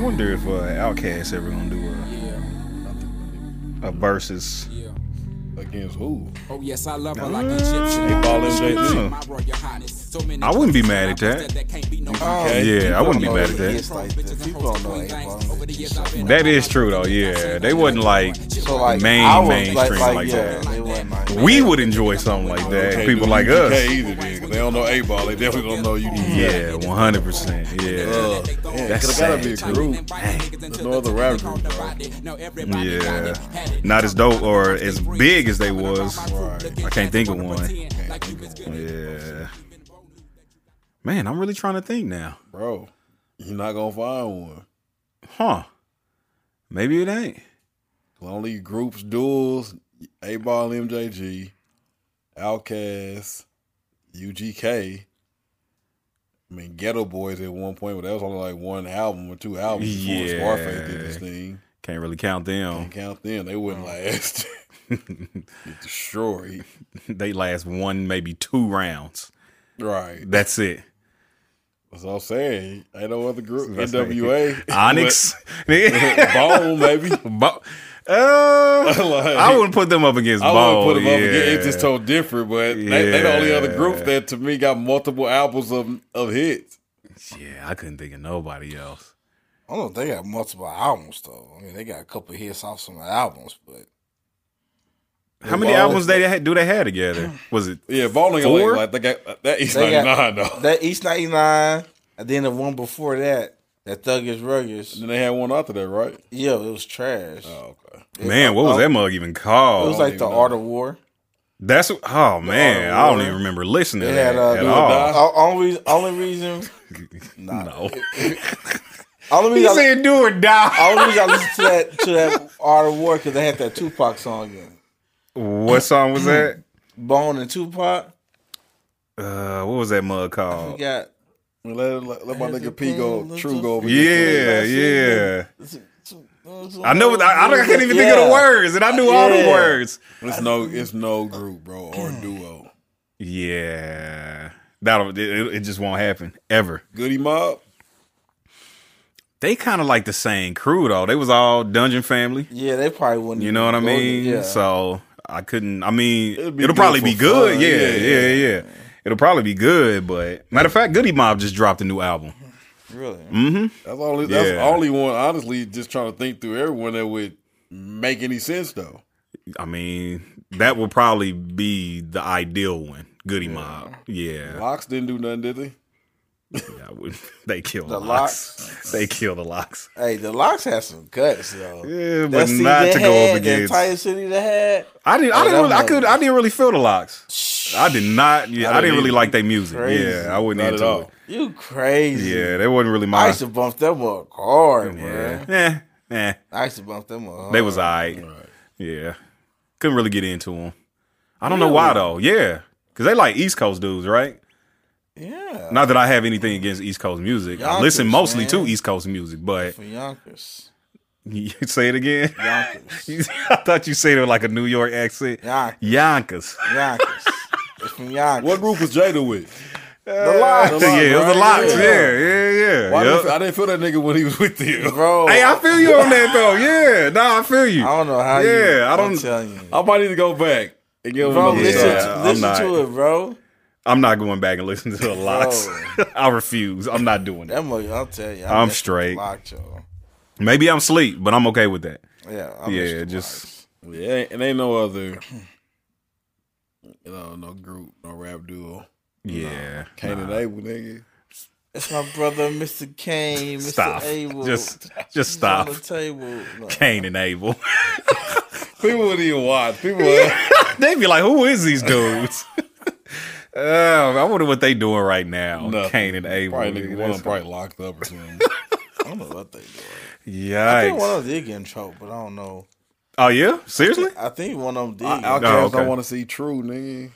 wonder if uh, Outcast ever gonna do Yeah. Nothing. a, a versus. Yeah. Against who? Oh yes, I love her like Uh, Egyptian. they ballin' JT. My royal highness. So many mm. I wouldn't be mad at that. Oh, that can't be no Yeah, I wouldn't be mad at that. It's like that. People don't know eight ball. That is true though. Yeah, they wasn't like So like Main, I was mainstream like, like, like yeah, that. They wasn't like we would enjoy something like that. Can't People do like UGK us. either then, 'cause they don't know A ball. They definitely don't know you. Yeah, one hundred percent. Yeah, Uh, man, That's that's sad. gotta be a group. There's no other rap group. bro. yeah. Not as dope or as big as they was. I can't think of one. Yeah. Man, I'm really trying to think now. Bro, you're not gonna find one. Huh? Maybe it ain't. Only groups, duels, A ball, MJG, Outcast, UGK. I mean, Ghetto Boys at one point, but that was only like one album or two albums before Yeah. Scarface did this thing. Can't really count And them. count them, they Oh. wouldn't last. Get destroyed. they last one, maybe two rounds. Right. That's it. That's all I'm saying. Ain't no other group. That's NWA. Onyx. But- Bone, baby. Bo- uh, Like, I wouldn't put them up against I Bone. wouldn't put them up yeah. again. It's just so different, but they, they the only Yeah. other group that to me got multiple albums of of hits. Yeah, I couldn't think of nobody else. I don't know. if They got multiple albums though. I mean, they got a couple hits off some albums, but How many Bone- albums they had, do they have together? Was it Yeah, bowling Four? like, like they got that East They ninety got- nine though. that East ninety nine, and then the one before that, that Thuggish Ruggers. And they had one after that, right? Yo, it was trash. Oh, okay. man? What was that mug Uh, even It called? was like the even know. Art of War. That's oh man, I don't War. even remember listening It to had that uh, at the- all. o- only only reason. Nah, No, Only he reason. I, said do or die. only reason I listened to that to that Art of War because they had that Tupac song in it. What song was that? Bone and Tupac. Uh, what was that mug We called? got Let, let, let my Everything nigga P go looks true go over Yeah, yeah. I know. I, I, don't- I couldn't even think of Yeah. the words, and I knew all the Yeah. words. here. It's no it's no group, bro, or duo. Yeah, that'll it, it it just won't happen ever. Goody Mob, They kind of like the same crew though. They was all Dungeon Family. Yeah, they probably wouldn't. You know what I even go there. mean? Yeah. So I couldn't. I mean, It'd it'll be good probably for be good. fun. Yeah, Yeah, yeah, yeah, It'll probably be good. But matter of fact, Goody Mob just dropped a new album. really. mm, that's only that's Yeah. the only one honestly just trying to think through everyone that would make any sense though. I mean, that will probably be the ideal one. Goody Mob. Yeah, Locks didn't do nothing, did they? That would- they kill The the locks. they kill the locks. Hey, the locks had some guts though. Yeah, That but city not they to go had, up The against. entire city they had. I didn't. I didn't. Hey, that Really, I mug could. was- I didn't really feel the locks. I did not. Yeah, I, didn't didn't really either. like their music. Crazy. Yeah, I wasn't Not at into all. it. You crazy. Yeah, they wasn't really I my. used to bump them up hard, Yeah. man. Eh, eh. I used to bump them up. They hard. was all right. Yeah. Couldn't really get into them. I don't know why though. Yeah. Cause they like East Coast dudes, right? yeah Not that I have anything against East Coast music. I Yonkers, listen mostly man. to East Coast music, but for Yonkers. you say it again. Yonkers. I thought you said it with like a New York accent. Yonkers. Yonkers. Yonkers. it's from Yonkers. What group was Jada with? The locks. yeah, it was the right? locks. Yeah. Yeah, yeah, yeah. Why Yup. didn't- I didn't feel that nigga when he was with you. Bro, Hey, I, I feel you on that though. Yeah. No, I feel you. don't know how you. Yeah, I I'm don't- telling you. I might need to go back and give him Bro, another listen, shot. Yeah, to, I'm listen not- to it, bro. I'm not going back and listening to the locks. Oh. Bro. I refuse. I'm not doing that. That mug, I'll tell you. I I'm messed with the straight. Locks, yo. Maybe I'm sleep, but I'm okay with that. Yeah, I messed yeah, with the just Yeah, ain't- and ain't no other. You know, no group, no rap duo. yeah. Can't enable nigga. It's my brother, Mr. Kane, Mr. Stop. Abel. Just just He's on stop. the table. No. Cain and Abel. People wouldn't even watch. People would. They'd be like, who is these dudes? Uh, I wonder what they doing right now. Nothing. Cain and Abel. probably nigga one That's- probably locked up or something. I don't know what they doing. I think one Yikes. of them did get in trouble, but I don't know. Oh yeah? Seriously? I think one of them did. Outcast No, okay. don't want to see true nigga.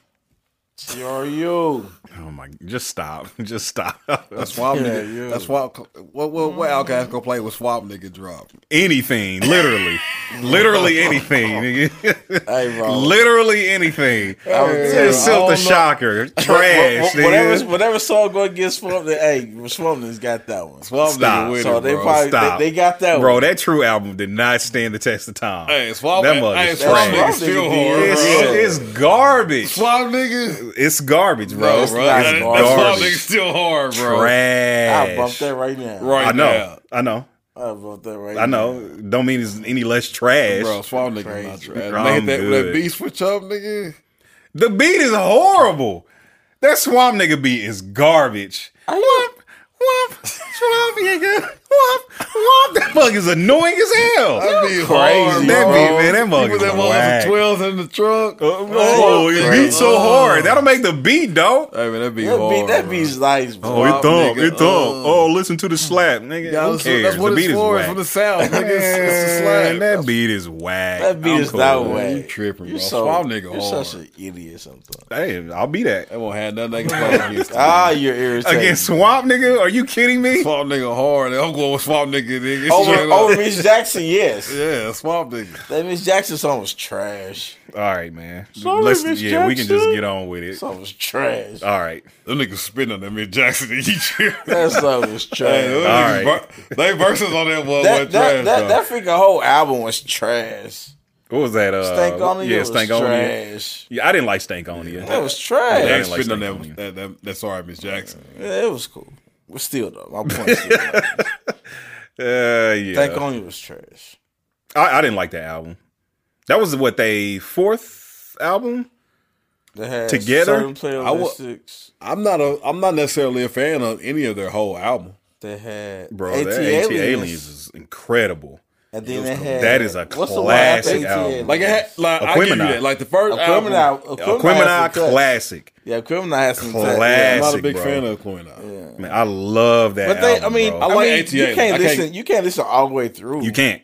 CRU. Oh my just stop. Just stop. That's Swap Yeah, nigga. yeah. That's Swap. What what what Outcast gonna play with Swap nigga drop? Anything, literally. Literally anything, nigga. Hey, bro. Literally anything. It's I don't Silk the know. Shocker. Wha- Trash, wha- Whatever, nigga. whatever song going to get Swamp, Thing- hey, Swamp has got that one. Swamp Stop. nigga with So it, they bro. probably they, Stop. they got that Bro, one. that true album did not stand the test of time. Hey, Swamp, That that mother hey, is Swamp trash. nigga still Swamp hard, nigga did. It's, bro. it's garbage. Swamp nigga, It's garbage, bro. it's bro, it's bro. not That, that garbage. Swamp nigga still hard, bro. I trash. bump that right now. Right I know. now. I know. I bump that right. I Now. know. Don't mean it's any less trash. Bro, Swamp nigga Crazy. not trash. I'm They hit that, that good. beat switch up, nigga. The beat is horrible. That swamp nigga beat is garbage. Womp, womp, swamp nigga. Womp, womp. That mug is annoying as hell. That beat crazy, hard, that bro. beat, man, that People mug is that whack. was twelve in the truck. Oh, it beat so hard. That'll make the beat dope. Hey man, that beat That hard. beat, that bro. beat's nice, bro. Oh, it thump, Oh, nigga, it thump. uh. Oh, listen to the slap, nigga. Yeah, Who that's, cares? that's what the beat it's is for. It's whack. from the south, nigga. It's, it's the Man, slap. that beat is whack. That beat I'm is that cool. way. You tripping, You bro. so, Swamp nigga You're hard. such an idiot sometimes. Hey, I'll be that. They won't have nothing they can play against. Ah, you're irritating. Against Swamp, nigga? Are you kidding me? Swamp nigga hard. I'm going with Swamp nigga, nigga. over, Straight up. over Miss Jackson, yes. Yeah, Swamp nigga. That Miss Jackson song was trash. All right, man. Sorry, Let's, Miss yeah, we can just Jackson. get on with it. Song was trash. All right. Them niggas spitting on that mid Jackson and he tripping. That song was Hey, All trash. right. They verses on that one that, That that trash, that, that, that freaking whole album was trash. What was that? Uh, Stank on yeah, it was Stank on it. trash. Yeah, I didn't like Stank on it. That was trash. Yeah. They I didn't like spitting Stank on on that, that, that. That's all right, Miss Jackson. Yeah, it was cool. But still though, my point. Still, though. Uh, yeah. Thank on you was trash. I, I didn't like that album. That was what they fourth album. They had Together? certain player I wa- six. I'm not a. I'm not necessarily a fan of any of their whole album. They had Bro, AT that AT Aliens is incredible. And then they had That is a what's the one after classic AT album. Aliens? Like it had, like I give you Aquemini. that. Like the first Aquemini, album, Aquemini had some class. classic. Yeah, Criminal has some class. Classic. I'm not a big bro. fan of Aquemini. Yeah. Man, I love that. But they, I album, mean, bro. I, I like mean, AT you Aliens. can't I can't- listen. You can't listen all the way through. you can't.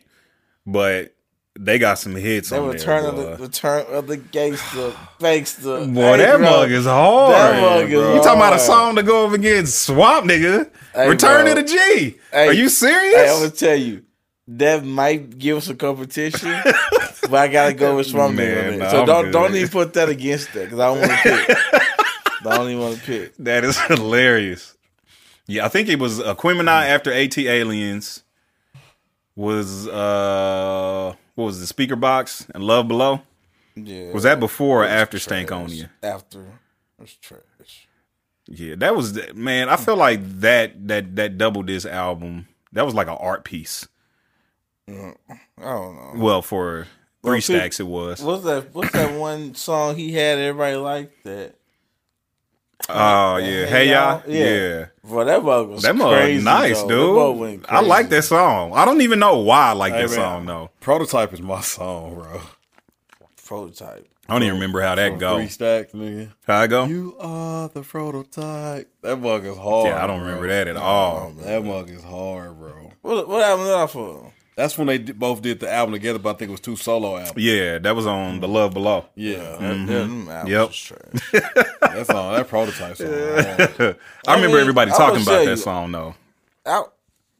But they got some hits That on return there. of the boy. return of the gangster, gangster. Boy, Hey, that bro. mug is hard. That mug is you talking about a hard. song to go up against Swamp Nigga? Hey, Return bro. to the G. Hey. Are you Hey, I'm gonna serious? tell you, that might give us a competition, but I gotta go with Swamp Man, Nigga. on nah, it. so I'm don't don't good. even put that against that because I don't want to pick. I don't even want to pick. that is hilarious. Yeah, I think it was Aquemini Mm. after AT Aliens was uh what was the speaker box and Love Below? Yeah, Was that before or after trash. Stankonia? After it's trash. Yeah, that was the- man. I feel like that that that double disc album that was like an art piece. Mm, I don't know. Well, for three Well, see- stacks, it was. What's that? What's that one song he had? Everybody liked that. Oh yeah, hey y'all, Yeah. yeah. Bro, that mug was That mug crazy, nice, though. That mug dude. went I like crazy. that song. I don't even know why I like Hey, that man. song though. Prototype is my song, bro. prototype. I don't even remember how that Three goes. stacks, nigga. How I go? You are the prototype. That mug is hard. yeah, I don't bro. remember that at all. That mug is hard, bro. What what happened to that for? Uh, That's when they d- both did the album together, but I think it was two solo albums. Yeah, that was on the Love Below. Yeah, Mm-hmm. Yep. Yep. that song, that prototype song. hard. I remember mean, everybody I will talking tell about you- that song though. Out.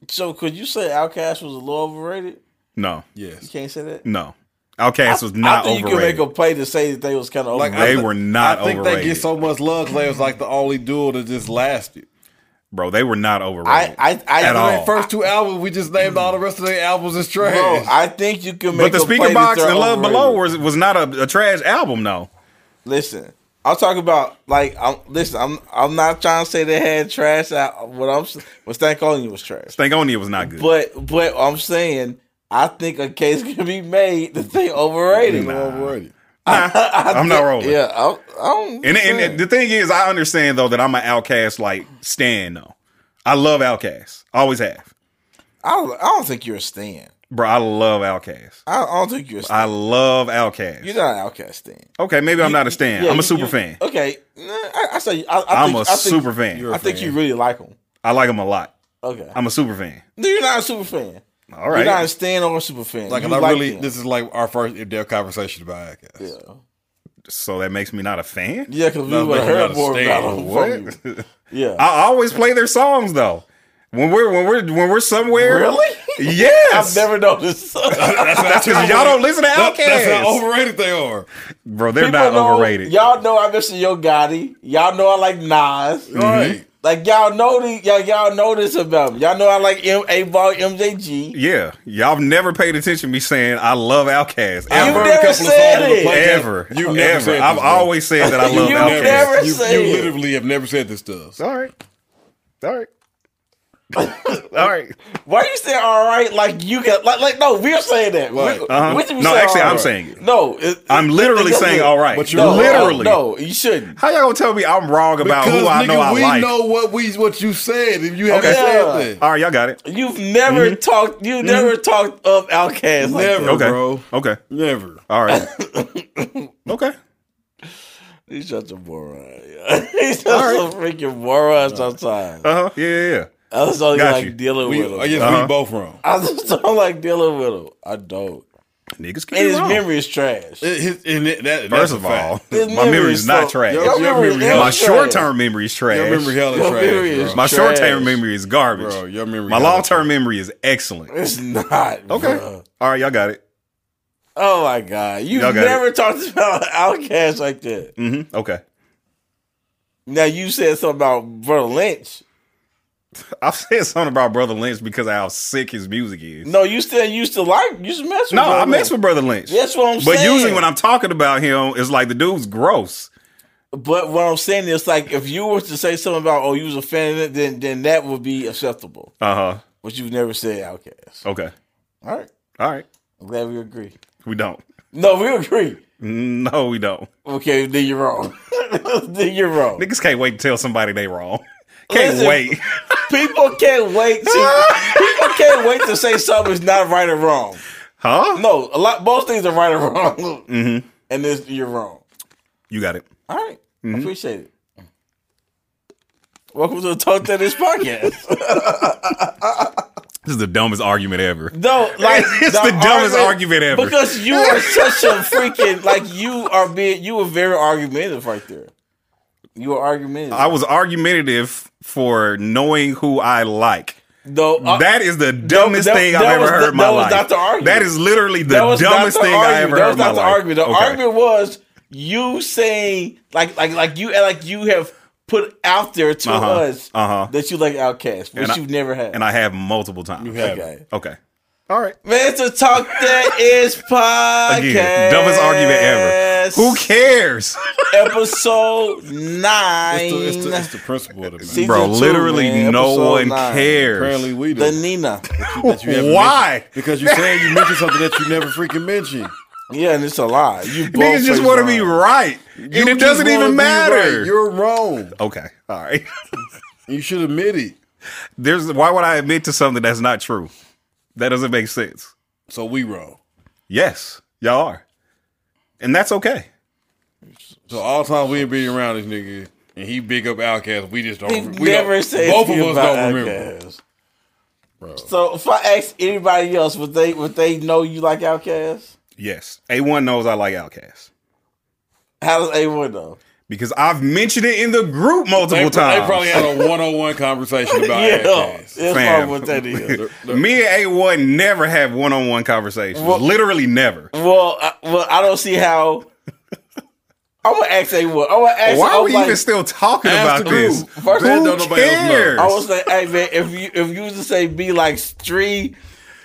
So could you say Outkast was a little overrated? No, You Yes, can't say that. no. Outkast was not I think you overrated. can make a play to say that they was kind of Like, overrated. they I thi- were not I think overrated, they get so much love because they was like the only duo that just lasted. bro. They were not overrated. I I I, At all. Their first two albums, we just named all the rest of their albums as trash. Bro, I think you can make. but the a play speaker that box they're and Love overrated. Below was was not a, a trash album though. Listen, I'm talking about like I'm. Listen, I'm. I'm not trying to say they had trash. Out what I'm. s- What Stank on you was trash. Stankonia was not good. But but I'm saying I think a case can be made that they overrated. They're overrated. I'm not rolling. Yeah, I, I don't. And, and, and the thing is, I understand though that I'm an outcast like Stan though. I love outcasts. Always have. I, don't- I don't think you're a stan. Bro, I love outcasts. I, I don't think you're a stan. I love outcasts. you're not an outcast stan. okay, maybe I'm not a Stan. Yeah, I'm you- a super you- fan. Okay, nah, I, I say I, I I'm think, a I think- super fan. I think fan. you really like him. I like him a lot. Okay, I'm a super fan. no, you're not a super fan. All right. You're not a stan or a super fan. Like, you and I really, them. this is like our first in-depth conversation about it. I guess. yeah, so that makes me not a fan? yeah, because we Not would like you're not a have heard more stan. about him What? from you. Yeah, I always play their songs though. When we're when we're when we're somewhere really? Yes. I've never noticed. That's, that's Because y'all don't listen to That- That's Outkast. how overrated they are. Bro, they're People not know- overrated. Y'all know I mentioned Yo Gotti. Y'all know I like Nas. Mm-hmm. Right. Like y'all know the, y'all, y'all know this about me. Y'all know I like M A Ball MJG. Yeah, y'all never paid attention to me saying I love Outkast I've ever, heard a never couple of songs said on the it. podcast. ever, You never ever. said this, I've bro. always said that I love You Outkast. never you, said you it. literally have never said this to us. All right, all right, all right. Why you saying all right? Like you got like like no, we're saying that. Right. We- Uh-huh. we should be No, saying actually, all I'm right. saying it. No, it- I'm it- literally it doesn't- saying all right. But you're No, literally. no, no, you shouldn't. How y'all gonna tell me I'm wrong about Because who I nigga, know I we like? know what we what you said if you haven't Okay. said that. All right, y'all got it. You've never Mm-hmm. talked. You never talked of Outkast. Like Never, that. Okay, bro. okay, Never. all right, okay. He's such a moron. He's such a freaking moron sometimes. Uh huh. Yeah, yeah, yeah. I just don't Got like you. dealing We, with him. I guess Uh-huh. we both wrong. I just don't like dealing with him. I don't. Niggas And can be his wrong. memory is trash. It- his- and it- that- that's First a of fact. all, His my memory is not so- trash. Your Your memory memory is is- My trash. short term memory is trash. your memory hella Your trash. memory is bro. My short term Trash. memory is garbage. Bro, your memory My hella long term memory is excellent. It's not. Okay. bruh. All right, y'all got it. Oh my god. You've Y'all got never talked about Outkast like that. hmm Okay. Now you said something about Brother Lynch. I said something about Brother Lynch because of how sick his music is. No, you still used to like. You used to mess with. No, Brother I mess Lynch. with Brother Lynch. That's what I'm But saying. usually when I'm talking about him, it's like the dude's gross. But what I'm saying is like if you were to say something about oh you was a fan of it, then then that would be acceptable. Uh huh. But you've never said Outkast. Okay. All right. All right. I'm glad we agree. We don't. No, we agree. No, we don't. Okay, then you're wrong. then you're wrong. Niggas can't wait to tell somebody they wrong. Can't Listen. wait. People can't wait to people can't wait to say something's not right or wrong. huh? No, a lot most things are right or wrong. And this you're wrong. You got it. All right. I appreciate it. Welcome to the Talk That Is podcast. This is the dumbest argument ever. No, like It's the dumbest argument ever. because you are such a freaking like you are being you were very argumentative right there. You were argumentative. I was argumentative for knowing who I like. no, uh, that is the dumbest that- thing that I've was ever heard the- in my that was life. not the argument. That is literally the that was not dumbest the thing I argument. ever That heard was in my not the life. argument. The Okay. argument was you saying like like like you like you have put out there to Uh-huh. us Uh-huh. that you like Outcast, which And I- you've never had. and I have multiple times. You have Okay. it. Okay. All right. Man, it's a talk that is podcast. Again, dumbest argument ever. Who cares? Episode nine. It's the, it's, the, it's the principle of the matter. See- Bro, two, literally man. no Episode one nine. cares. Apparently we do. the Nina. that you haven't Why? mentioned. Because you saying you mentioned something that you never freaking mentioned. Yeah, and it's a lie. You both Niggas just face want to lying. be right. And You it just doesn't wanna even be matter. right. You're wrong. okay. All right. You should admit it. There's why would I admit to something that's not true? That doesn't make sense. So we wrong. Yes, y'all are. And that's okay. So all the time we been around this nigga and he big up Outkast, we just don't. He we never don't, said both of anything us about don't remember. Outkast. Bro. So if I ask anybody else, would they would they know you like Outcast? Yes. A1 knows I like Outkast. How does A one know? Because I've mentioned it in the group They, multiple they times. probably had a one on one conversation about Yeah, Outkast. that's Fam. probably what that is. Me and A1 never have one on one conversations. Well- Literally never. well, I, well, I don't see how. I'm gonna ask A one. I'm gonna ask. Why I'm are we like, even still talking Ask about the this? group. First Who of all, don't nobody else know. cares? I was like, hey man, if you if you was to say be like three,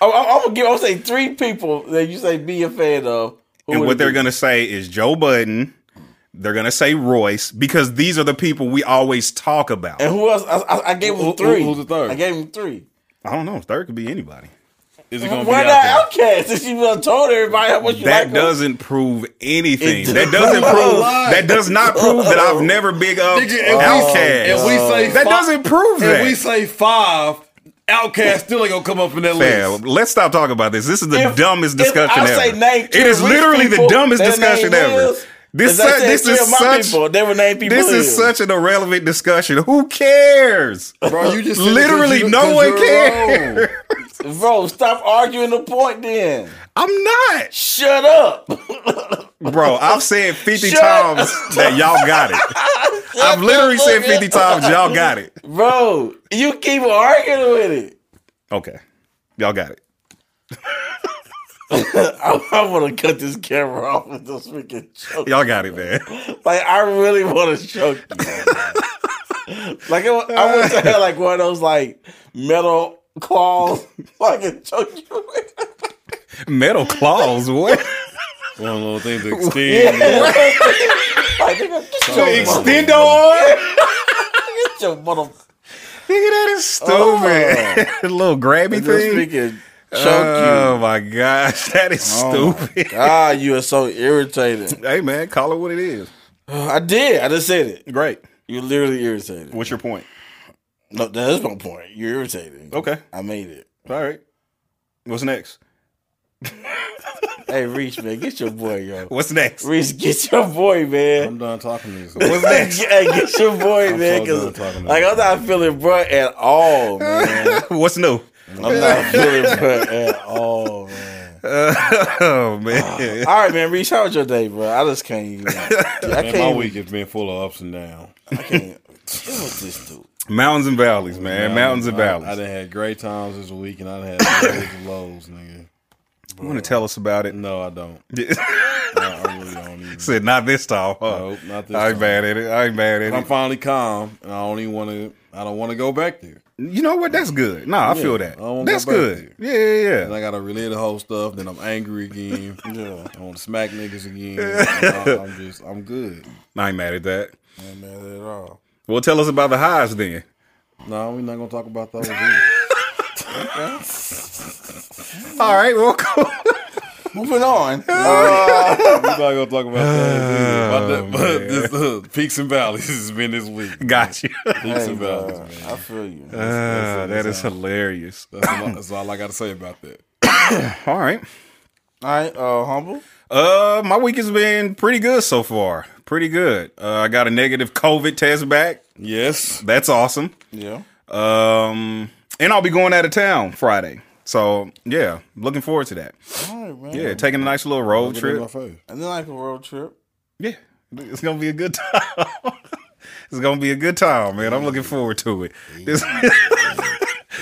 I'm, I'm gonna give. I'm gonna say three people that you say be a fan of. who and would what it they're be? gonna say is Joe Budden. They're gonna say Royce because these are the people we always talk about. And who else? I, I, I gave Who- him who- three. who's the third? I gave him three. I don't know. Third could be anybody. Is it gonna Why be not Outkast? Outkast? If you done told everybody how much you That like him. doesn't prove anything. It that doesn't does. prove. Lie. That does Oh, not prove that I've never big up Nigga, and we- and we Outkast. say That fi- doesn't prove If that. we say five, Outkast still ain't gonna come up in that Fam, list. let's stop talking about this. This is the If- dumbest if discussion I say ever. name it is three literally the people dumbest that discussion name ever. Liz, This if I su- said this three is of my such people, they would name people this is Liz. such an irrelevant discussion. Who cares? Bro, you just said it 'cause Literally, you- no 'cause one you're cares. wrong. Bro, stop arguing the point then. I'm not, Shut up. bro. I've said 50 Shut times that y'all got it. I've literally said 50 times y'all got it. Bro, you keep arguing with it. Okay, y'all got it. I, I want to cut this camera off and just freaking choke. Y'all got it, man. Like I really want to choke you. like it, wa- I wish I had like one of those like metal claws, fucking choke you. Metal claws. What? One of those things to extend. like nigga, get your, mother, Extendo on. get your mother, Nigga, that is stupid. little grabby just thing. freaking choke Oh my gosh, that is you. stupid. God, you are so irritated. Hey man, call it what it is. I did. I just said it. Great. You're literally irritated. What's your point? No, that's my point. You're irritated. Okay. I made it. All right. What's next? Hey, Reese, man, get your boy, yo. What's next? Reese, get your boy, man. I'm done talking to this. hey, get your boy, so man. Cause, done talking to like, you. I'm not feeling brunt at all, man. What's new? I'm not feeling brunt at all, man. oh man. All right, man, Reese, how was your day, bro? I just can't even. I Man, my can't. week has been full of ups and downs. I can't. What's this dude? Mountains and valleys, man. Mountains and valleys. I, I done had great times this week, and I done had lows and lows, nigga. you want to tell us about it? No, I don't. I, I really don't even. Said not this time. Huh? Nope, not this I ain't time. bad at it. I ain't bad at I'm it. finally calm, and I don't even want to. I don't want to go back there. You know what? That's good. Nah, I Yeah, feel I don't that. wanna That's go back good. Yeah, yeah, And yeah. I gotta relay the whole stuff. Then I'm angry again. I want to smack niggas again. I, am just, I'm good. I ain't mad at that. I'm not mad at all. Well, tell us about the highs then. No, we're not gonna talk about those. Either. All right. Well, cool. Moving on. We're not gonna talk about Oh, that. Either. But, that, but this, uh, peaks and valleys has been this week. Peaks Got you. Hey, and valleys, bro, man. I feel you. Ah, that is hilarious. That's all, that's all I gotta say about that. All right. All right, uh, humble. Uh, my week has been pretty good so far. Pretty good. Uh, I got a negative COVID test back. Yes, That's awesome. Yeah. Um, and I'll be going out of town Friday. So yeah, looking forward to that. All right, man. Yeah, taking a nice little road Look in my trip. face. And then like a road trip. Yeah, it's gonna be a good time. it's gonna be a good time, man. I'm looking forward to it. This-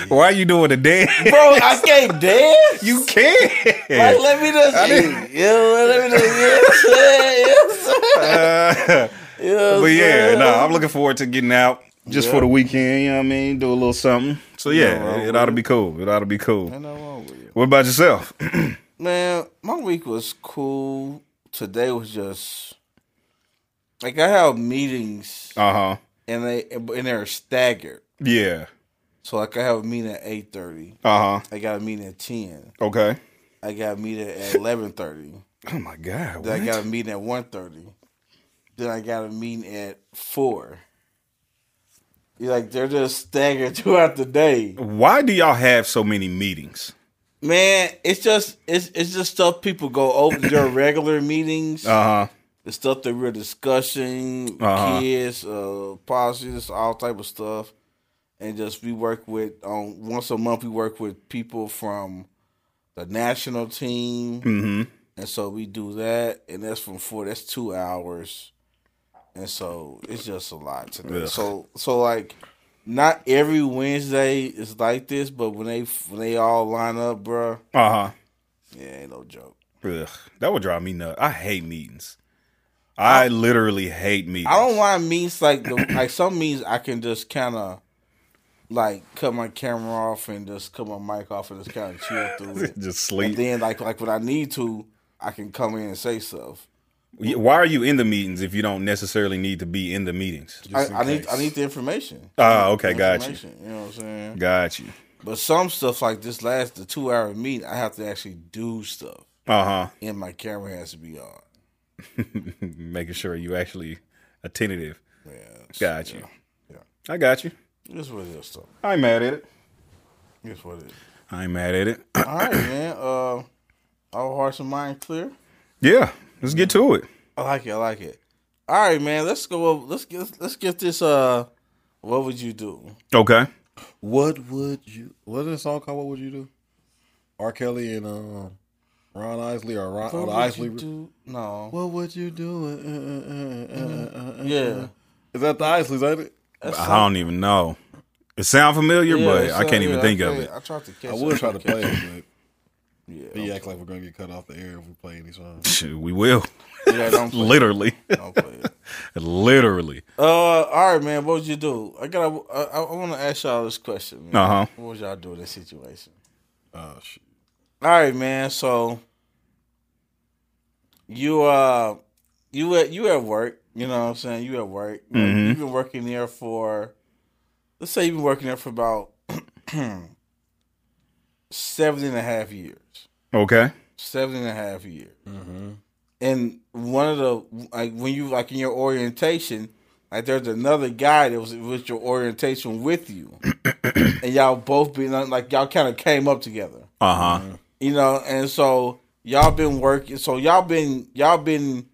Why are you doing the dance? Bro, I can't dance. You can. Like, let me just, yeah, let me just, yes, sir, yes, Uh, sir, yes, but yeah, sir. no, I'm looking forward to getting out just for the weekend. You know what I mean? Do a little something. So yeah, it, ought to be cool. It ought to be cool. Ain't nothing wrong with you. What about yourself? Man, my week was cool. Today was just like I have meetings Uh huh. and they and they're staggered. Yeah. So like I have a meeting at eight thirty. Uh huh. I got a meeting at ten. Okay. I got a meeting at eleven thirty. Oh my god. Then what? I got a meeting at 1.30. Then I got a meeting at four. You're like they're just staggered throughout the day. Why do y'all have so many meetings? Man, it's just it's it's just stuff people go over during regular meetings. Uh huh. the stuff that we're discussing, Uh-huh. kids, uh, policies, all type of stuff, and just we work with um, once a month we work with people from the national team, Mhm. and so we do that, and that's from four. That's two hours, and so it's just a lot to do. Ugh. So so like. Not every Wednesday is like this, but when they when they all line up, bruh, Uh huh. yeah, ain't no joke. Ugh, that would drive me nuts. I hate meetings. I, literally hate meetings. I don't mind means like the, like some means I can just kind of like cut my camera off and just cut my mic off and just kind of chill through it. just sleep. And then like like when I need to, I can come in and say stuff. Y- Why are you in the meetings if you don't necessarily need to be in the meetings? I, Just in I need I case. need the information. Ah, okay, got you, Information, you know what I'm saying? got you. But some stuff like this last the two hour meeting, I have to actually do stuff, Uh huh. and my camera has to be on. Making sure you actually attentive. Yeah, it's- Got you. Yeah. I got you. it's what it is. Though. I ain't mad at it. It's what it is. I ain't mad at it. All right, man. Uh, all hearts and mind clear. yeah, let's get to it. I like it. I like it. All right, man. Let's go. Over, let's get. Let's get this. Uh, what would you do? Okay. What would you? What is the song called? What would you do? R. Kelly and um, Ron Isley or Ron or What the would Isley. you do? No. What would you do? Uh, uh, uh, uh, uh, uh. yeah. Is that the Isleys? Ain't it? That's I don't even know. It sound familiar, some- but Uh-huh. yeah, I can't so- even yeah, think I of can't- it. I tried to catch. I would it. try to play it, Yeah. He act like we're gonna get cut off the air if we play any songs. Shoot, We will. yeah, don't play- Literally. don't play it. Literally. Uh, all right, man. What would you do? I got. to I, I want to ask y'all this question. man. Uh-huh. What would y'all do in this situation? Oh shit. All right, man. So you uh you at you at work. You know what I'm saying? You at work. You know, You've been working there for let's say you've been working there for about seven and a half years. Okay. Seven and a half years. And one of the like when you like in your orientation, like there's another guy that was with your orientation with you, and y'all both been like y'all kind of came up together Uh huh. you know and so y'all been working so y'all been y'all been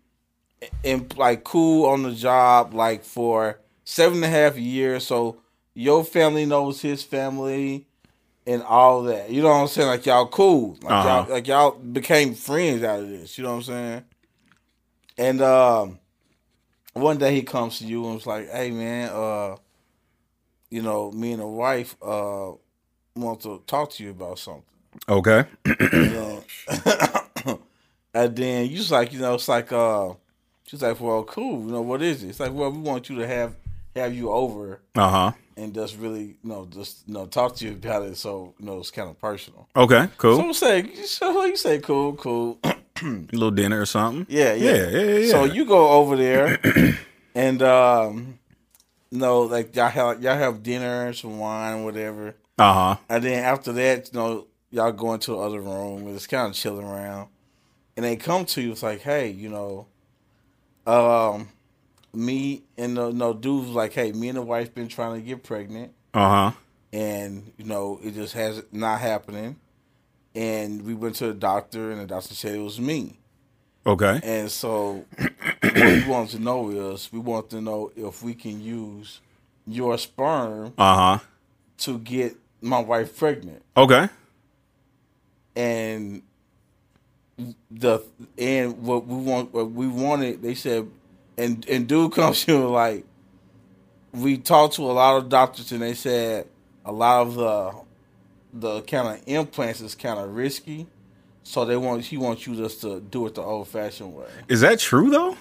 in like cool on the job like for seven and a half years so your family knows his family and all that you know what i'm saying like y'all cool like Uh-huh. y'all like y'all became friends out of this you know what i'm saying and um one day he comes to you and was like hey man uh you know me and the wife uh want to talk to you about something Okay. you know. and then you just like, you know, it's like uh she's like, Well, cool, you know, what is it? It's like, well, we want you to have have you over Uh huh. and just really, you know, just you know, talk to you about it so you know it's kinda personal. Okay. So Cool. I'm saying so you say cool, cool. A little dinner or something. Yeah, yeah. Yeah. Yeah. yeah, So yeah. you go over there and um you know, like y'all have y'all have dinner, some wine, whatever. Uh huh. And then after that, you know, y'all go into the other room and it's kind of chilling around. And they come to you, it's like, hey, you know, um, me and the no dude's like, hey, me and the wife been trying to get pregnant, Uh huh. and you know, it just has not happening. And we went to the doctor, and the doctor said it was me. Okay. And so, what we want to know is, we want to know if we can use your sperm Uh huh. to get my wife pregnant. Okay. and the and what we want what we wanted they said and and dude comes to him like we talked to a lot of doctors and they said a lot of the the kind of implants is kind of risky so they want he wants you just to do it the old fashioned way Is that true though?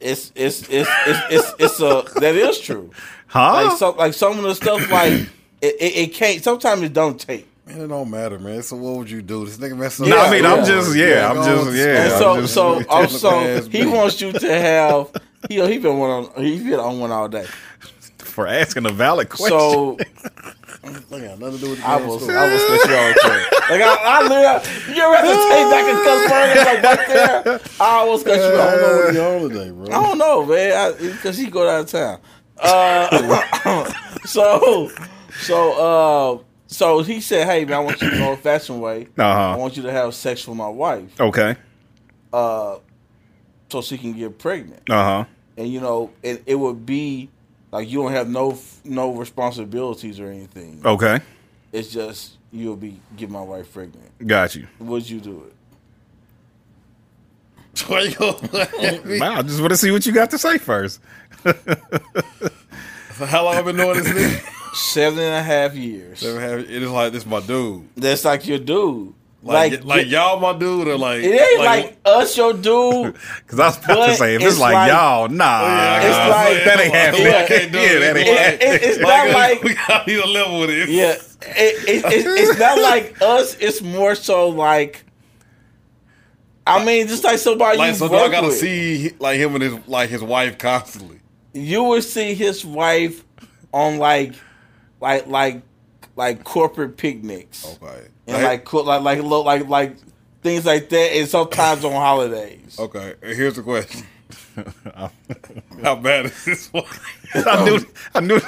it's it's it's it's it's, it's a that is true Oh. Huh? like so like some of the stuff like it, it, it can't sometimes it don't take Man, it don't matter, man. So what would you do? This nigga messing no, up. I mean yeah. I'm just yeah, I'm Go just on. yeah. And I'm so, just- so also, Pass he B. wants you to have. He he been one on. He's been on one all day. for asking a valid question. So Look, got nothing to do with the I damn was, story. I was special. Like I, I live. You ever have to take back a cuss word that's like right there? I was cuss you I don't know out. what you're on today, bro. I don't know, man, because he go out of town. Uh, so, so, uh, so he said, "Hey, man, I want you to go old fashioned way. Uh-huh. I want you to have sex with my wife, okay. uh, so she can get pregnant." Uh huh. and you know it, it would be like you don't have no f- no responsibilities or anything Oh. Okay. it's just you'll be get my wife pregnant Got you. would you do it Why you gonna laugh at me? Wow, I just want to see what you got to say first. How long I been knowing this nigga? seven and a half years Never have- It is like this my dude. that's like your dude Like, like like, y'all my dude or like it ain't like, us your dude Because I was about to But say, if it's, it's like, like- y'all, nah, yeah, It's nah, like- that ain't happening. Yeah, I can't do yeah, it. that ain't Yeah. happening. It- it's not like we gotta be a level with it. yeah it, it, it, it's not like us it's more so like I mean, just like somebody Like you so do work I gotta with. see like him and his like his wife constantly. you would see his wife on like like like like corporate picnics Okay. and like cool like like lo- like like things like that and sometimes on holidays Okay, here's the question. How bad is this one? I knew. I knew.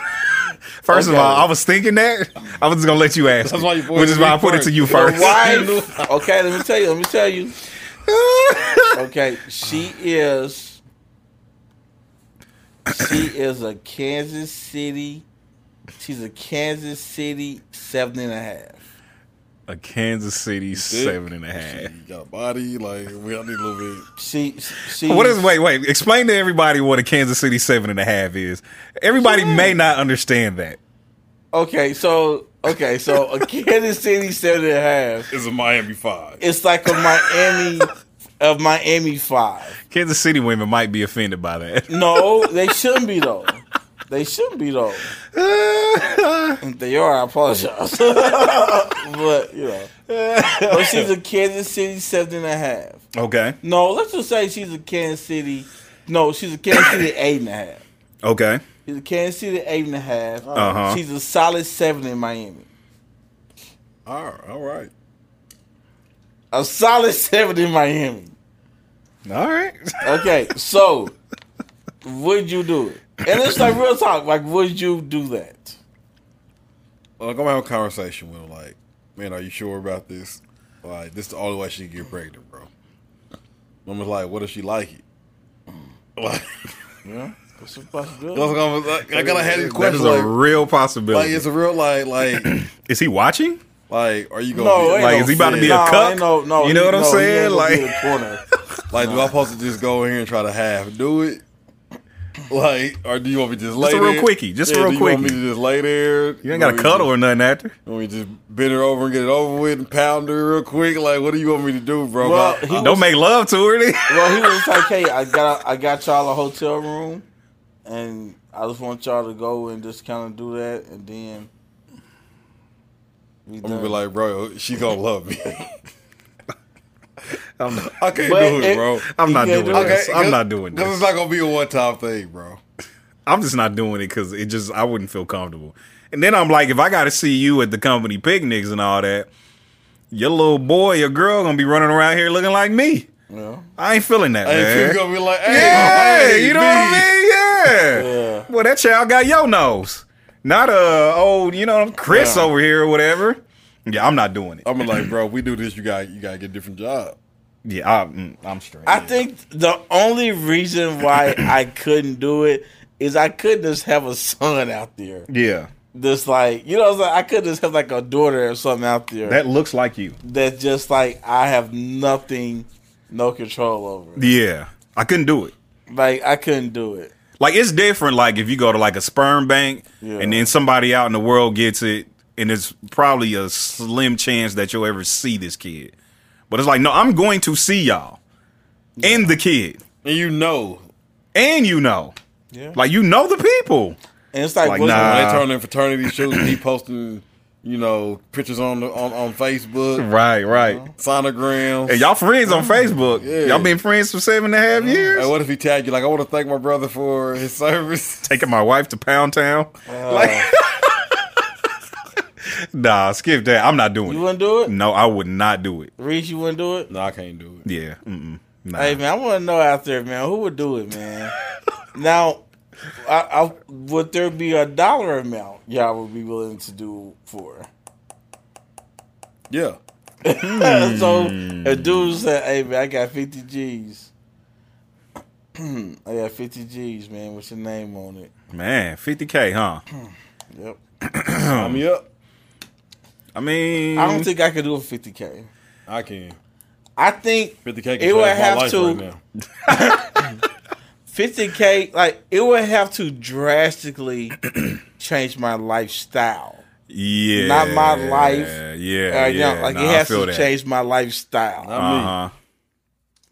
First of Okay. all, I was thinking that I was just gonna let you ask, That's why you it, pointed which is to why me I put it first. to you The first. wife okay let me tell you let me tell you okay she is she is a kansas city she's a kansas city seven and a half A Kansas City seven and a half. You got a body, like we I need a little bit. she she What is? Wait, wait. Explain to everybody what a Kansas City seven and a half is. Everybody may not understand that. Okay, so Okay, so a Kansas City seven and a half. It's a Miami five. It's like a Miami of Miami five. Kansas City women might be offended by that. No, they shouldn't be though. They shouldn't be though. If they are, I apologize. but you know, but she's a Kansas City seven and a half. okay. No, let's just say she's a Kansas City. No, she's a Kansas City eight and a half. Okay. She's a Kansas City eight and a half. Uh-huh. She's a solid seven in Miami. All right, all right. A solid seven in Miami. All right. Okay, so would you do it? And it's like real talk. Like, would you do that? Like I'm gonna have a conversation with him. Like, man, are you sure about this? Like, this is the only way she can get pregnant, bro. I'm just like, what if she like it? Like, Yeah, it's a possibility. that's what I'm- like, I gotta have these that is questions. a Like, real like, possibility. it's a real like, like, is he watching? like, are you gonna No, be, like, ain't Like, no is he about to fit. be a no, cuck? ain't No, no, You know what I'm no, he saying? ain't gonna be Like- a corner. like, do I supposed to just go in here and try to half do it? Like, or do you want me to just lay Just a real there? quickie, just a Yeah, real do you want me quickie. to just lay there? You ain't got to to cuddle or nothing after. You want me to just bend her over and get it over with and pound her real quick? Like, what do you want me to do, bro? Well, Like, he was, Don't make love to her. then. well, he was like, "Hey, I got, I got y'all a hotel room, and I just want y'all to go and just kind of do that, and then." we I'm gonna be done." like, bro, she gonna love me. I'm not, I can't But do it, it- bro. I'm You not can't doing do it. this. I'm not doing Because this. it's not gonna be a one time thing, bro. I'm just not doing it because it just I wouldn't feel comfortable. And then I'm like, if I got to see you at the company picnics and all that, your little boy, your girl gonna be running around here looking like me. yeah. I ain't feeling that, And man. she's gonna be like, hey, yeah, hey, you know B. what I mean? Yeah. Yeah. Well, that child got your nose, not uh old, you know, Chris Yeah. over here or whatever. Yeah, I'm not doing it. I'm like, bro, we do this, you got you gotta get a different job. Yeah, I, mm, I'm straight. I think the only reason why I couldn't do it is I couldn't just have a son out there. yeah, Just like you know, what I'm saying? I could just have like a daughter or something out there that looks like you. that's just like I have nothing, no control over. Yeah, I couldn't do it. Like I couldn't do it. Like it's different. Like if you go to like a sperm bank, Yeah. and then somebody out in the world gets it, and it's probably a slim chance that you'll ever see this kid. But it's like, no, I'm going to see y'all and the kid, And you know, and you know, Yeah, like like you know the people. and it's like, like, what's- nah. when Uh, they turn in fraternity shoes, he posting, you know, pictures on the, on, on Facebook, Right, right. Uh-huh. sonograms. And y'all friends on Facebook. Yeah. Y'all been friends for seven and a Uh-huh. half years. And what if he tagged you like, I want to thank my brother for his service? Taking my wife to Pound Town. Uh. Like- nah, skip that. I'm not doing you it. wouldn't do it, No, I would not do it. Reese. You wouldn't do it. No, I can't do it. Yeah. Mm-mm. Nah. Hey man, I want to know out there, man, who would do it, man? now, I, I, would there be a dollar amount y'all would be willing to do for? Yeah. so a Hmm. dude said, "Hey man, I got fifty G's. I got fifty G's, man. What's your name on it? Man, 50K, huh? Yep. I'm up. I mean, I don't think I could do a fifty k. I can. I think 50K can It would change my have life to- right now. fifty k, like it would have to drastically change my lifestyle. yeah. not my life. Yeah. Uh, Oh, yeah, yeah, like nah, it I has feel to that. change my lifestyle. Uh-huh.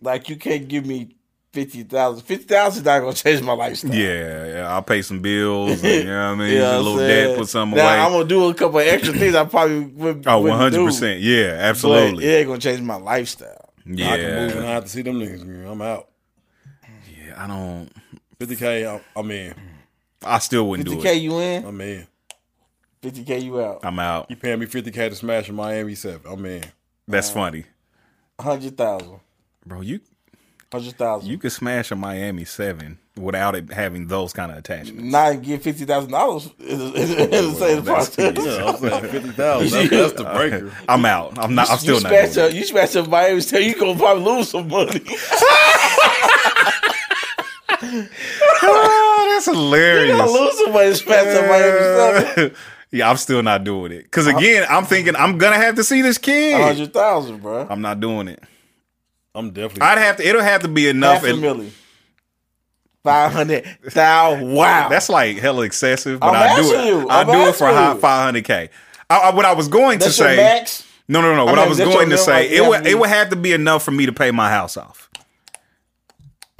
Like you can't give me fifty thousand. Fifty thousand not gonna change my lifestyle. Yeah, yeah, I'll pay some bills. and, you know what I mean? You know what a I'm little saying? debt, put something now, away. I'm gonna do a couple extra things I probably would. oh, wouldn't 100%. do, yeah, but absolutely. it ain't gonna change my lifestyle. yeah. I can move and I have to see them niggas. man. I'm out. yeah, I don't. 50K, I- I'm in. I still wouldn't Fifty do k it. Oh. you in, I'm in. fifty k you out, I'm out. You paying me 50K to smash in Miami 7. I'm in. That's funny. hundred thousand, Bro, you hundred thousand. you could smash a Miami 7 without it having those kind of attachments. Not get fifty thousand dollars in the in the same Oh, that's- process. yeah. Yeah, I'm saying 50,000. That's, that's the breaker. I'm out. I'm not. I'm still you not. smash doing up, it. you smash up Miami State, you gonna probably lose some money. Ah, that's hilarious. you gonna lose some money smash up Miami State. yeah, I'm still not doing it. Cause again, I'm thinking I'm gonna have to see this kid. hundred thousand, bro. I'm not doing it. I'm definitely. I'd have to. It'll have to be enough. Half a and- million. Five hundred thousand. Wow. that's like hella excessive, but I'm I do asking it. you. I I'm do it for asking high you. 500k. I, I, what I was going That's to your say. max. No, no, no. What I, I mean, was that's going your to say, minimum, it yeah, would you- it would have to be enough for me to pay my house off.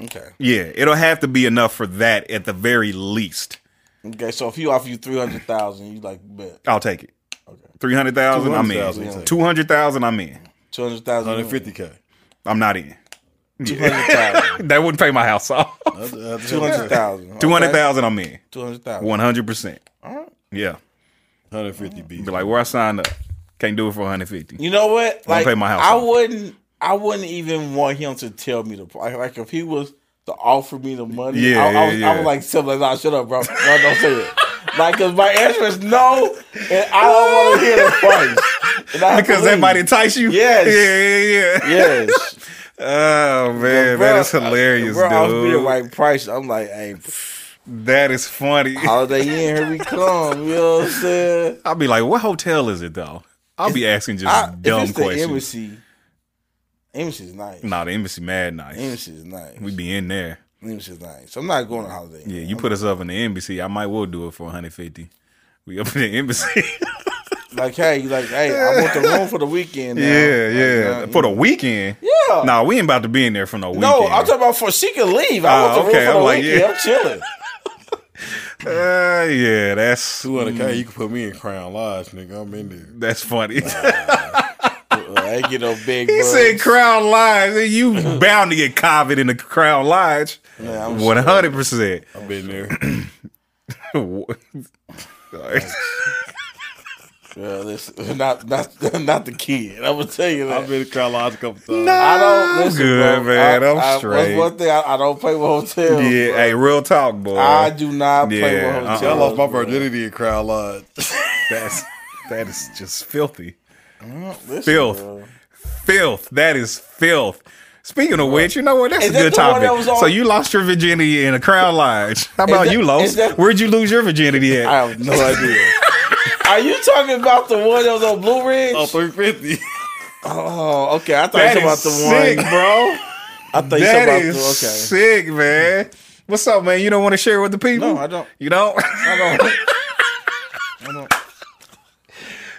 Okay. Yeah, it'll have to be enough for that at the very least. Okay. So if you offer you three hundred thousand, you like bet I'll take it. Three hundred thousand, I'm $200,000, in. take it. Two hundred thousand, I'm in. two hundred thousand. 150K. I'm not in. Two hundred thousand. That wouldn't pay my house off. Two hundred thousand. Two hundred thousand, I'm in. Two hundred thousand. One hundred percent. Alright. Yeah. 150 B. Be like where I signed up. Can't do it for one hundred fifty. You know what? Like pay my house I off. wouldn't. I wouldn't even want him to tell me the like, like if he was to offer me the money. Yeah, I, I, was, yeah, I yeah. was like, "Simple, nah, shut up, bro. No, don't say it." like, cause my answer is no, and I don't want to hear the price. And I have to Because that leave. might entice you. Yeah, Yes. yeah, yeah. Yes, Oh man, Bruh, that is I- hilarious, bruh, I was dude. being the right price. I'm like, hey, pff, That is funny. holiday in, here we come. You know what I'm saying? I'll be like, what hotel is it though? I'll be asking just I, dumb if it's questions. the embassy, embassy's nice. Nah, the embassy mad nice. Embassy's nice. We be in there. Embassy's nice. I'm not going on holiday. Inn. Yeah, you put us up in the embassy. I might well do it for 150. We up in the embassy. Like, hey, like, hey, I want the room for the weekend. Now. yeah, Like, yeah. nah, For the weekend. Yeah. Nah, we ain't about to be in there for no weekend. No, I'm talking about for she can leave. I Ah, want the okay, room for I'm the like, weekend. yeah. I'm chilling. Uh, yeah, that's 200K, you can put me in Crown Lodge, nigga. I'm in there. that's funny. Uh, I ain't get no big. he bucks. said Crown Lodge. and You bound to get COVID in the Crown Lodge. Nah, I'm One hundred percent. I've been there. Well, listen, not not not the kid. I'm gonna tell you that. I've been to Crown Lodge a couple times. I don't I'm listen, good, bro. man. I, I'm I- straight. That's one thing I, I don't play with hotels. Yeah, bro. hey, real talk, boy. I do not play Yeah, with uh-uh. hotels. See, I lost my bro. virginity in Crown Lodge. That's that is just filthy. Listen, Filth. bro. Filth. That is filth. Speaking of which, you know what? That's Is a that good the one topic. that was on- So you lost your virginity in a crown lodge. How about that- you, is Los? that- Where'd you lose your virginity at? I have no idea. Are you talking about the one that was on Blue Ridge? Oh, 350. Oh, okay. I thought That you were is talking about the sick, one. bro. I thought you were That talking is about the okay. sick, man. What's up, man? You don't want to share with the people? No, I don't. You don't? I don't. I don't.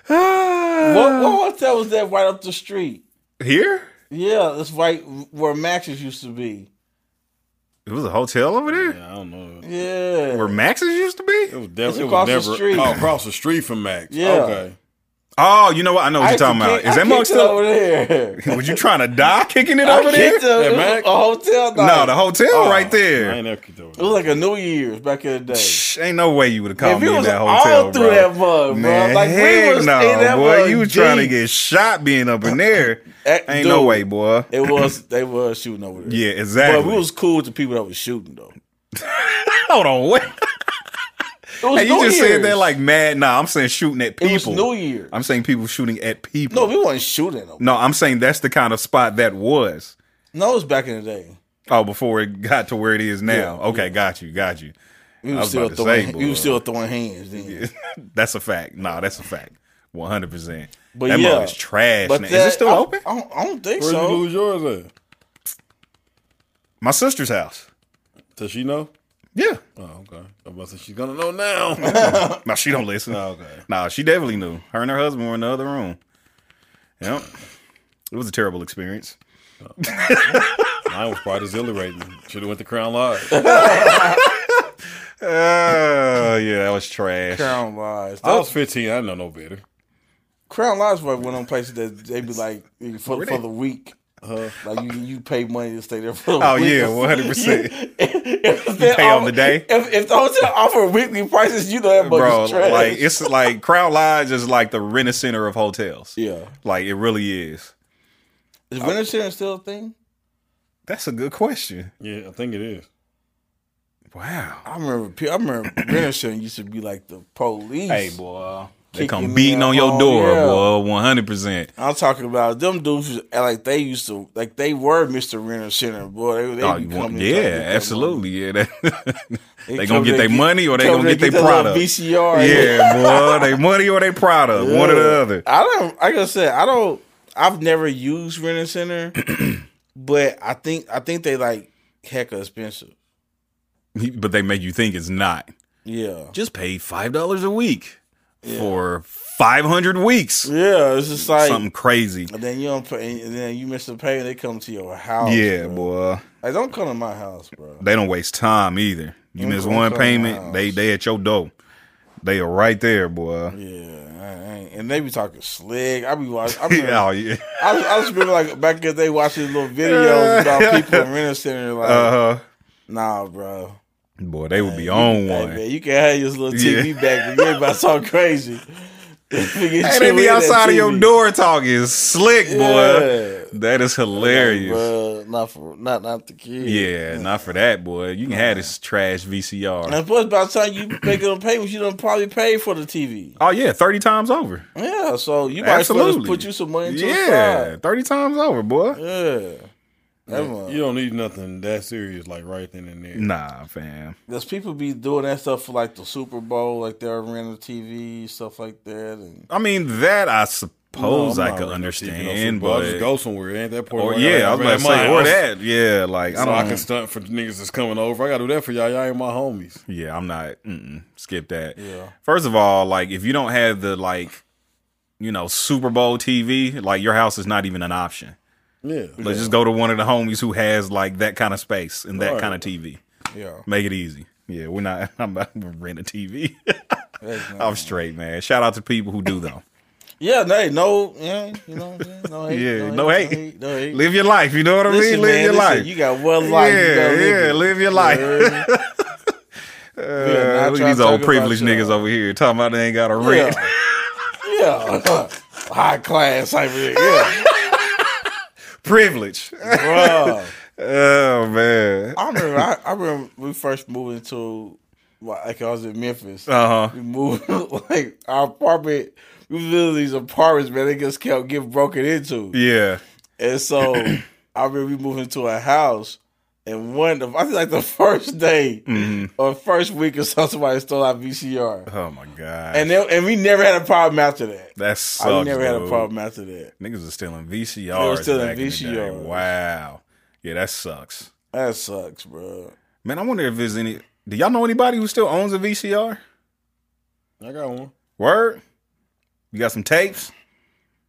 What, what hotel was that right up the street? Here? Yeah, that's right where Max's used to be. It was a hotel over there I don't know. Yeah. where Max's used to It be? was definitely across the it was never street. Oh, across the street from Max. Yeah. Okay. Oh, you know what? I know what I you're talking about. kicked- Is I that kicked Mark it still? over there? Were you trying to die kicking it I over there? kicked it. Oh. At It was Max? a hotel night. No, the hotel right I there. ain't never kicked over It was there. like a New Year's back in the day. Shh, ain't no way you would have called If me it in was that all hotel, through bro. that mud, bro. Man, like we heck was no, in that boy. mud You was trying to deep. get shot being up in there. Eh, ain't no dude. way, boy. It was they was shooting over there. Yeah, But exactly. we was cool with the people that was shooting though. Hold on, wait. It was Hey, you New just Year's. said that like mad. Nah, I'm saying shooting at it was people. New Year. I'm saying people shooting at people. No, we wasn't shooting them. No, I'm saying that's the kind of spot that was. No, it was back in the day. Oh, before it got to where it is now. Yeah, okay, got you, got you. We I was was still about to say, throwing we boy. was still throwing hands then. that's a fact. Nah, that's a fact. 100. percent But That yeah. mall is trash. But now. Is that- it still I, open? I don't, I don't think Where'd you so. lose yours at? My sister's house. Does she know? Yeah. Oh, okay. I'm about to say she's gonna know now. Nah, she don't listen. okay. Nah, she definitely knew. Her and her husband were in the other room. Yep. It was a terrible experience. Mine was probably exhilarating. Should have went to Crown Lodge. Oh, Uh, yeah, that was trash. Crown Lodge. I was 15. I didn't know no better. Crown Lodge was one of them places that they be like for, Where for they- the week. like you, you pay money to stay there for. The Uh-huh. Oh, week. yeah, 100%. if they pay on offer- the day? If, if the hotel offer weekly prices, you know that much Bro, is trash. like, it's like Crown Lodge is like the rent center of hotels. yeah. Like, it really is. Is winter sharing still a thing? That's a good question. Yeah, I think it is. Wow. I remember. pe- I remember winter sharing used to be like the police. Hey, boy. They Kicking come me beating on out. your Oh, door, yeah. boy. 100%. I'm talking about them dudes was- like they used to like they were Mr. Renter Center, boy. They, they Oh, be you want- coming and trying to get yeah, that money. absolutely. Yeah, that- they, come gonna get there their and money or they come gonna there get their that little product. VCR. Yeah, boy, they money or they product, one or the other. I don't like I said, I don't I've never used Renter Center, but I think I think they like hecka expensive. But they make you think it's not. Yeah. Just pay five dollars a week for 500 weeks. Yeah, it's just like Something crazy. And then you don't pay, and then you miss the pay, and they come to your house. Yeah, bro. boy. Like, don't come to my house, bro. They don't waste time either. You Don't miss go one inside my payment, they house. they at your door. They are right there, boy. Yeah, I ain't, and they be talking slick. I be watching. I, be, Yeah, oh, yeah. I, I just remember like back in the day watching little videos about people in rental center. Like, Uh huh. nah, bro. Boy, they would be on Hey, one. man, you can have your little TV back, but you ain't about to talk crazy. Hey, they be outside of your door talking slick, boy. Yeah. That is hilarious. bro. Not for not not the kids. yeah, not for that, boy. You can have this trash VCR. And plus, by the time you make them payments, you done probably paid for the TV. Oh yeah, thirty times over. Yeah, so you might as well just Absolutely. put you some money into Yeah, thirty times over, boy. the side. Yeah. That one. You don't need nothing that serious like right then and there. Nah, fam. Does people be doing that stuff for like the Super Bowl, like they're renting TV, stuff like that? And I mean that I No, I'm suppose I not could renting a TV, no understand, Super Bowl. I just but go somewhere. It ain't that part? or where yeah, I was gotta about to say rent or my house that. Mm. Yeah, like I So I can don't. stunt for niggas that's coming over. I gotta do that for y'all. Y'all ain't my homies. Yeah, I'm not. Mm-mm, skip that. Yeah. First of all, like if you don't have the like, you know, Super Bowl TV, like your house is not even an option. Yeah, Let's just go to one of the homies who has like that kind of space and that Right. kind of TV. yeah, Make it easy. Yeah, we're not. I'm not gonna rent a TV. that's not- I'm straight, man. Shout out to people who do though. yeah, no, hey, no, yeah, you know, what I'm saying? no hate, Yeah, no hate. no hate. Live your life. You know what I mean? Listen, live man, your listen, life. You got one life. you yeah, gotta live yeah. it. Live your life. You heard me? We Uh, are not look trying at these to old talk about privileged y'all. niggas over here talking about they ain't got a rent. Yeah, yeah. high class type of thing. Yeah, Privilege. bro. Oh man. I remember. I, I remember we first moved into well, like I was in Memphis. Uh huh. We moved like our apartment. We lived in these apartments, man. They just kept getting broken into, Yeah. and so I remember we moved into a house. And one of I think like the first day Mm-hmm. or first week or so, somebody stole our VCR, Oh my god. and they, and we never had a problem after that. that sucks. I we never had a dude. problem after that. Niggas are stealing VCRs. stealing back in the day. VCRs. Wow. Yeah, that sucks. That sucks, bro. Man, I wonder if there's any. Do y'all know anybody who still owns a VCR? I got one. Word. You got some tapes?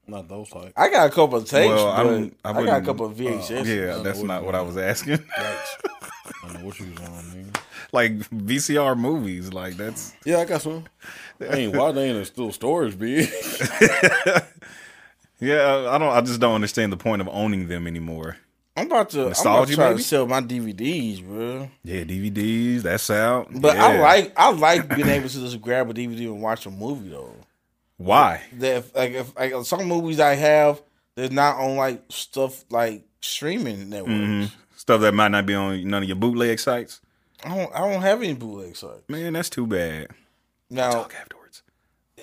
Not those type. I got a couple of tapes, Well, I but don't- I I, got a wouldn't- uh, couple of VHS. Yeah, that's not what I was asking. I don't know what you was on, nigga. like VCR movies, like that's Yeah, I got some. They ain't why they ain't in still storage, bitch. yeah. I don't. I just don't understand the point of owning them anymore. I'm about to. I'm about Nostalgia, to try maybe? to sell my DVDs, bro. Yeah, DVDs. That's out. But I Yeah. like I like being able to just grab a DVD and watch a movie though. why. That if, like if like some movies I have, they're not on like stuff like streaming networks. Mhm. Stuff that might not be on none of your bootleg sites. I don't I don't have any bootleg sites Man, that's too bad. now. afterwards.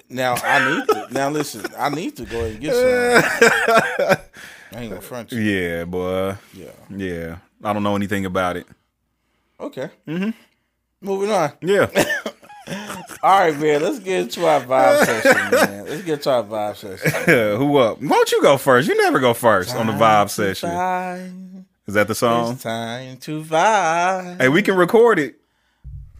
Now I need to. Now listen, I need to go ahead and get some. I ain't gonna front you. Yeah, boy. Yeah. Yeah. I don't know anything about it. Okay. Mm-hmm. Moving on. Yeah. All right, man. Let's get into our vibe session, man. Let's get to our vibe session. Who up? Why don't you go first? You never go first on the vibe session. Vibe. Is that the song? It's time to vibe. Hey, we can record it.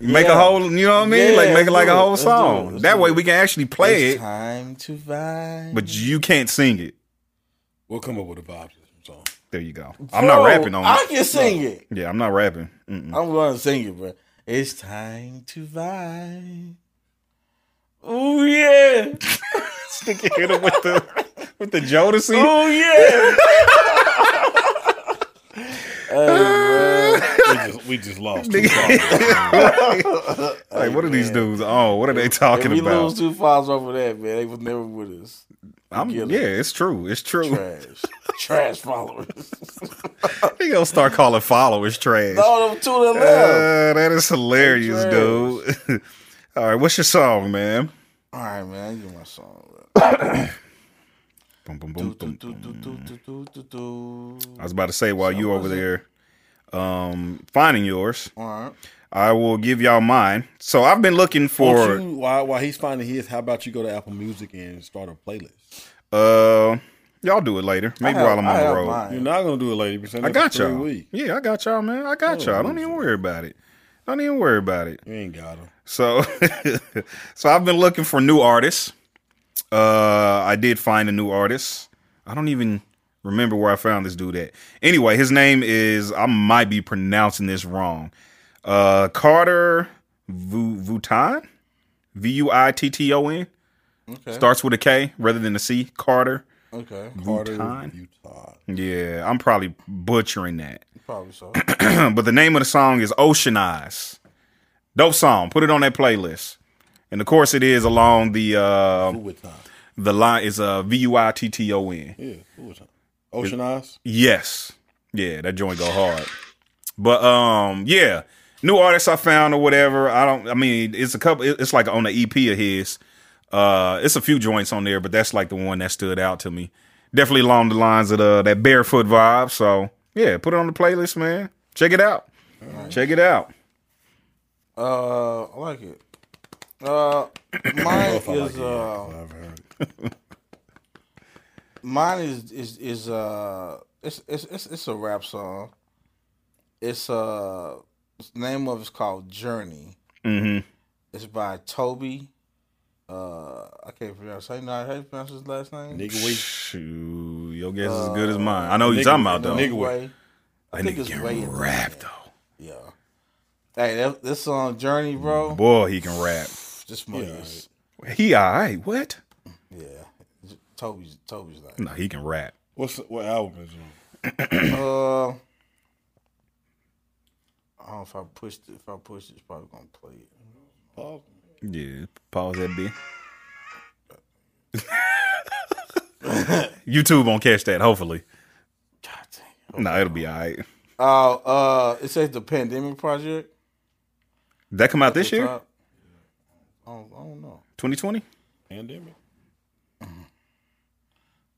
Make a Yeah. whole, you know what I mean? Yeah, like make it like let's do a it. whole Let's do it. song. Let's That do way it. we can actually play it's it, time to vibe. but you can't sing it. We'll come up with a vibe system song. There you go. I'm not Bro, rapping on Oh, I it. can sing it. Yeah, I'm not rapping. Mm-mm. I'm going to sing it, bro. It's time to vibe. Oh yeah. Stick your head up with the with the Jodeci. Oh yeah. We just, we just lost. Two songs. Like, what are these dudes Oh, What are they talking if we about? lose two files over that, man, they was never with us. I'm, yeah, together. it's true. It's true. Trash. Trash followers. He gonna start calling followers trash. All them two that left. Uh, that is hilarious, Trash. dude. All right, what's your song, man? Uh, All right, man. I get my song, bro. Boom, boom, Do, boom, do, boom. do, do, do, do, do, do, do. I was about to say while you over there um, finding yours, All right. I will give y'all mine. So I've been looking Won't for you, while, while he's finding his, how about you go to Apple Music and start a playlist? uh, y'all do it later. Maybe have- while I'm I on the have road. mine. You're not gonna do it later. You're saying I that for got three y'all. weeks. Yeah, I got y'all, man. I got y'all. Don't even worry about it. Don't even worry about it. You ain't got him. So, so I've been looking for new artists. Uh, I did find a new artist. I don't even remember where I found this dude at. Anyway, his name is I might be pronouncing this wrong. Uh, Carter Vu- Vuitton, V U I T T O N. Okay. Starts with a K rather than a C. Carter. Okay. Carter, Vuitton? Utah. Yeah, I'm probably butchering that. Probably so. but the name of the song is Ocean Eyes. Dope song. Put it on that playlist. And of course, it is along the uh, Vuitton. the line is uh, V U I T T O N. Yeah, Vuitton. Ocean Eyes. Yes. Yeah, that joint go hard. But um, yeah, new artists I found or whatever. I don't. I mean, it's a couple. it- It's like on the EP of his. Uh, it's a few joints on there, but that's like the one that stood out to me. Definitely along the lines of the, that barefoot vibe. So yeah, put it on the playlist, man. Check it out. Check it out. Uh, I like it. Uh, mine is I like it, uh, yeah, I've heard it. mine is is is uh, it's it's it's, it's a rap song. It's uh, its name of it's called Journey. Mm-hmm. It's by Toby. Uh, I can't pronounce. How you know how you pronounce his last name? Nigga, we Shoot, your guess is as good as mine. I know what you're nigga- talking about no, though. nigga- Way. I that think nigga it's Way. can in rap there. though. Yeah. Hey, that, this song Journey, bro. Boy, he can rap. This money Yeah, is He all right. What? yeah. Toby's Toby's like No, he can rap. What's what album is it? on? Mm-hmm. Uh, I don't know if I pushed it. If I pushed it, it's probably gonna play it. Pause. Yeah, pause that bit. YouTube won't catch that, hopefully. God dang. No, it'll be all right. Oh, uh, it says the pandemic project. That come out this The year? top. I don't, I don't know, 2020? Pandemic. but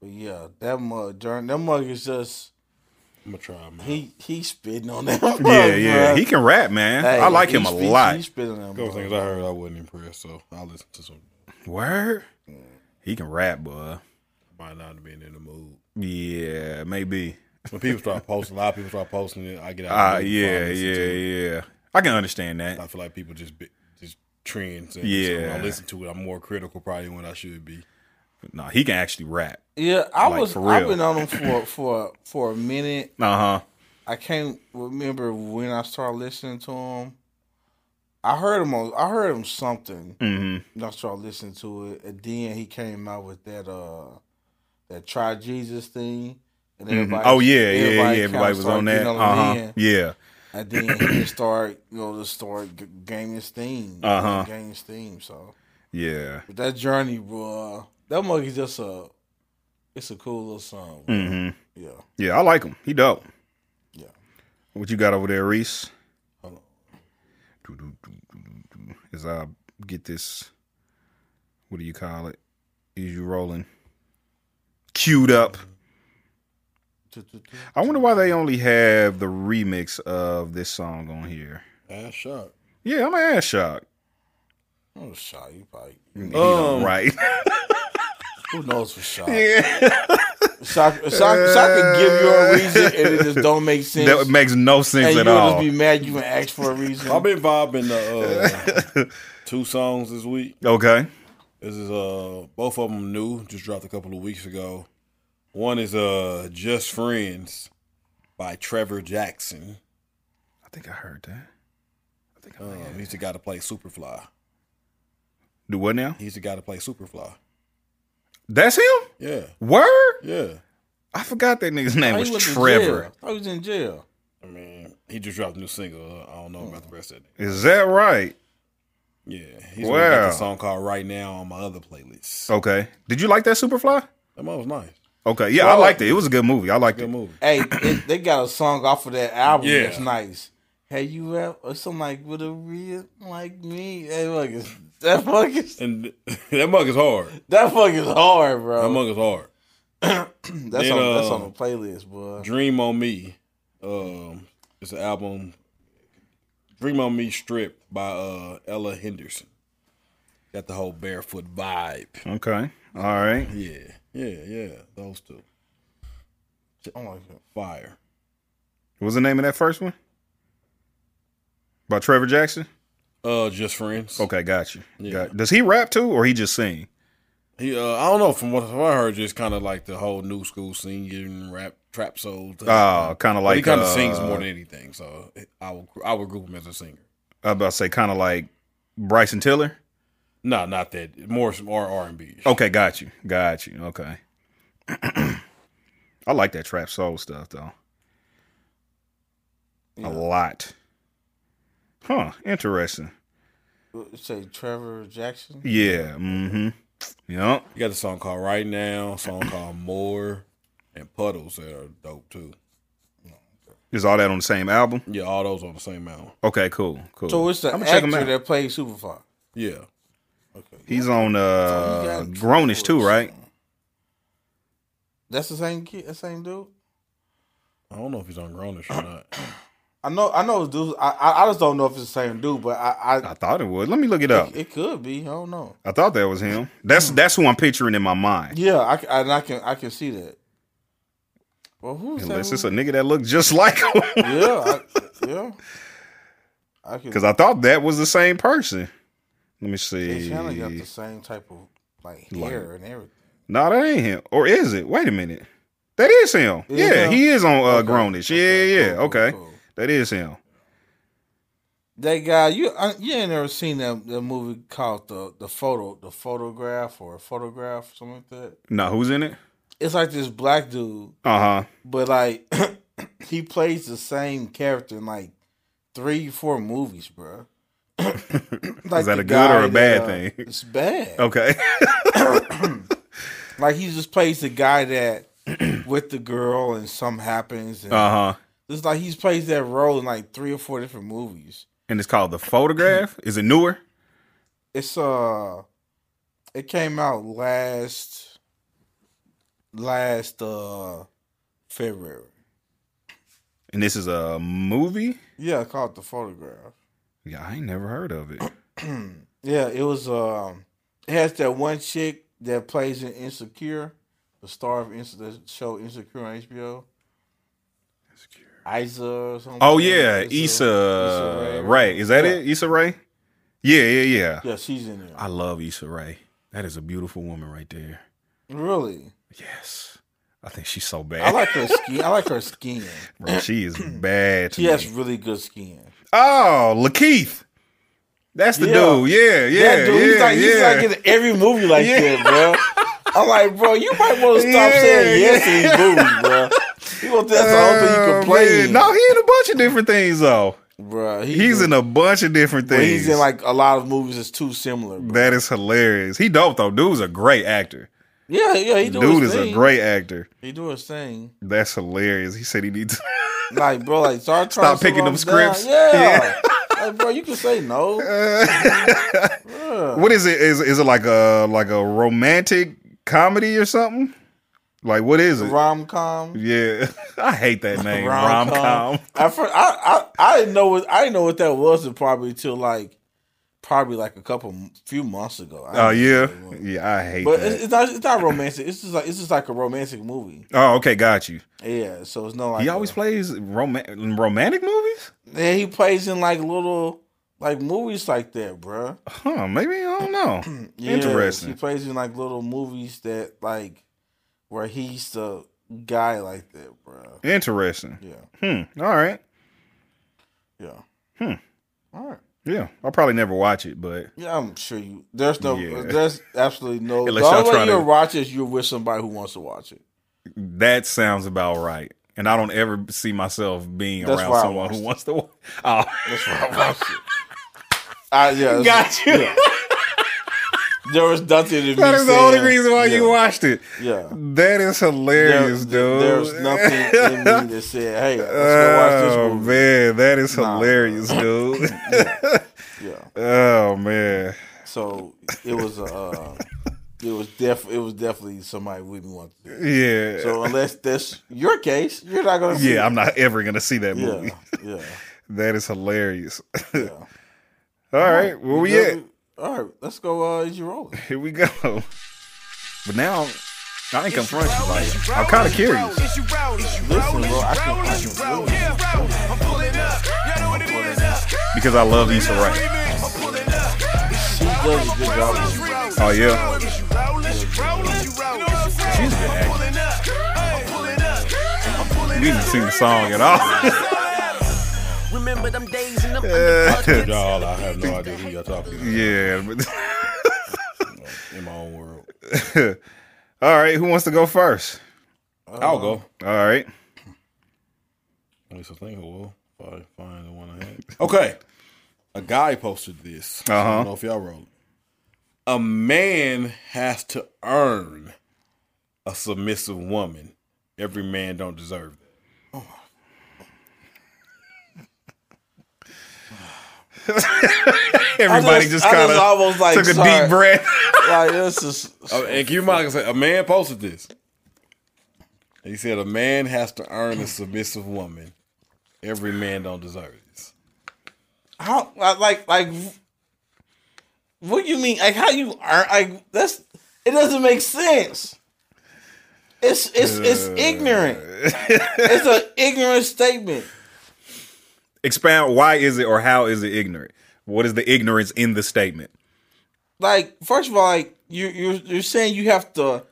yeah, that mug, Jordan, that mug is just I'm gonna try, man. he he spitting on that. Mug, Yeah, yeah. bruh. He can rap, man. Hey, I like he him a spit- He lot. spitting on that. Couple Mug. things I heard I wasn't impressed, so I listen to some. Word? He can rap, boy. Might not have been in the mood. Yeah, maybe. When people start posting, a lot of people start posting it. I get out. Ah, of the mood before I yeah, listen yeah, to it. yeah. I can understand that. I feel like people just be- just trends. And Yeah. so when I listen to it, I'm more critical probably when I should be. No, he can actually rap. Yeah, I Like, was. for I've real. been on him for for for a minute. Uh huh. I can't remember when I started listening to him. I heard him. On, I heard him something. hmm And I started listening to it, and then he came out with that uh that try Jesus thing. And everybody, Oh yeah, yeah, yeah. kinda Everybody was started on that. getting Uh on him huh. then. Yeah. And then he just started, you know, just started g- gaining steam. Uh-huh. Gaining steam. So Yeah. but that journey, bro, that mug is just a, it's a cool little song. bro. hmm Yeah. Yeah, I like him. He dope. Yeah. What you got over there, Reese? Hold on. As I get this, what do you call it? Is you rolling? Queued up. I wonder why they only have the remix of this song on here. Ass shot. Yeah, I'm an ass shock. I'm shy. You probably. He don't Um, right. Who knows for shy? yeah. Shock, shock, shock could give you a reason and it just don't make sense. That makes no sense at and you'll all. just be mad you even asked for a reason. I've been vibing the uh, two songs this week. okay. This is uh both of them new, just dropped a couple of weeks ago. One is uh Just Friends by Trevor Jackson. I think I heard that. I think I Um, heard that. he's the guy to play Superfly. Do what now? He's the guy to play Superfly. That's him? Yeah, Word? yeah. I forgot that nigga's name Thought was he went to Trevor. jail. Thought he was in jail. I mean, he just dropped a new single. I don't know about the rest of it. Is that right? Yeah, he's wow. got Wow. the song called "Right Now" on my other playlist. Okay. Did you like that Superfly? That one was nice. Okay. Yeah, I Well- liked it. It was a good movie. I liked Good it. movie. Hey, it, they got a song off of that album Yeah. that's nice. Hey, you ever or something like with a real like me? Hey, look, it's, that fuck is And that mug is hard. that fuck is hard, That bro. mug is hard. that's then, on that's uh, on the playlist, boy. Dream on Me. Um, it's an album. Dream on Me stripped by uh, Ella Henderson. Got the whole barefoot vibe. Okay. All right. Yeah, yeah, yeah. Those two I'm like, fire. What was the name of that first one? By Trevor Jackson? Uh, just friends. Okay, got you. Yeah. Got- does he rap too, or he just sing? He, uh, I don't know. From what, from what I heard, just kind of like the whole new school singing, rap, trap soul. Thing. Oh, kind of But like he kind of uh, sings more than anything. So I would, I would group him as a singer. I was about to say, kind of like Bryson Tiller. No, not that. More some R R and B. Okay, got you, got you. Okay, I like that trap soul stuff though Yeah. a lot. Huh? Interesting. Say Trevor Jackson. Yeah. Mm-hmm. Yep. You got the song called Right Now, song called More, and Puddles that are dope too. Is all that on the same album? Yeah, all those on the same album. Okay, cool, cool. So it's the I'ma check 'em actor out. that played Superfly. Yeah. He's on Oh, you uh got Grownish too, Trevor right? That's the same kid, the same dude. I don't know if he's on Grownish or not. I know, I know, dude. I, I, I just don't know if it's the same dude, but I, I thought it was. Let me look it I up. it, it could be. I don't know. I thought that was him. Hmm. That's that's who I'm picturing in my mind. Yeah, I, c- I- and I can, I can see that. Well, who's Unless that? it's a nigga that looks just like him. yeah, I, yeah. I can. Because I thought that was the same person. Let me They see. kind of got the same type of like hair and everything. No, that ain't him. Or is it? Wait a minute. That is him. Is yeah, him? he is on uh, Okay. Grownish. Yeah, Okay, yeah, yeah. cool, cool, okay. cool. That is him. That guy, you uh, you ain't never seen that, that movie called the the photo the photograph or photograph something like that. Now, who's in it? It's like this black dude, Uh huh. but like he plays the same character in like three four movies, bro. like Is that the a good or a guy bad that, uh, thing? Oh, It's bad. Okay. Like he just plays the guy that with the girl and something happens. And uh huh. It's like he's plays that role in like three or four different movies. And it's called The Photograph. Is it newer? It's uh, it came out last last uh February. And this is a movie? Yeah, called the photograph. Yeah, I ain't never heard of it. Yeah, it was um, it has that one chick that plays in Insecure, the star of Inse- the show Insecure on HBO. Isa or something. Oh yeah, Issa- Issa Issa Rae. Ray. Is that Yeah. it? Issa Ray? Yeah, yeah, yeah. Yeah, she's in there. I love Issa Ray. That is a beautiful woman right there. Really, Yes. I think she's so I bad. like her skin. I like her skin. Bro, she is bad to She has me. really good skin. Oh, Lakeith. That's the Yeah. dude. Yeah, yeah, that dude, yeah, he's like, yeah. he's like in every movie like Yeah. that, bro. I'm like, bro, you might want to stop Yeah, saying yes to these movies, bro. You want that's the only thing you Oh, can play man. in. No, he in a bunch of different things though. bro. He, He's in a bunch of different but things. he's in like a lot of movies that's too similar. Bro. that is hilarious. He dope though. Dude's a great actor. Yeah, yeah, he do Dude his is thing. a great actor. He do his thing. That's hilarious. He said he needs to Like, bro, like start trying Stop to slow picking them him down. scripts. Uh, Yeah. like, bro, you can say no. What is it? Is is it like a like a romantic comedy or something? Like what is it? Rom com. yeah, I hate that name. Rom com. I, fir- I I I didn't know what I didn't know what that was probably till like probably like a couple few months ago. I Oh didn't know yeah, what it was. yeah. I hate But that. it's, it's not it's not romantic. It's just like it's just like a romantic movie. oh, okay, got you. Yeah, so it's not like He always a- plays roman romantic movies. yeah he plays in like little like movies like that, bruh. Huh? Maybe I don't know. Yeah, He Interesting. plays in like little movies that like where he's the guy like that, bruh. Interesting. Yeah, Hmm. All right. yeah. Hmm. All right. Yeah, I'll probably never watch it, but Yeah, I'm sure you. There's no. uh, Yeah. There's absolutely no. Unless the y'all only way trying to- you'll watch it is you're with somebody who wants to watch it. that sounds about right. And I don't ever see myself being That's around why I someone who wants to. Watch. Oh, That's why I watch it. I, yeah, that's- got you. Yeah. There was nothing in me. That is the only saying- reason why you Yeah. watched it. Yeah. That is There, hilarious, dude. There's nothing in me that said, "Hey, let's go watch this Oh movie." man, that is Nah. hilarious, dude. Yeah. oh man, So it was a. Uh, it was def. It was definitely somebody we didn't want to do. yeah, So unless that's your case, you're not gonna. See yeah. I'm it. not ever gonna see that movie. Yeah. Yeah. That is hilarious. Yeah. All right, where we Yeah. at? All right. Let's go. Uh, is you rolling? Here we go. But now I ain't confronted. Like I'm kind of curious. Listen, bro, I can, I can feel it. because I love Issa Rae. does a good job. of it. Oh, yeah. She's good actress. acting. We didn't sing the song at all. Remember them days in them Y'all, I have no idea who y'all talking about yeah. but- in my own world. All right. Who wants to go first? I'll go. All right. At least I think I will. If I find the one I had. Okay. A guy posted this. So I Uh-huh. don't know if y'all wrote. it. A man has to earn a submissive woman. Every man don't deserve that. Everybody just, just- I just kind of almost, like, took a sorry. deep breath. Like this is Oh, and keep in mind, like I said, a man posted this. He said, "A man has to earn a submissive woman. Every man don't deserve this." how I- like like what do you mean? Like how you earn like that's it doesn't make sense. It's it's it's ignorant. it's an ignorant statement. Expound. Why is it or how is it ignorant? What is the ignorance in the statement? like first of all, like you you're you're saying you have to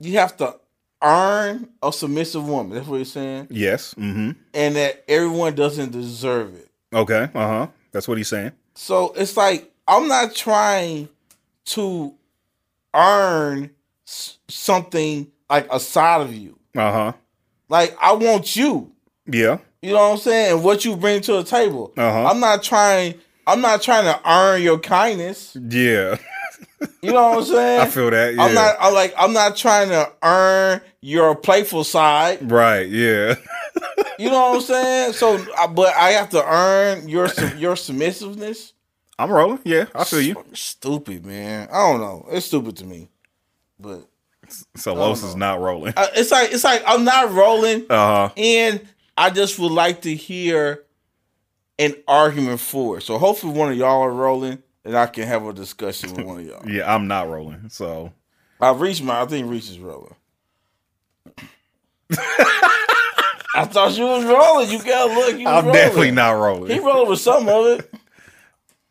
you have to earn a submissive woman. That's what you're saying, Yes. Mm-hmm. and that everyone doesn't deserve it. Okay. Uh huh. That's what he's saying. So it's like I'm not trying to earn s- something like aside of you. Uh huh. Like I want you. Yeah. You know what I'm saying? And what you bring to the table. Uh-huh. I'm not trying. I'm not trying to earn your kindness. Yeah. You know what I'm saying? I feel that. Yeah. I'm not. I'm like. I'm not trying to earn your playful side. right. Yeah. You know what I'm saying? So, I- but I have to earn your sub- your submissiveness. I'm rolling. Yeah. I feel you. Stupid man. I don't know. It's stupid to me. But So Los is not rolling. uh, it's like it's like I'm not rolling, Uh huh. and I just would like to hear an argument for it. So hopefully one of y'all are rolling, and I can have a discussion with one of y'all. Yeah. I'm not rolling. So. I reached my. I think Reach is rolling. I thought you was rolling. You gotta look. You was I'm rolling. definitely not He rolling. rolled with some of it.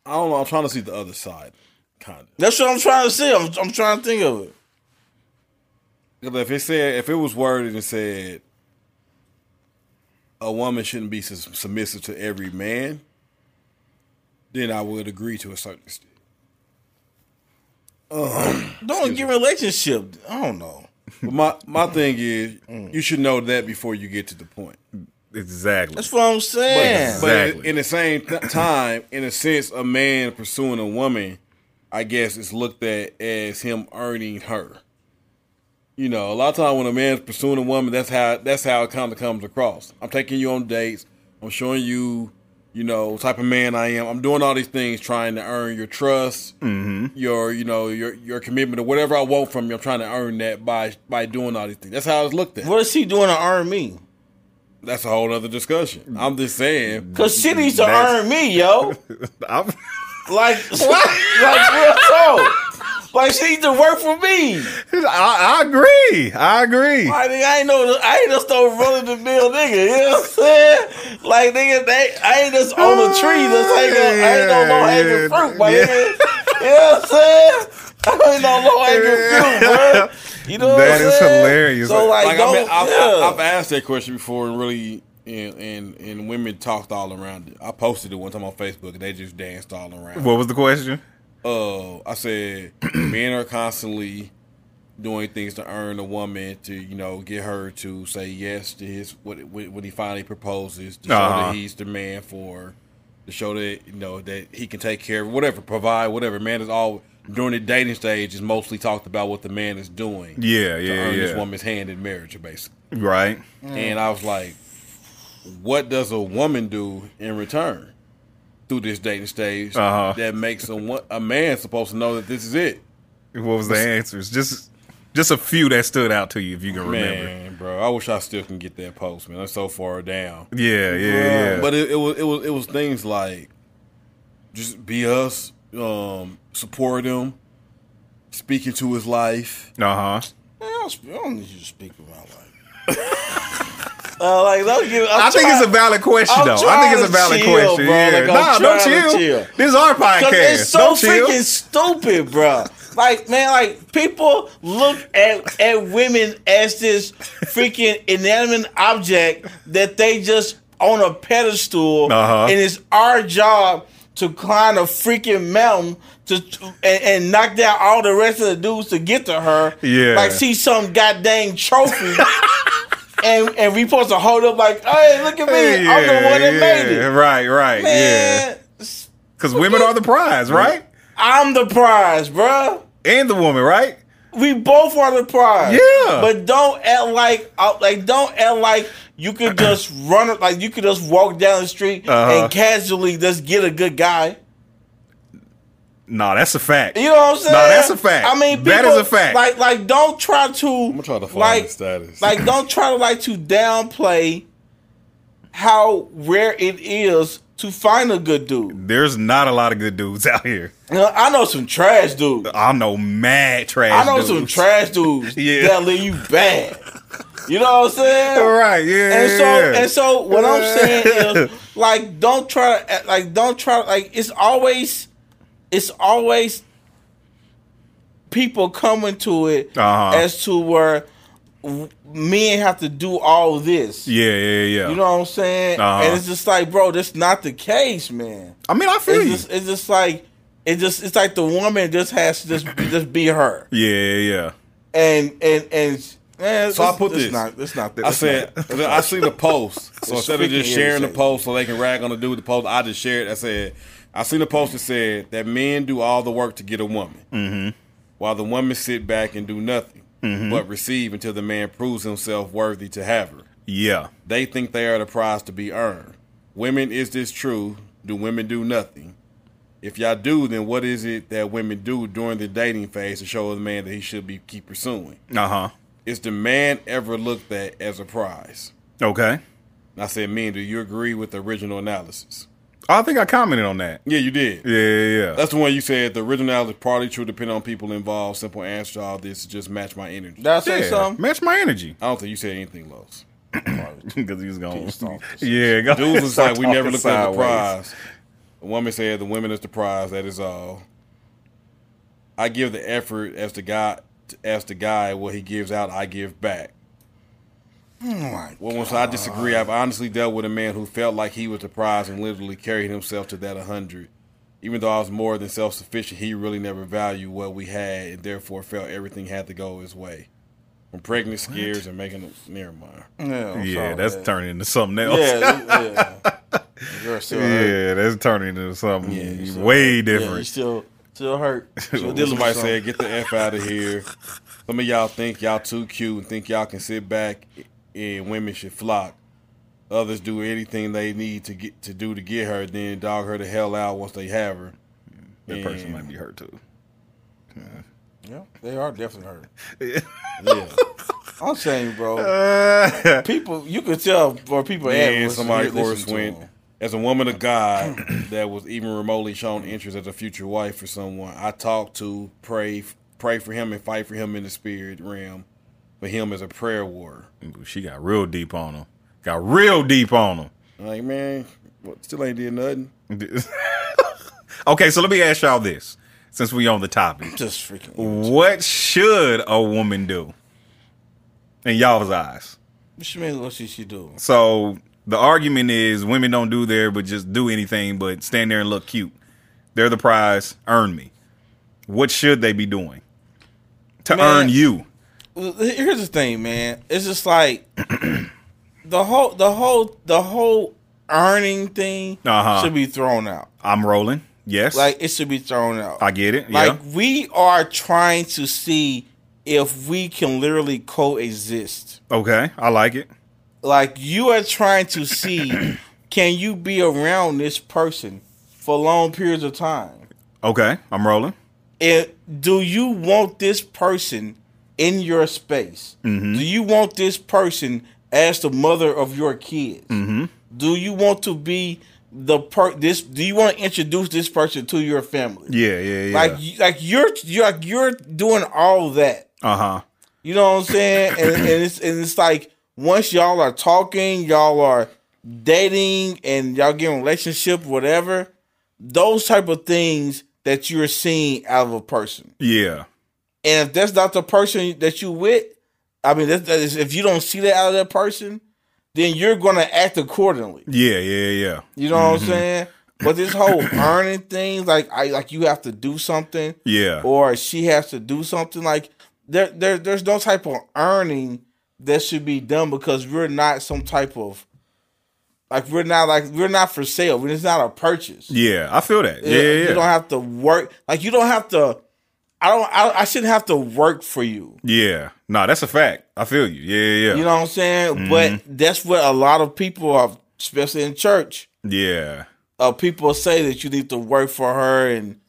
I don't know. I'm trying to see the other side, kind of. That's what I'm trying to say. I'm, I'm trying to think of it. Because if it said, if it was worded and said, a woman shouldn't be sus- submissive to every man, then I would agree to a certain extent. Don't get relationship. I don't know. But my my thing is, you should know that before you get to the point. Exactly. That's what I'm saying. But- Exactly. But in the same th- time, in a sense, a man pursuing a woman, I guess, is looked at as him earning her. You know, a lot of time when a man's pursuing a woman, that's how that's how it kind of comes across. I'm taking you on dates. I'm showing you, you know, type of man I am. I'm doing all these things trying to earn your trust, your you know your your commitment or whatever I want from you. I'm trying to earn that by by doing all these things. That's how it's looked at. what is he doing to earn me? That's a whole other discussion. I'm just saying. Cause she needs to That's- earn me, yo. I'm- Like, like real talk. Like she needs to work for me. I, I agree. I agree. I, think I ain't no, I ain't just no rolling the mill nigga. You know what I'm saying? Like nigga, they, I ain't just on a tree that's hanging. I ain't no low hanging Yeah, fruit, my yeah. nigga. You know what I'm saying? I ain't no low hanging fruit, bro. You know what That I'm is saying? hilarious. So like, like I've, don't, been- I've, yeah. I've, I've asked that question before, and really, and, and and women talked all around it. I posted it one time on Facebook, and they just danced all around. What was the question? uh, I said men are constantly doing things to earn a woman to you know get her to say yes to his what when when he finally proposes to show Uh-huh. that he's the man for to show that you know that he can take care of whatever provide whatever man is all during the dating stage is mostly talked about what the man is doing Yeah, to Uh, yeah, earn this yeah. woman's hand in marriage basically Right. and I was like, what does a woman do in return through this dating stage Uh-huh. that makes a, wo- a man supposed to know that this is it? What was the answers? Just, just a few that stood out to you, if you can remember. Man, bro, I wish I still can get that post, man. That's so far down. Yeah, yeah, yeah. But it, it was it was it was things like just be us, um, support him, speaking to his life. uh huh. Man, I don't sp- I don't need you to speak with my life. Uh, like, don't give. I'm I think trying- it's a valid question, I'm though. I think it's a trying to valid chill, question. bro. Yeah. Like, I'm nah, don't trying to chill. chill. This is our podcast. Cause it's so don't chill. freaking stupid, bro. Like, man, like people look at at women as this freaking inanimate object that they just on a pedestal, Uh-huh. and it's our job to climb a freaking mountain to and, and knock down all the rest of the dudes to get to her. Yeah. like see some goddamn trophy. And, and we supposed to hold up like, hey, look at me, I'm the one that made yeah, it, Right, right. Yeah. man. Because women are the prize, right? I'm the prize, bruh. And the woman, right? We both are the prize. Yeah. But don't act like uh, like don't act like you could just run like you could just walk down the street Uh-huh. and casually just get a good guy. Nah, that's a fact. You know what I'm saying? Nah, that's a fact. I mean, people, That is a fact. Like like don't try to I'm gonna try to find the status. like don't try to like to downplay how rare it is to find a good dude. There's not a lot of good dudes out here. You know, I know some trash dudes. I know mad trash. I know dudes. some trash dudes Yeah. that leave you bad. You know what I'm saying? Right, yeah. And so yeah. and so what I'm saying is like don't try to act- like don't try to like it's always it's always people coming to it Uh-huh. as to where w- men have to do all this. yeah, yeah, yeah. You know what I'm saying? Uh-huh. And it's just like, bro, that's not the case, man. I mean, I feel It's you. just it's just like it just it's like the woman just has to just just be her. yeah, yeah, yeah. And and and eh, So I put it's this. Not, it's not that. I it's said I see the post. So instead of just freaking sharing the irritating. post so they can rag on the dude with the post, I just shared. I said I seen the post that said that men do all the work to get a woman, mm-hmm. while the women sit back and do nothing Mm-hmm. but receive until the man proves himself worthy to have her. Yeah. They think they are the prize to be earned. Women, is this true? Do women do nothing? If y'all do, then what is it that women do during the dating phase to show the man that he should be keep pursuing? Uh huh. Is the man ever looked at as a prize? Okay. And I said, "Men, do you agree with the original analysis?" I think I commented on that. Yeah, you did. Yeah, yeah, yeah. That's the one you said. The original analysis partly true, depending on people involved. Simple answer to all this is just match my energy. Did I say yeah. something? Match my energy. I don't think you said anything, Lowe's. Because he was going. Stop. Yeah, go- Dudes was start like, we talking never looked at the sideways. prize. The woman said, the women is the prize. That is all. I give the effort as the guy, as the guy, what he gives out, I give back. Oh Well, once I disagree, I've honestly dealt with a man who felt like he was the prize and literally carried himself to that 100. Even though I was more than self sufficient, he really never valued what we had and therefore felt everything had to go his way. From pregnant scares and making a never mind. Yeah, I'm Yeah, sorry, that's man. turning into something else. Yeah, Yeah, yeah. You're still hurt. that's turning into something you said way Yeah, you different. still still hurt. Still Well, dealing somebody with something. said, "Get the f out of here." Some of y'all think y'all too cute and think y'all can sit back and women should flock. Others do anything they need to get to do to get her, then dog her the hell out once they have her. that person And- might be hurt too. Yeah, they are definitely hurt. Yeah, I'm saying, Uh, bro, people you could tell bro, people yeah. had and listen- somebody of listen course to went them. as a woman of God that was even remotely shown interest as a future wife for someone. I talked to, pray, pray for him, and fight for him in the spirit realm, for him as a prayer warrior. Ooh, She got real deep on him. Got real deep on Like man, what- still ain't did nothing. him. okay, so let me ask y'all this, since we on the topic. just freaking What should a woman do in y'all's eyes? what you mean what she she do? So the argument is women don't do there, but just do anything but stand there and look cute. They're the prize. Earn me. What should they be doing to Man. earn you? Well, here's the thing, man. It's just like the whole the whole the whole earning thing Uh-huh. should be thrown out. I'm rolling. Yes, Like it should be thrown out. I get it. Like yeah, we are trying to see if we can literally coexist. okay, I like it. Like you are trying to see can you be around this person for long periods of time? Okay, I'm rolling. If, do you want this person in your space? Mm-hmm. Do you want this person as the mother of your kids? Mm-hmm. Do you want to be the per this do you want to introduce this person to your family? Yeah, yeah, yeah. Like you- like you're you're like you're doing all that. uh huh. You know what I'm saying? And, and it's and it's like, once y'all are talking, y'all are dating, and y'all get in a relationship, whatever, those type of things that you're seeing out of a person. Yeah. And if that's not the person that you with, I mean, that, that is, if you don't see that out of that person, then you're going to act accordingly. Yeah. Yeah. Yeah. You know what I'm saying? But this whole earning thing, like I like you have to do something, Yeah. or she has to do something. Like there, there, there's no type of earning that should be done because we're not some type of like we're not like we're not for sale. It's not a purchase. Yeah. I feel that. Yeah. You don't Yeah. have to work. Like you don't have to. I don't. I, I shouldn't have to work for you. Yeah. Nah, that's a fact. I feel you. Yeah. You Yeah. Mm-hmm. know what I'm saying? But that's what a lot of people are, especially in church. Yeah. uh, people say that you need to work for her and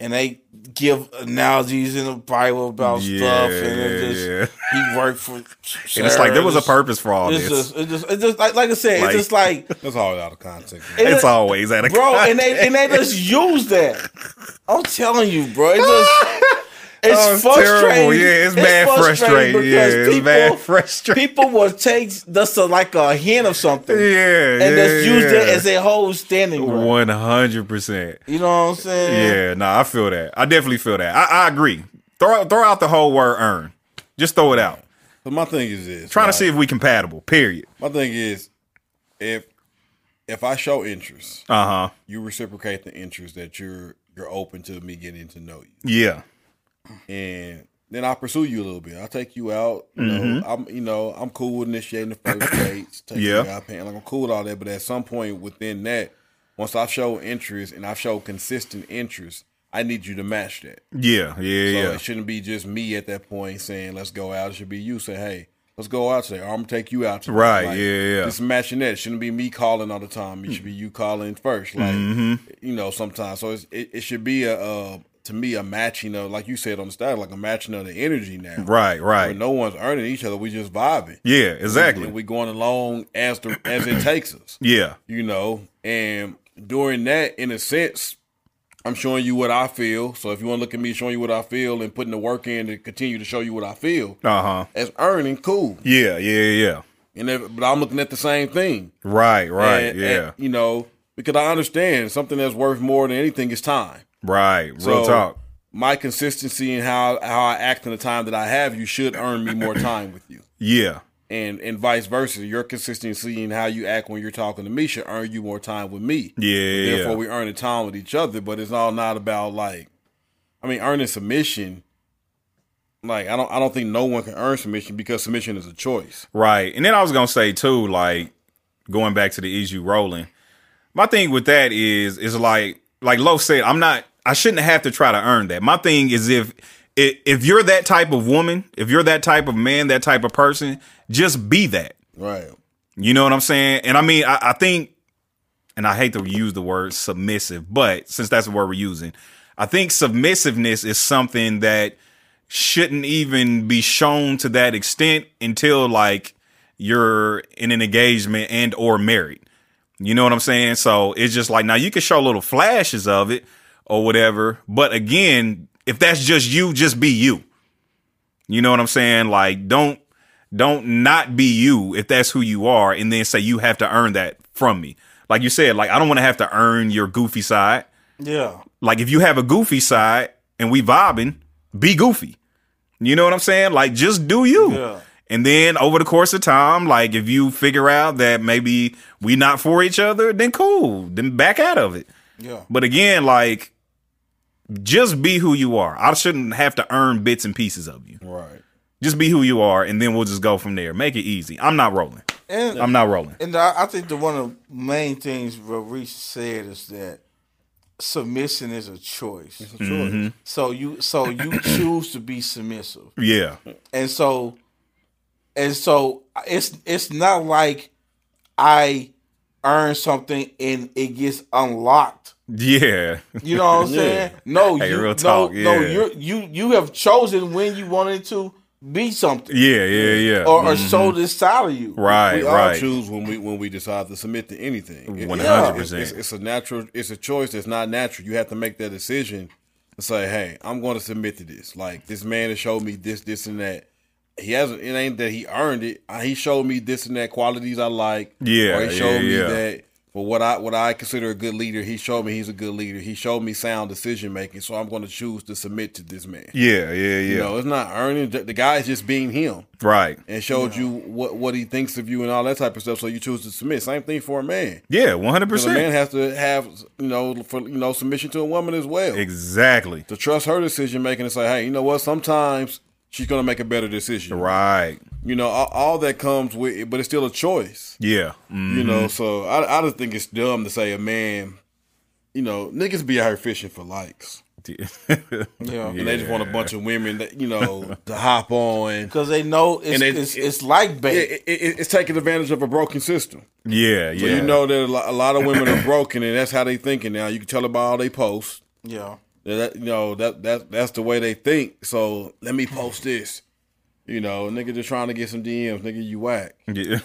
and they give analogies in the Bible about Yeah. stuff and it just yeah. he worked for And it's like there was a purpose purpose. for all It's this. just, it's just, it's just like, like I said, Like- it's just like, That's all out of context. man. it's it's always at a bro, and they and they just use that. I'm telling you, bro, it's just, it's Oh, it's frustrating. terrible. Yeah, it's mad frustrating. Yeah, because it's mad frustrating. People will take just a, like a hint of something, Yeah. and just use that as a whole standing. ground. one hundred percent. You know what I'm saying? Yeah, no, I feel that. I definitely feel that. I, I agree. Throw throw out the whole word earn. Just throw it out. But my thing is this: Trying to like, see if we compatible. Period. My thing is, if if I show interest, Uh huh. you reciprocate the interest that you're you're open to me getting to know you, Yeah. and then I pursue you a little bit. I take you out. You Mm-hmm. know, I'm you know I'm cool with initiating the first dates. Take Yeah. you out, paying, like I'm cool with all that. But at some point within that, once I've shown interest and I've shown consistent interest, I need you to match that. Yeah. Yeah. So Yeah. it shouldn't be just me at that point saying, let's go out. It should be you saying, hey, let's go out today. Or I'm going to take you out today. Right, yeah, yeah. Just matching that. It shouldn't be me calling all the time. It should be you calling first. Like, Mm-hmm. you know, sometimes. So it's, it, it should be, a, uh, to me, a matching of, like you said on the stage, like a matching of the energy now. right. Where Right. no one's earning each other. We just vibing. Yeah. Exactly. And we going along as, the, as it takes us yeah. you know, and during that, in a sense, I'm showing you what I feel. So if you want to look at me showing you what I feel and putting the work in to continue to show you what I feel, Uh huh. that's earning, cool. Yeah. Yeah. Yeah. And if, but I'm looking at the same thing, Right. Right. And- yeah. and, you know, because I understand something that's worth more than anything is time. right. Real So talk. my consistency and how how I act in the time that I have, you should earn me more time with you. Yeah. And and vice versa, your consistency and how you act when you're talking to me should earn you more time with me. Yeah. Yeah. Therefore, we earn the time with each other, but it's all not about like, I mean, earning submission. Like, I don't, I don't think no one can earn submission because submission is a choice. Right. And then I was gonna say too, like going back to the issue rolling. My thing with that is is like like Lo said, I'm not I shouldn't have to try to earn that. My thing is if if if you're that type of woman, if you're that type of man, that type of person, just be that. Right. You know what I'm saying? And I mean, I, I think, and I hate to use the word submissive, but since that's the word we're using, I think submissiveness is something that shouldn't even be shown to that extent until like you're in an engagement and or married. You know what I'm saying? So it's just like now you can show little flashes of it or whatever, but again, if that's just you, just be you. You know what I'm saying? Like don't don't not be you if that's who you are and then say you have to earn that from me. Like you said, like I don't want to have to earn your goofy side. Yeah. Like if you have a goofy side and we vibing, be goofy. You know what I'm saying? Like just do you. Yeah. And then over the course of time, like if you figure out that maybe we not for each other, then cool. Then back out of it. Yeah. But again, like just be who you are. I shouldn't have to earn bits and pieces of you. Right. Just be who you are, and then we'll just go from there. Make it easy. I'm not rolling. And I'm not rolling. and I, I think the one of the main things Rarish said is that submission is a choice. It's a choice. Mm-hmm. So you so you choose to be submissive. Yeah, And so and so it's it's not like I earn something and it gets unlocked. yeah, You know what I'm saying? No, Hey, you real no, talk, no, yeah. you you you have chosen when you wanted to be something. yeah, yeah, yeah. Or, or so this side of you. Mm-hmm. right, we all right. choose when we when we decide to submit to anything. It- 100%. It's, it's a natural. It's a choice that's not natural. You have to make that decision and say, "Hey, I'm going to submit to this." Like this man has showed me this, this, and that. he hasn't. It ain't that he earned it. Uh, He showed me this and that qualities I like. Yeah, or he yeah, showed me yeah. that for what I what I consider a good leader. He showed me he's a good leader. He showed me sound decision making. So I'm going to choose to submit to this man. Yeah, yeah, yeah. You know, it's not earning. The the guy's just being him right. and showed you what what he thinks of you and all that type of stuff. So you choose to submit. Same thing for a man. Yeah, one hundred 'Cause A man percent. has to have you know for you know submission to a woman as well Exactly. to trust her decision making and say, hey, you know what? Sometimes she's going to make a better decision. Right. You know, all, all that comes with it, but it's still a choice. Yeah. Mm. You know, so I, I just think it's dumb to say a man, you know, niggas be out here fishing for likes. Yeah. And they just want a bunch of women that, you know, to hop on. Because they know it's And it- it's, it- it's like It, bait. it, it- it's taking advantage of a broken system. Yeah. Yeah. So you know that a lot, a lot of women are broken, and that's how they thinking now. You can tell by all they posts. yeah. Yeah, that you know that that that's the way they think. So let me post this. You know, nigga just trying to get some DMs. Nigga, you whack. Yeah.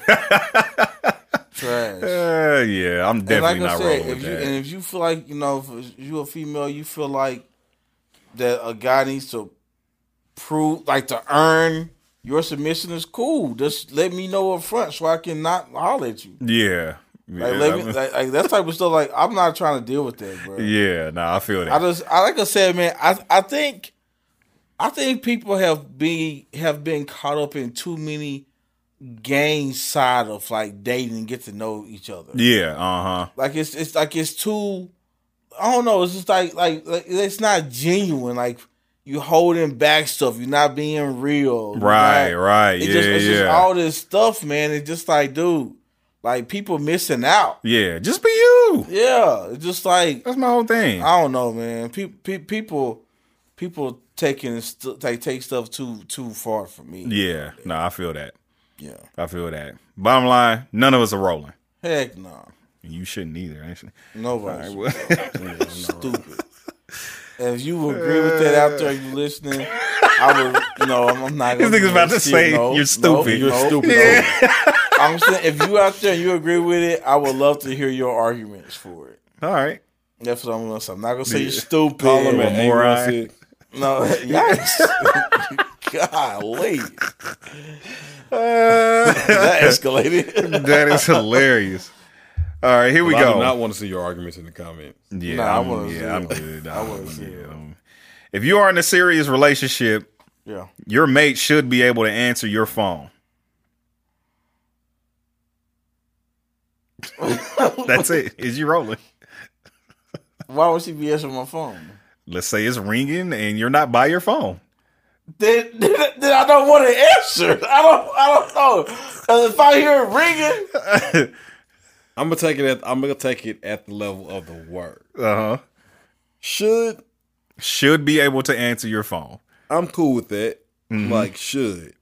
Trash. Uh, yeah. I'm And definitely like I not said, rolling with if you that. and if you feel like you know, if you a female, you feel like that a guy needs to prove, like to earn your submission is cool. Just let me know up front so I can not holler at you. yeah. Like, yeah, let I me, mean- like, like that type of stuff. Like I'm not trying to deal with that, bro. yeah. Nah, I feel that. I just, I like I said, man. I, I think, I think people have been have been caught up in too many game side of like dating and get to know each other. yeah. Uh huh. Like it's it's like it's too. I don't know. It's just like like, like it's not genuine. Like you holding back stuff. You're not being real. You're Right. not- Right. It Yeah. just it's yeah. just all this stuff, man. It's just like, dude, like people missing out. yeah. Just be you. Yeah, it's just like That's my whole thing. I don't know, man. People people people taking st- like take stuff too too far for me. yeah. Nah, I feel that. Yeah. I feel that. Bottom line, none of us are rolling. Heck no. And You shouldn't either, actually. Nobody. stupid. If you agree with that out there, you listening, I would, no, I'm, I'm not gonna. This nigga's do about to that shit. say, No, "You're stupid." no, You're no, stupid. no. Yeah. I'm saying, if you out there and you agree with it, I would love to hear your arguments for it. All right. That's what I'm gonna say. I'm not gonna say you're stupid. Call him Yeah, an moron. 816. No, yes. Golly, Uh, that escalated. That is hilarious. All right, here we I do go. not want to see your arguments in the comments. yeah, Nah, I I'm, wanna see yeah, I'm it. good. I wanna see it. am If you are in a serious relationship, yeah, your mate should be able to answer your phone. That's it. Is you rolling? why would she be answering my phone? Let's say it's ringing and you're not by your phone. then, then, then I don't want to answer. I don't. I don't know. 'Cause if I hear it ringing, I'm gonna take it at I'm gonna take it at the level of the word. Uh huh. Should Should be able to answer your phone. I'm cool with that. Mm-hmm. Like should.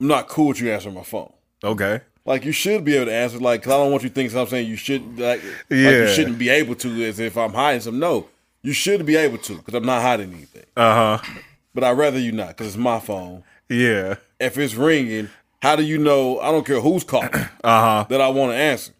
I'm not cool with you answering my phone. Okay. Like you should be able to answer. Like 'cause I don't want you thinking I'm saying you should. Like, like Yeah. you shouldn't be able to. As if I'm hiding some. No, you should be able to. Because I'm not hiding anything. Uh huh. But I'd rather you not. Because it's my phone. Yeah. If it's ringing, how do you know? I don't care who's calling. Uh huh. that I want to answer.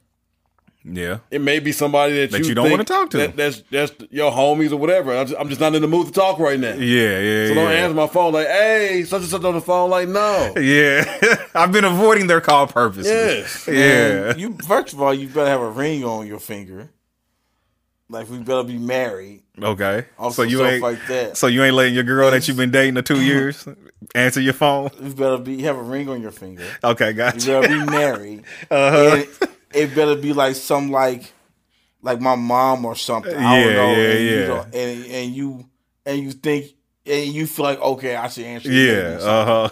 Yeah. It may be somebody that, That you don't think wanna talk to. That, that's that's your homies or whatever. I'm just, I'm just not in the mood to talk right now. Yeah. Yeah. So don't yeah. answer my phone like, hey, such and such on the phone. Like, no. Yeah, I've been avoiding their call purposes. Yes. Yeah, you first of all, you better have a ring on your finger. Like we better be married. okay. Or so some you stuff ain't like that. so you ain't letting your girl that you've been dating for two years answer your phone. You better be have a ring on your finger. Okay, You gotcha. better be married. Uh-huh. And it better be like some like like my mom or something. I Yeah, don't know. yeah, and, yeah. You don't- and and you and you think and you feel like okay, I should answer. Yeah, this. uh huh.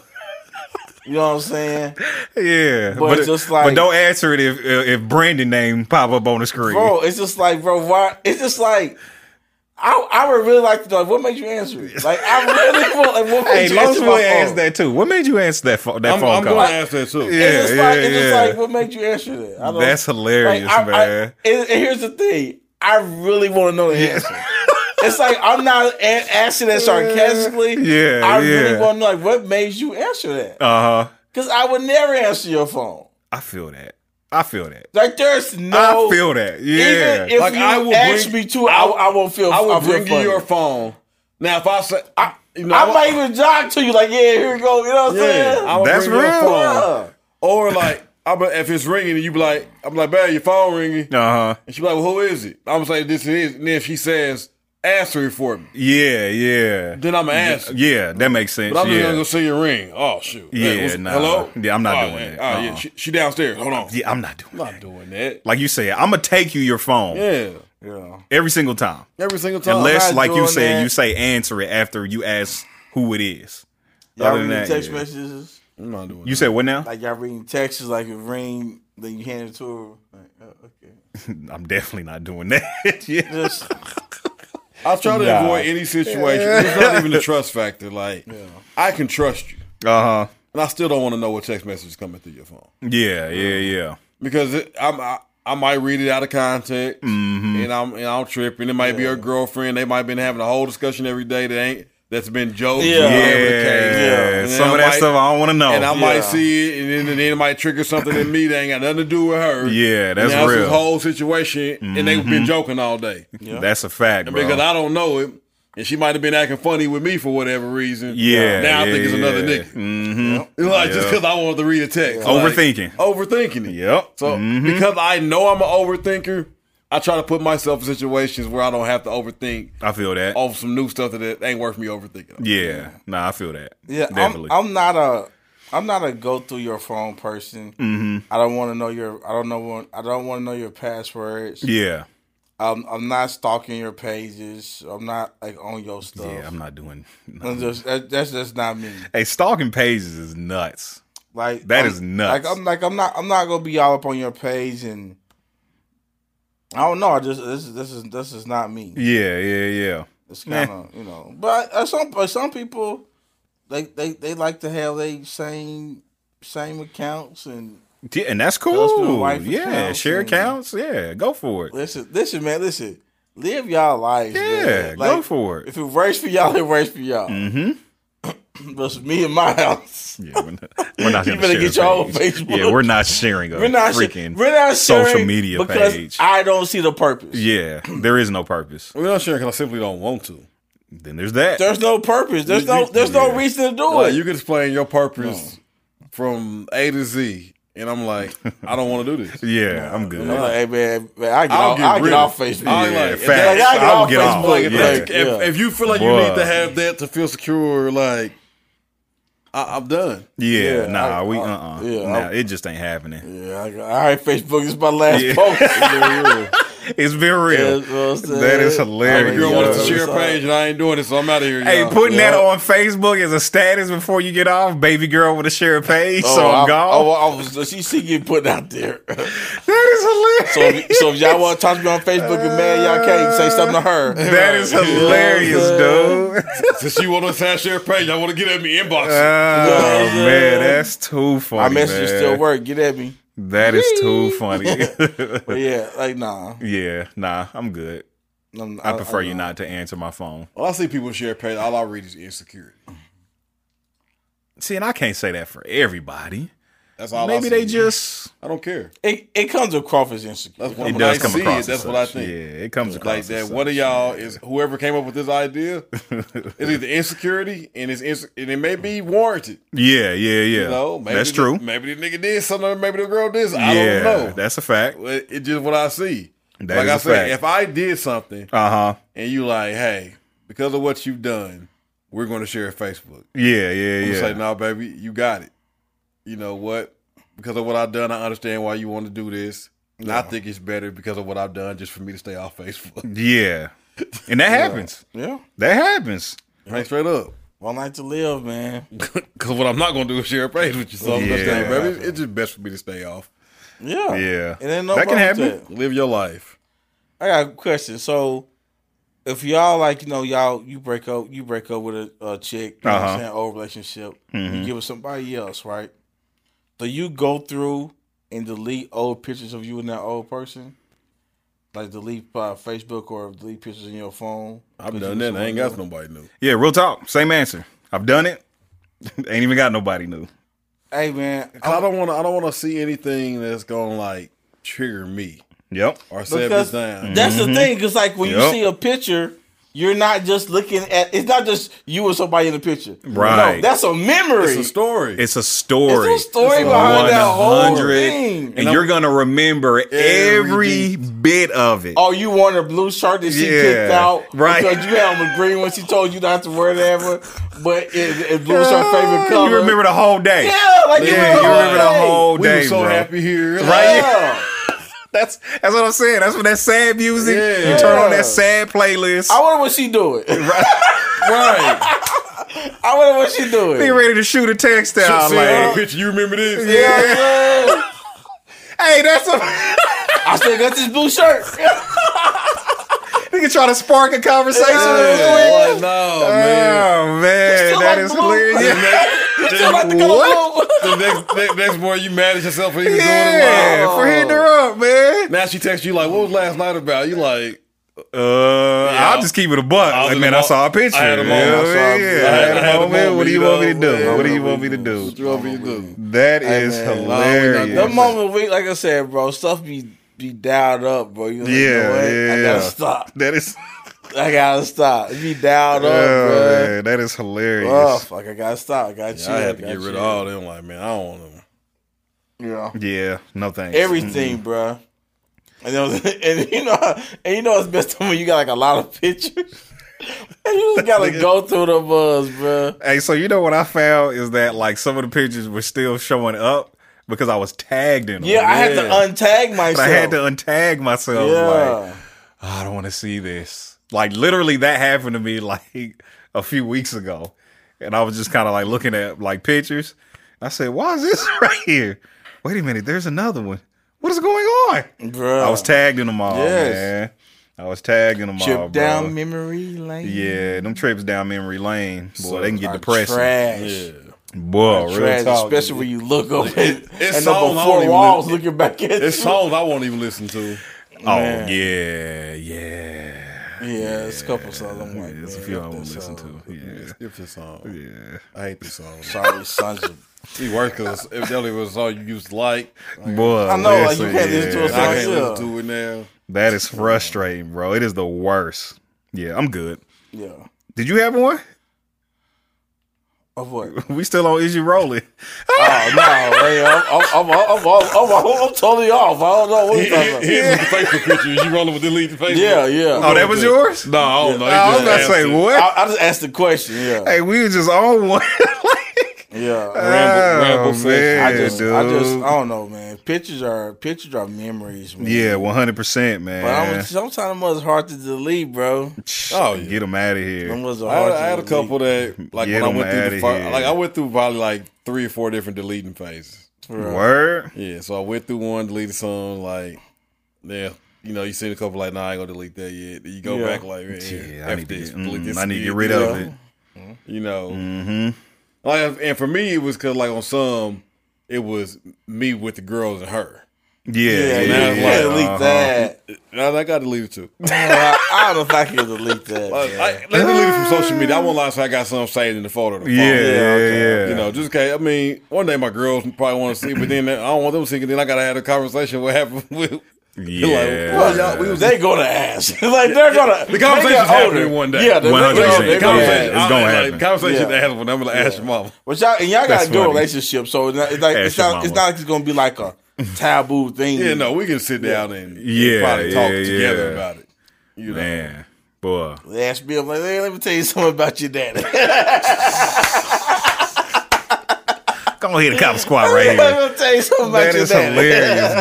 you know what I'm saying, Yeah, But just but like- don't answer it if if Brandon name pop up on the screen. bro. It's just like, bro. Why? It's just like. I, I would really like to know like, what made you answer it. Like I really want. Like, what hey, made you Los answer will my ask phone? that too. What made you answer that phone? That I'm, phone I'm call? going to answer that too. Yeah, it's just like it's just yeah. like what made you answer that? I don't, That's hilarious, like, I- I- man. and- and here's the thing: I really want to know the answer. it's like I'm not a- asking that sarcastically. Yeah, yeah. I really want to know like what made you answer that? uh huh. Because I would never answer your phone. I feel that. I feel that. Like there's no. I feel that. Yeah. Even if Like, you I will ask bring- me to, I, I won't feel. I will I'll feel bring you funny. your phone. Now, if I say, I, You know, I might even jog to you, like, yeah, here we go. You know what I'm saying? I would That's bring your real. phone. Or like, I'm like, if it's ringing, and you be like, I'm like, man, your phone ringing, Uh huh. and she be like, well, who is it? I'm like, this is. And then if she says, answer it for me, Yeah, yeah, then I'm gonna answer. yeah. That makes sense. But I'm just yeah. gonna go see your ring. Oh shoot. Yeah, what's- nah. Hello. Yeah, I'm not Oh, doing yeah. that. Oh yeah, Uh-uh. she, she downstairs. Hold on. yeah, I'm not doing I'm that. not doing that. Like you said, I'm gonna take you your phone Yeah. Yeah. every single time, Every single time. unless, not like you doing said, that. you say answer it after you ask who it is. Y'all Other than reading that, text yeah. messages? I'm not doing You said what now? Like, y'all reading texts, like, it ring, then you hand it to her. Like, oh, okay. I'm definitely not doing that. yeah. Just, that. I try to Nah. avoid any situation. It's not even the trust factor. Like I can trust you, Uh huh. and I still don't want to know what text message is coming through your phone Yeah, yeah, yeah. because it, I'm. I, I might read it out of context, Mm-hmm. and I'm and I'm tripping. It might be her girlfriend. They might have been having a whole discussion every day that ain't that's been jokes. Yeah. or Yeah. whatever the case. And then Some I of that might- stuff I don't want to know. and I yeah. might see it, and then, and then it might trigger something in me that ain't got nothing to do with her. Yeah, that's and that's real. Mm-hmm. This whole situation, and they've been joking all day That's a fact, bro. because I don't know it, and she might have been acting funny with me for whatever reason. yeah. now I yeah, think it's another yeah. nigga. Mm-hmm. Like just Yeah. because I wanted to read a text, Like, Overthinking. overthinking it. Yep. Mm-hmm. So because I know I'm an overthinker, I try to put myself in situations where I don't have to overthink I feel that. over some new stuff that ain't worth me overthinking. Yeah. Nah, I feel that. yeah, I'm, definitely. I'm not a. I'm not a go through your phone person. Mm-hmm. I don't want to know your. I don't know. I don't want to know your passwords. yeah. I'm, I'm not stalking your pages. I'm not like on your stuff. Yeah, I'm not doing. no. I'm just that, that's just not me. Hey, stalking pages is nuts. Like That I'm, is nuts. Like I'm like I'm not I'm not gonna be all up on your page and I don't know. I just this is this is this is not me. Yeah, yeah, yeah. It's kind of you know. But uh, some uh, some people they, they they like to have they same same accounts and Yeah, and that's Husband and cool. wife yeah, accounts share and- accounts. Yeah, go for it. listen listen man listen live y'all lives. Yeah, man. go for it. If it works for y'all, it works for y'all. Mm-hmm. but it's me and my house. Yeah, we're not, we're not You gonna better share get a your own page. Facebook. Yeah, we're not sharing a We're not, freaking we're not social sharing media because page. I don't see the purpose. yeah, there is no purpose. We're not sure because I simply don't want to. Then there's that. There's no purpose. There's no there's no Yeah. reason to do Like, it. you can explain your purpose from A to Z, and I'm like, I don't want to do this. yeah, I'm good. I'm like, hey man, man, I get I'll off, get I get rid off of it. Facebook. I'll- yeah, like, facts. if that- like, I get I'll off get off. Facebook, like, yeah. like, If, if you feel like you Boy. need to have that to feel secure, like I, I'm done. yeah, yeah, nah, I- we uh I- uh yeah, nah, I'll- it just ain't happening. yeah, I go, all right, Facebook this is my last Yeah. post. It's been real. That's what I'm saying. That is If hilarious. a girl yeah, wants to it's share a all right. page, and I ain't doing this, so I'm out of here. Hey, y'all. putting that yeah. on Facebook as a status before you get off, baby girl with a share a page, Oh, so I'm, I- gone. I, I was, she see you put out there. that is So hilarious. if, so if y'all want to talk to me on Facebook and man, y'all can't say something to her. that is hilarious, dude. since you want to share a page, I want to get at me inbox. Oh Yeah. man, that's too funny. My messages man. still work. Get at me. That is too funny. But yeah, like nah. yeah, nah, I'm good. I'm- Oh, I prefer you not to answer my phone. Well, I see people share page. All I read is insecurity. See, and I can't say that for everybody. That's all. Maybe I see. they just I don't care. It it comes across as insecure. That's what it when does I come see across. It, that's as what I such. think. Yeah, it comes across Like that, as one such. of y'all is whoever came up with this idea. it's either insecurity and it's ins- and it may be warranted. Yeah, yeah, yeah. You know, maybe that's the- true. Maybe the nigga did something. Maybe the girl did. Something. yeah, I don't know. that's a fact. Well, it- it's just what I see. That like is I a said, fact. if I did something Uh huh. and you like, hey, because of what you've done, we're going to share it Facebook. Yeah, yeah, You yeah. say, nah, baby, you got it. You know what? Because of what I've done, I understand why you want to do this. And I think it's better because of what I've done, just for me to stay off Facebook. Yeah, and that happens. Yeah. That happens. Right straight up. One night to live, man. Because what I'm not going to do is share a page with you. So I'm Yeah. just saying, baby, it's just best for me to stay off. Yeah. Yeah, It ain't no that can problem with happen. that. Live your life. I got a question. So, if y'all like, you know, y'all you break up, you break up with a, a chick, you know what Uh-huh. Mm-hmm. I'm saying, old relationship, you give it somebody else, right? So you go through and delete old pictures of you and that old person, like delete uh, Facebook or delete pictures in your phone. I've done that. and I ain't got nobody new. Yeah, real talk. Same answer. I've done it. ain't even got nobody new. Hey man, I don't want to. I don't want to see anything that's gonna like trigger me Yep. or set me because down. that's the thing. Because like when Mm-hmm. Yep. you see a picture You're not just looking at. It's not just you and somebody in the picture. Right. No, that's a memory. It's a story. It's a story. It's a story behind that whole 100, thing. And, you're going to remember every, Every bit of it. Oh, you worn a blue shirt that she Yeah, picked out right. because you had on a green one. She told you not to wear that one, but it, it blue's her favorite color. You remember the whole day. Yeah, like you Yeah, remember, you remember the whole we day, were so bro. happy here. Right? Yeah. That's that's what I'm saying. That's when that sad music. Yeah. You turn on Yeah. that sad playlist. I wonder what she doing. right. I wonder what she Be doing. ready to shoot a text out. See, oh, Like, bitch, you remember this? yeah. Yeah. Hey, that's a I still got this blue shirt. nigga trying to spark a conversation. real quick. Yeah, boy, no, man. Oh man, Still that like is blue. hilarious. Yeah. Still like the color What? blue. The next, next, next morning, you mad at yourself for even doing it. Yeah, for hitting her up, man. Now she texts you like, "What was last night about?" You like, Uh, I'll just keep it a buck. I was Like, in man, the I mo- saw a picture. I had a You moment. know I what I saw- I mean? Yeah, had- I I had had a a moment. moment, What do you you want me to know? do? Yeah, What do you what want me we to do? do? What you want me to do? That is man, hilarious. The moment we, like I said, bro, stuff be be dialed up, bro. You know, Yeah, yeah, I yeah. gotta stop. That is, I gotta stop. It be dialed oh, up, bro. man, that is hilarious. Oh fuck! I gotta stop. I gotta chill. I had to gotta get rid of chill. all them. Like, man, I don't want them. Yeah. Yeah, Mm-hmm. no thanks. Mm. Everything, bruh. And, it was- and you know, and you know, it's best when you got like a lot of pictures, and you just gotta go through the buzz, bruh. Hey, so you know what I found is that like some of the pictures were still showing up because I was tagged in them. Yeah, I had to Yeah. untag myself. But I had to untag myself. Like, yeah, "Oh, I don't want to see this. Like literally, that happened to me like a few weeks ago, and I was just kind of like looking at like pictures. I said, "Why is this right here? Wait a minute, there's another one. What is going on?" bruh. I was tagged in them all, Uh, Yes. man. I was tagged in them Trip all, bro. down memory lane. yeah, them trips down memory lane, boy, So they can get Are depressing. Trash. boy, real Trash, talk. especially when you look up and, it's and the songs I don't four even walls listen- looking back at It's you. songs I won't even listen to. Oh Man. yeah, yeah. Yeah, it's a couple songs. I'm like, There's a man, few I what won't the listen hell? to. Yeah, Skip this song. yeah. I hate this song. Sorry, sons of It worked because if that was a song you used to like, Boy, I know, like, you listen, can't listen to a I yeah. song- can't Yeah. listen to it now. That is frustrating, bro. It is the worst. Yeah, I'm good. yeah. Did you have one? Of what? We still on issue rolling. Oh no, man, I'm, I'm, I'm, I'm, I'm, I'm, I'm, I'm totally off. I don't know what you're talking about. Here's the Facebook pictures. You rolling with the lead Facebook? Yeah, yeah. Oh, that was yours? Oh, No, I don't know. He I was just about to asked say it. what? I, I just asked the question. Yeah, hey, we was just on one. yeah. Ramble- Oh, ramble session. man, I just, I just, oh. dude. I don't know, man. Pictures are pictures are memories, man. yeah, 100, percent But I'm, man. sometimes them was hard to delete, bro. Oh, yeah. Get them out of Them here. was I had, hard. I had a to delete. couple that like Get when I them went through outta the fir- here. like I went through probably like three or four different deleting phases. Word. Yeah, so I went through one, deleted some, like yeah, you know, you see a couple like, nah, I ain't gonna delete that yet. Then you go Yeah. back like, man, Yeah, I F need to this, get, delete mm, this I need to get again, rid you of know? it. Mm-hmm. You know, like and for me it was because like on some it was me with the girls and her. Yeah, Yeah, yeah, you now yeah. it's can't like, delete uh-huh. that. And I got deleted too. I don't know if I can delete that. I, man. I, they deleted it from social media. I won't lie, so I got some saved in the folder. of Uh. the Yeah, phone. yeah, okay. yeah. You know, just in case. I mean, one day my girls probably want to see, but then I don't want them seeing. Then I gotta have a conversation. What happened with? Uh-huh. yeah. well, y'all- we was- they gonna ask. like they're gonna. The conversation's they get older. happening one day. Yeah, they- they- 100%. they- they The gonna conversation- ask. it's gonna I- happen. Like, conversation Yeah. to happen. I'm gonna ask your mama. But y'all and y'all got That's a good funny. relationship, so it's not, it's like Ask it's your not, it's mama. not like it's gonna be like a taboo thing. Yeah, no, we can sit down and, and Yeah, probably talk yeah, together yeah. about it. You know, Man, boy. They asked me, I'm like, hey, let me tell you something about your daddy. Go ahead and cop squad right here. let me tell you something about That your is daddy. hilarious,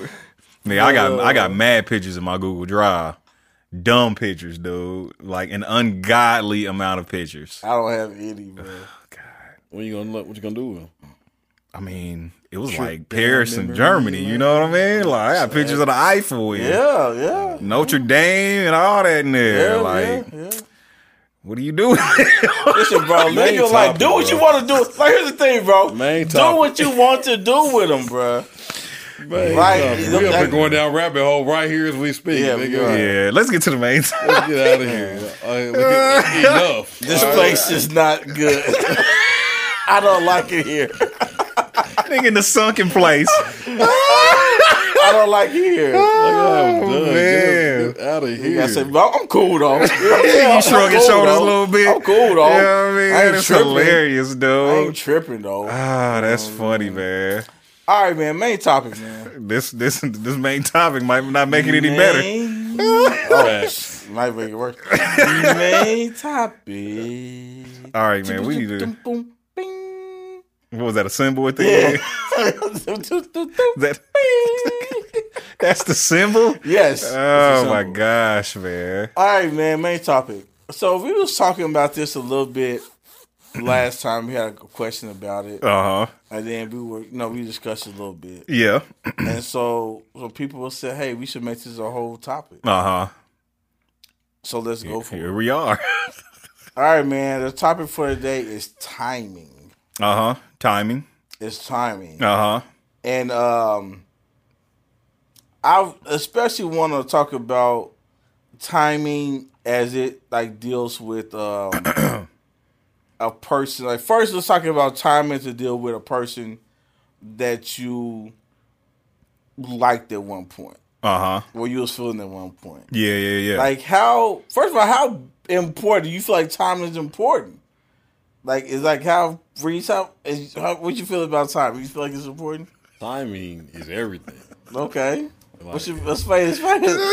dude. Man, I got I Oh. got mad pictures in my Google Drive. Dumb pictures, dude. Like an ungodly amount of pictures. I don't have any, bro. when you gonna look? What you gonna do? With them? I mean, it was like Paris and Germany. You know what I mean? Like I got pictures of the Eiffel and Yeah, yeah. Notre Dame and all that in there. Yeah, like, yeah, yeah. what do you do? Listen, bro, Main nigga, like, topic, do what bro. you want to do. Like, here's the thing, bro. Main do topic. what you want to do with them, bro. Man, Right. we up here going down rabbit hole right here as we speak. Yeah, we are. nigga. yeah, let's get to the main topic. Let's get out of here. Uh, enough. This place is not good. I don't like it here. Nigga in the sunken place. I don't like it here. Like, I'm done. Oh, man. Get us- get out of You here. gotta say, well, I'm cool though. He shrugged his shoulders a little bit. I'm cool though. You know what I mean? I ain't That's tripping. hilarious, I ain't Oh, dude. tripping though. Ah, that's funny, man. All right, man. Main topic, man. This this this main topic might not make it any better. Main- oh, shit, might make it worse. Main topic. All right, man. We need to. Boom, bing. What was that? A symbol at the end? That that's the symbol. yes. Oh my gosh, man. All right, man. Main topic. So we was talking about this a little bit last time. We had a question about it, Uh huh. and then we were, you know, we discussed it a little bit. Yeah. And so, so people will say, "Hey, we should make this a whole topic." Uh huh. So let's go for Here it. we are. All right, man. The topic for today is timing. Uh huh. Timing. It's timing, Uh huh. and um, I especially want to talk about timing as it like deals with um a person. Like first, let's talk about timing to deal with a person that you liked at one point, Uh huh. or you was feeling at one point. Yeah. Yeah. Yeah. Like how first of all, how important do you feel like time is important? Like it's like how free time is how what you feel about time? You feel like it's important? Timing is everything. Okay. What's your explain explain explain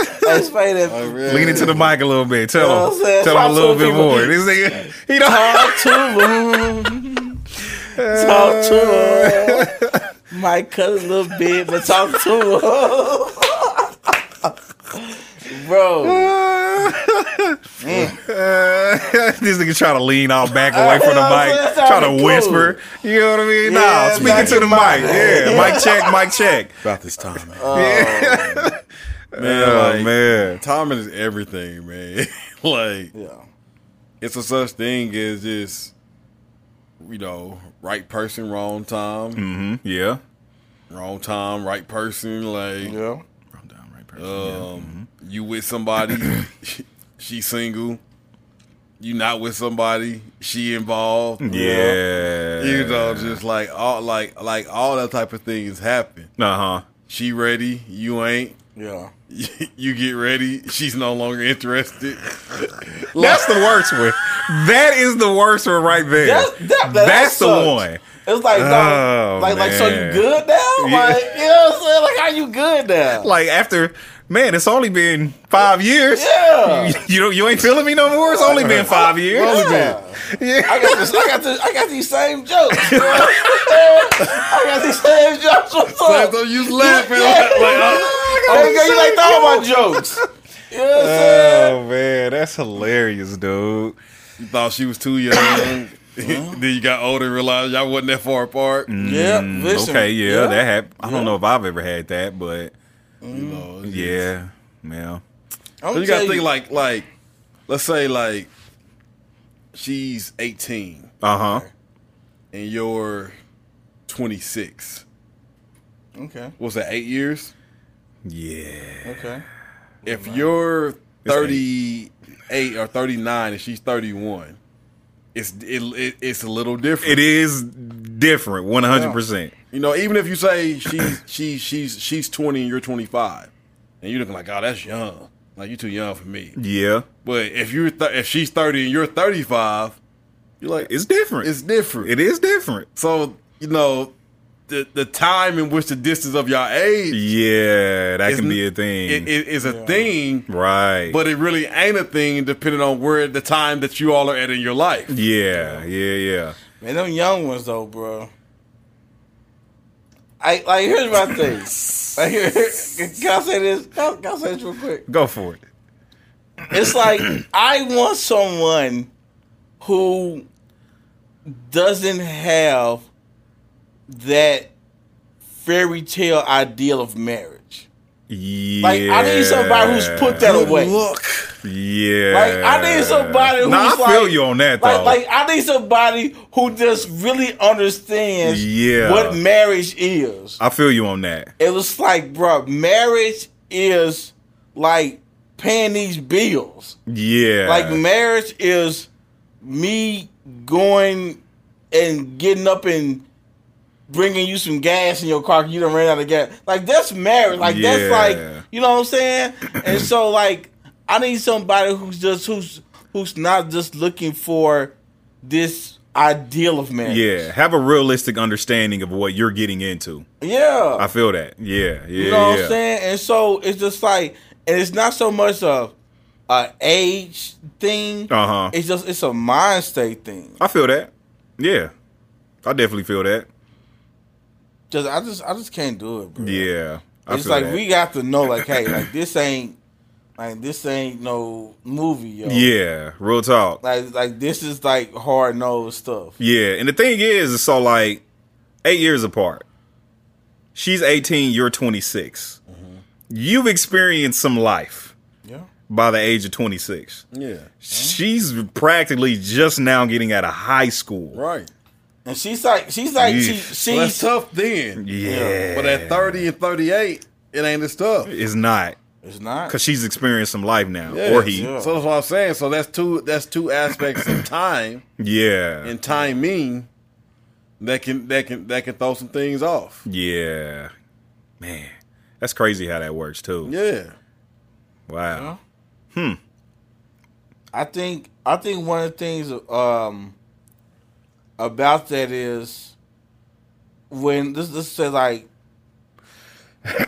Like, that really, Lean into the mic a little bit. Tell You know what him. I'm saying? Tell Talk him a little to bit people. more. This nigga, he don't. talk to him. Talk to him. Might cut a little bit, but talk to him. Bro, Uh, this nigga try to lean all back away from the mic, That's how try it to goes. whisper. You know what I mean? Yeah, nah, speaking back to the mic. Yeah, mic check, mic check. About this time, man. Oh like, man, Timing is everything, man. like yeah, it's a such thing as just you know, right person, wrong time, hmm yeah. wrong time, right person. Like yeah, Wrong down, right um, you with somebody, Mm-hmm. she single. You not with somebody, she involved. you know? Mm-hmm. Yeah. you know, just like all like like all that type of things happen. Uh huh. She ready, you ain't. yeah. You get ready, she's no longer interested. That's the worst one. That is the worst one right there. That- that- that That's the sucks. one. It's like, dog, Oh, like, like, so you man. good now? Yeah. Like, you know what I'm saying? Like, how you good now? Like after, man, it's only been five years. yeah. You don't, you ain't feeling me no more. It's only been five years. yeah. Yeah. I got this, I got this, I got these same jokes. bro. I got these same jokes. What's up? so you laughing Oh. Yeah. like, like oh, oh, okay, you like all my jokes. You know what I'm saying? Oh man, that's hilarious, dude. you thought she was too young. then you got older and realized y'all wasn't that far apart. Mm. Yeah, listen. Okay, yeah, that happened. I don't know if I've ever had that, but You know, it's just- yeah, yeah. I'm Mm. So you gotta tell think like like let's say like she's eighteen Uh huh. and you're twenty six. Okay, What's that, eight years? Yeah. okay. If you're It's thirty eight or thirty nine and she's thirty one, it's it, it, it's a little different. It is different, one hundred percent. You know, even if you say she's she she's she's twenty and you're twenty five, and you're looking like, oh, that's young. Like you're too young for me. Yeah, But if you're th- if she's thirty and you're thirty five, you're like it's different. it's different. It is different. So you know, the the time in which the distance of your age Yeah, that It's can n- be a thing. it, it is a thing, right. but it really ain't a thing depending on where the time that you all are at in your life. yeah, yeah, yeah. Man, them young ones though, bro. I like here's my thing. Like, here, can I say this? Can I, can I say this real quick? Go for it. It's like I want someone who doesn't have that fairy tale ideal of marriage. Yeah. Like I need somebody who's put that away. Look, Yeah. Like I need somebody who's Nah, I feel like- you on that though. Like, like I need somebody who just really understands Yeah. what marriage is. I feel you on that. It was like, bro, marriage is like paying these bills. Yeah. Like marriage is me going and getting up and bringing you some gas in your car. 'cause You done ran out of gas. Like that's marriage. Like that's Yeah. like you know what I'm saying. and so like I need somebody who's just who's who's not just looking for this ideal of marriage. Yeah, have a realistic understanding of what you're getting into. yeah. I feel that. Yeah, yeah, You know what yeah. I'm saying? And so it's just like, and it's not so much of a age thing. Uh-huh. It's just it's a mind state thing. I feel that. Yeah, I definitely feel that. Just I just I just can't do it, bro. Yeah, I it's feel like that. we got to know, like, hey, like this ain't like this ain't no movie, yo. yeah, real talk. Like like this is like hard nosed stuff. Yeah, and the thing is, it's so like eight years apart. She's 18, you're 26. Mm-hmm. You've experienced some life Yeah. by the age of 26. Mm-hmm. Yeah. She's practically just now getting out of high school. Right. And she's like she's like she Yeah. she's Well, that's tough then. Yeah. But at 30 and 38, it ain't as tough. It's not it's not because she's experienced some life now, Yeah, or he. yeah. Yeah. So that's what I'm saying. So that's two that's two aspects of time Yeah. and timing that can that can that can throw some things off. Man, that's crazy how that works too. Yeah. Wow. I think I think one of the things um about that is when this this say like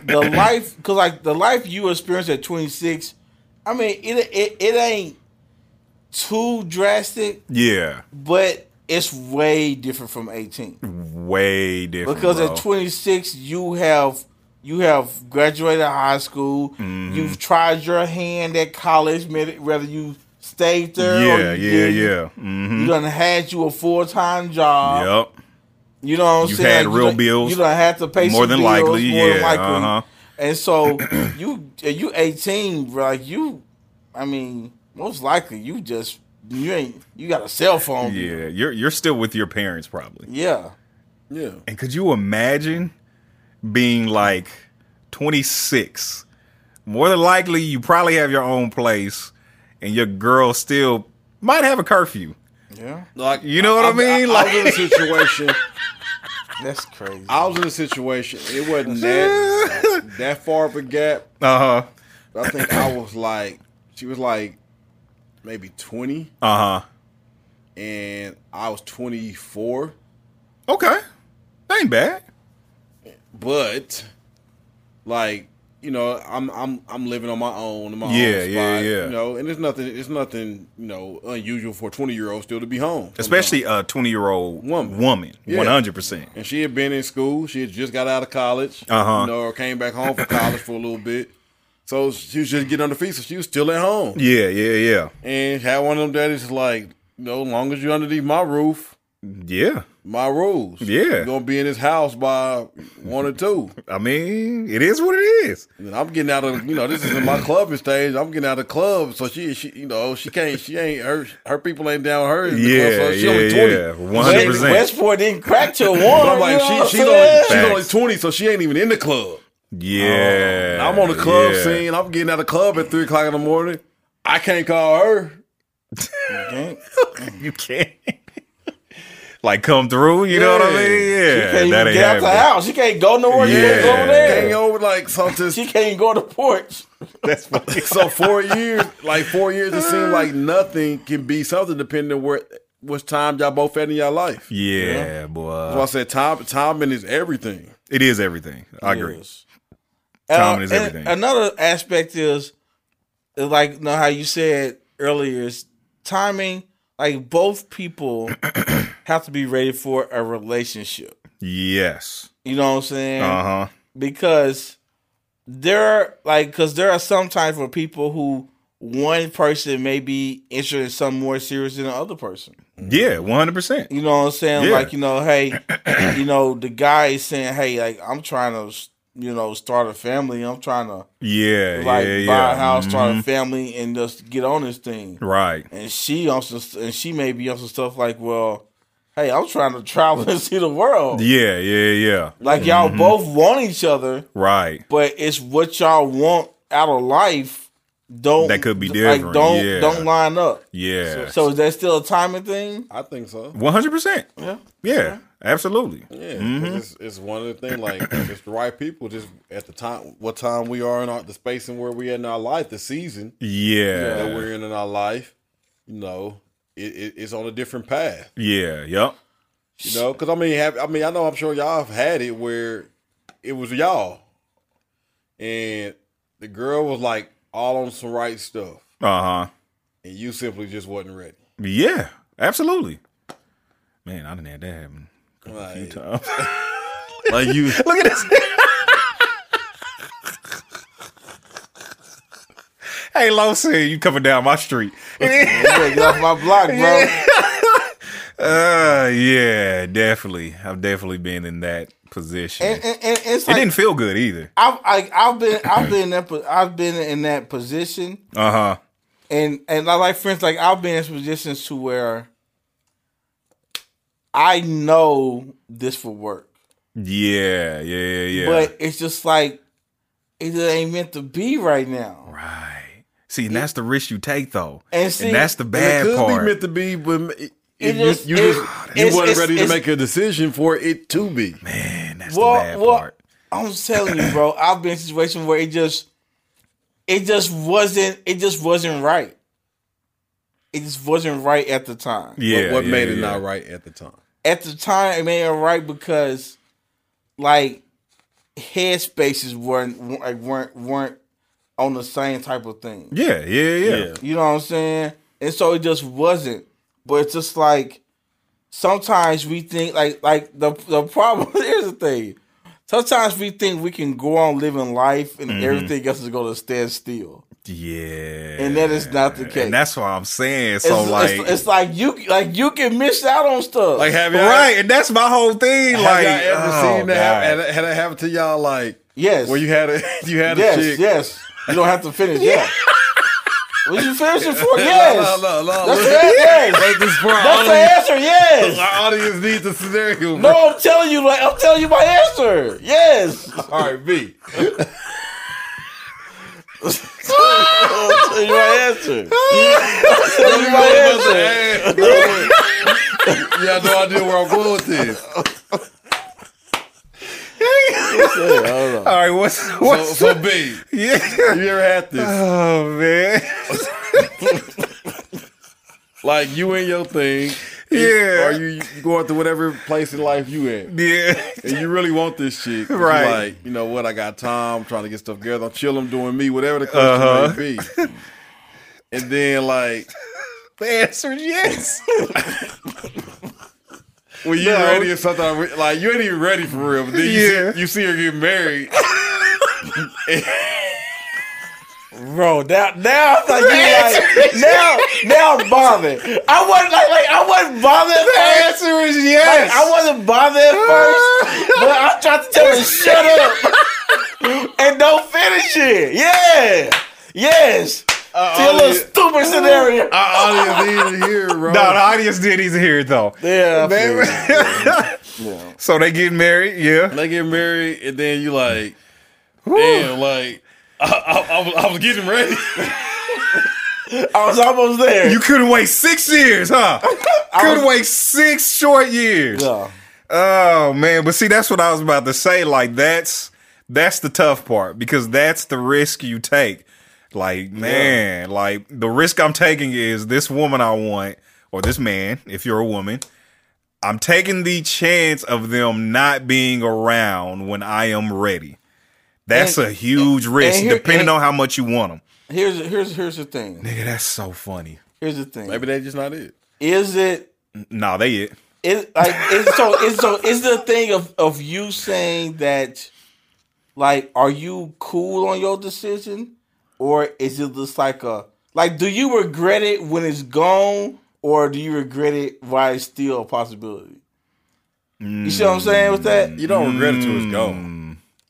the life because like the life you experience at 26 I mean it it, it ain't too drastic Yeah. but it's way different from Mm-hmm. 18 Way different. because bro. at 26 you have you have graduated high school Mm-hmm. you've tried your hand at college whether you stayed there Yeah, or you yeah, didn't. yeah. Mm-hmm. You done had you a full time job. Yep. You know what I'm You've saying? had You real done- bills. You done had to pay More some than bills, likely, more than yeah, likely. uh-huh. And so you you 18, bro. Like you, I mean, most likely you just you ain't you got a cell phone. Yeah, you're you're still with your parents probably. Yeah. Yeah. And could you imagine being like 26? More than likely, you probably have your own place, and your girl still might have a curfew. Yeah. Like You know what I, mean? I, like, I was in a situation That's crazy. I was in a situation. It wasn't that that far of a gap. uh huh, I think I was like she was like maybe 20 uh huh. and I was 24. Okay, ain't bad. but like you know i'm i'm i'm living on my own in my Yeah, own spot, yeah, yeah. you know and there's nothing it's nothing you know unusual for a 20 year old still to be home Especially a 20 year old Woman. woman Yeah. 100%. and she had been in school she had just got out of college Uh-huh. you know or came back home from college for a little bit so she was just getting on her feet so she was still at home Yeah, yeah, yeah. and had one of them daddies like you know as long as you're underneath my roof Yeah. my rules Yeah. you're gonna be in this house by one or two I mean, it is what it is. And I'm getting out of you know this is in my clubbing stage. I'm getting out of club, so she she you know she can't she ain't her her people ain't down her. in the Yeah, club, so she yeah, only yeah. twenty. One hundred Wait, percent. Westport didn't crack till one. But I'm you like know what I'm she she's only saying? she's only Facts. twenty, so she ain't even in the club. Yeah. I'm on the club yeah. scene. I'm getting out of club at three o'clock in the morning. I can't call her. You can't. like come through, you know what I Yeah. mean? She Yeah. can't even get out the house. She can't go nowhere. She can't Yeah. go there. Hang over like something. She can't go to the porch. That's funny. so four years, like four years, it seems like nothing can be something depending on where which time y'all both at in your life. yeah, So I boy. said time timing is everything. It is everything. I agree. Yes. Timing Uh, is and everything. Another aspect is, is like you know how you said earlier is timing. Like both people have to be ready for a relationship. Yes. You know what I'm saying? Uh huh. Because there are like because there are sometimes for people who one person may be interested in something more serious than the other person. Yeah, one hundred percent. You know what I'm saying? Yeah. Like, you know, hey, you know, the guy is saying, hey, like, I'm trying to, you know, start a family. I'm trying to, Yeah. like, yeah, buy yeah. a house, start a Mhm. family, and just get on this thing. Right. And she also, and she may be also stuff like, well, hey, I'm trying to travel and see the world. Yeah, Mm-hmm. yeah, yeah. Like, y'all both want each other, Right. but it's what y'all want out of life. Don't That could be Like, different, don't yeah. don't line up. Yeah. So is that still a timing thing? I think so. One hundred percent. Yeah. Yeah. Absolutely. Yeah, 'cause it's, it's one of the things. Like it's the right people. Just at the time, what time we are in our, the space and where we at in our life, the season Yeah. that we're in in our life. You know, it, it, it's on a different path. Yeah. Yep. You know, because I mean, have, I mean, I know I'm sure y'all have had it where it was y'all, and the girl was like all on some right stuff, Uh huh. and you simply just wasn't ready. Yeah. Absolutely. Man, I didn't have that happen a few Like, times. Like you, Look at this. hey, Losin, you coming down my street? get off my block, bro. Uh, yeah, definitely. I've definitely been in that position. And, and, and it's it like didn't feel good either. I've I, I've been I've been in that, po- I've been in that position, Uh huh. and and I like friends like I've been in positions to where I know this will work, Yeah, yeah, yeah, yeah. but it's just like it just ain't meant to be right now. right. See, and that's the risk you take, though. And And, see- that's the and it bad it could part. be meant to be, but it, It you, just- you it- just you it's- wasn't it's- ready to it's- make a decision for it to be. Man, that's Well, the bad well, part. I'm telling you, bro. I've been in situations where it just, it just wasn't, it just wasn't right. It just wasn't right at the time. Yeah. what what yeah, made it yeah. not right at the time? At the time, it made it right because, like, headspaces weren't like weren't weren't on the same type of thing. Yeah, yeah, yeah. Yeah. You know what I'm saying? And so it just wasn't. But it's just like sometimes we think like like the the problem here's the thing. Sometimes we think we can go on living life and Mm-hmm. everything else is gonna stand still. And that is not the case. And that's why I'm saying. It's, So, like, it's, it's like you like you can miss out on stuff. Like, have y'all, right. And that's my whole thing. Have like, y'all ever oh, seen that? God. Have, had, had that happen to y'all? Like, yes, where you had a you had yes, a chick. yes. You don't have to finish. Yeah. What you finishing No, for? Yes. no, no, no. That's listen. the yes. Like, this for our That's the audience. answer. Yes. Our audience needs a scenario. bro. No, I'm telling you, like I'm telling you my answer. Yes. All right, B. I'm telling you my answer. You know what I'm saying? Yeah, I know I did where I'm going with this. All right, what's So, what's so B, yeah? you ever had this? Oh man, Like you in your thing, yeah, or you, you going through whatever place in life you in, yeah, and you really want this shit, but you Right. Like you know what? I got time. I'm trying to get stuff together. I'm chilling, doing me, whatever the question Uh-huh. may be. And then like The answer is yes. when you No. ready or something, I'm re- like you ain't even ready for real. But then you, Yeah. see, you see her get married. Bro, now now I'm like, you like now now I'm bothered. I wasn't like, like I wasn't bothered at first. answer is Like, I wasn't bothered at first, but I tried to tell her shut up and don't finish it. Yeah, yes. See a little yeah. stupid scenario. Our audience needs to hear, it, bro. no, the audience did easy here though. Yeah, I feel you. So they get married, yeah. They get married, and then you like, damn, like I, I, I, was, I was getting ready. I was almost there. You couldn't wait six years, huh? couldn't wait six short years. Yeah. Oh man, but see, that's what I was about to say. Like that's that's the tough part because that's the risk you take. Like man, like the risk I'm taking is this woman I want or this man, if you're a woman. I'm taking the chance of them not being around when I am ready. That's And- a huge risk, here- depending and- on how much you want them. Here's here's here's the thing. Nigga, that's so funny. Here's the thing. Maybe that's just not it. Is it Nah, they it. It's like it's so it's so it's the thing of of you saying that like are you cool on your decision or is it just like a like do you regret it when it's gone or do you regret it while it's still a possibility you see what i'm saying with that You don't regret it till it's gone.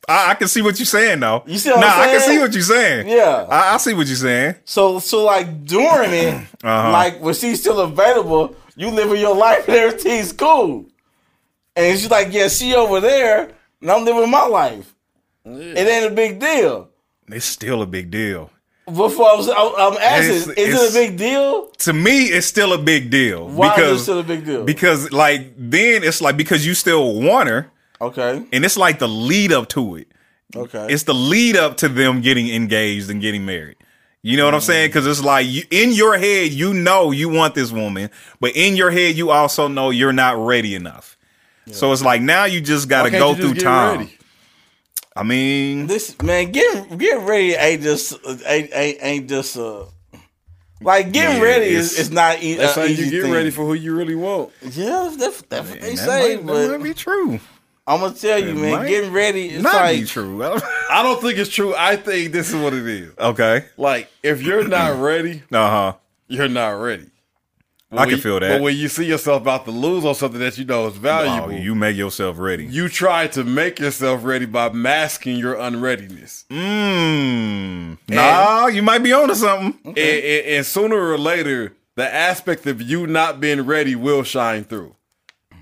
I, I can see what you're saying though. You see what I'm nah, I can saying? see what you're saying. Yeah. I, I see what you're saying. Uh-huh. so so like during it like when she's still available you living your life and everything's cool and she's like yeah she over there and i'm living my life it ain't a big deal It's still a big deal. Before I was, I, am asking, It's- is it's- it a big deal? to me, it's still a big deal. Why is it still a big deal? Because like then it's like because you still want her, okay, and it's like the lead up to it. okay, It's the lead up to them getting engaged and getting married. You know what Mm. I'm saying? Because it's like you, in your head, you know you want this woman, but in your head, you also know you're not ready enough. So it's like now you just got to Why can't Mm. go you just through get time. ready? I mean, this man get get ready ain't just ain't ain't, ain't just uh like getting Yeah, ready it's- is it's not e- That's how a you easy get thing. ready for who you really want. yeah that's, that's what they that say might- that but might be true. I'm gonna tell you man might getting ready it's Not like be true. I don't think it's true. I think this is what it is. okay. Like if you're not ready, Uh huh. you're not ready. I can When- feel that. But when you see yourself about to lose on something that you know is Oh, valuable, you, you make yourself ready. try to make yourself ready by masking your unreadiness. Mmm. Hmm. Nah, you might be onto something. And, and- and sooner or later, the aspect of you not being ready will shine through.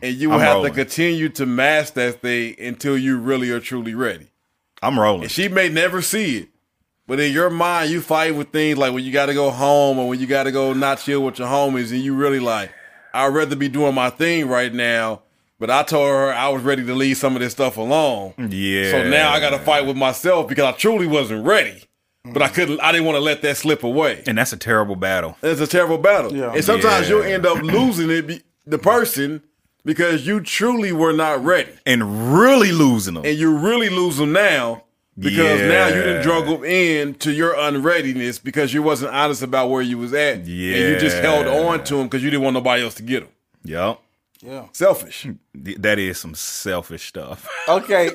And you will I'm have rolling. to continue to mask that thing until you really are truly ready. I'm rolling. She may never see it. But in your mind, you fight with things like when you got to go home or when you got to go not chill with your homies, and you really like, I'd rather be doing my thing right now. But I told her I was ready to leave some of this stuff alone. Yeah. So now I got to fight with myself because I truly wasn't ready. But I couldn't. I didn't want to let that slip away. And that's a terrible battle. It's a terrible battle. Yeah. And sometimes Yeah. you'll end up losing it, be, the person, because you truly were not ready And really losing them. and you really lose them now because now you Yeah. didn't drug them in to your unreadiness because you wasn't honest about where you was at. And you just Yeah. held on to them because you didn't want nobody else to get them. Yep. yeah Selfish. Th- That is some selfish stuff. okay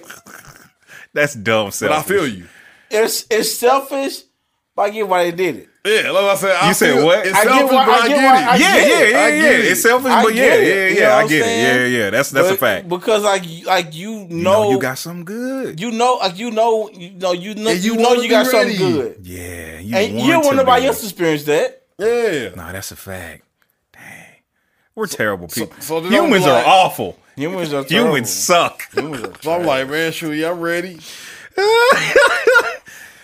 That's dumb But I selfish. feel you. it's it's selfish but I get why they did it Yeah, like I said, I You said feel- what? It's I get selfish, why- but I I get get, why it. I Yeah, get it. yeah, I yeah, get yeah. it. It's selfish, I but get yeah, it. You yeah, yeah. know I what get I'm it. saying? Yeah, yeah. That's that's a But- fact. because like you- like you you, know, know you got something good. you know like you know you know you know And you you, know wanna you be got something ready. good yeah, you and want you don't want to nobody be. else to experience that Yeah. Nah, that's a fact. Dang, we're terrible people. so then I'm Humans are like- awful. humans are terrible. Humans suck. humans are So I'm like, man, shoot, I'm ready.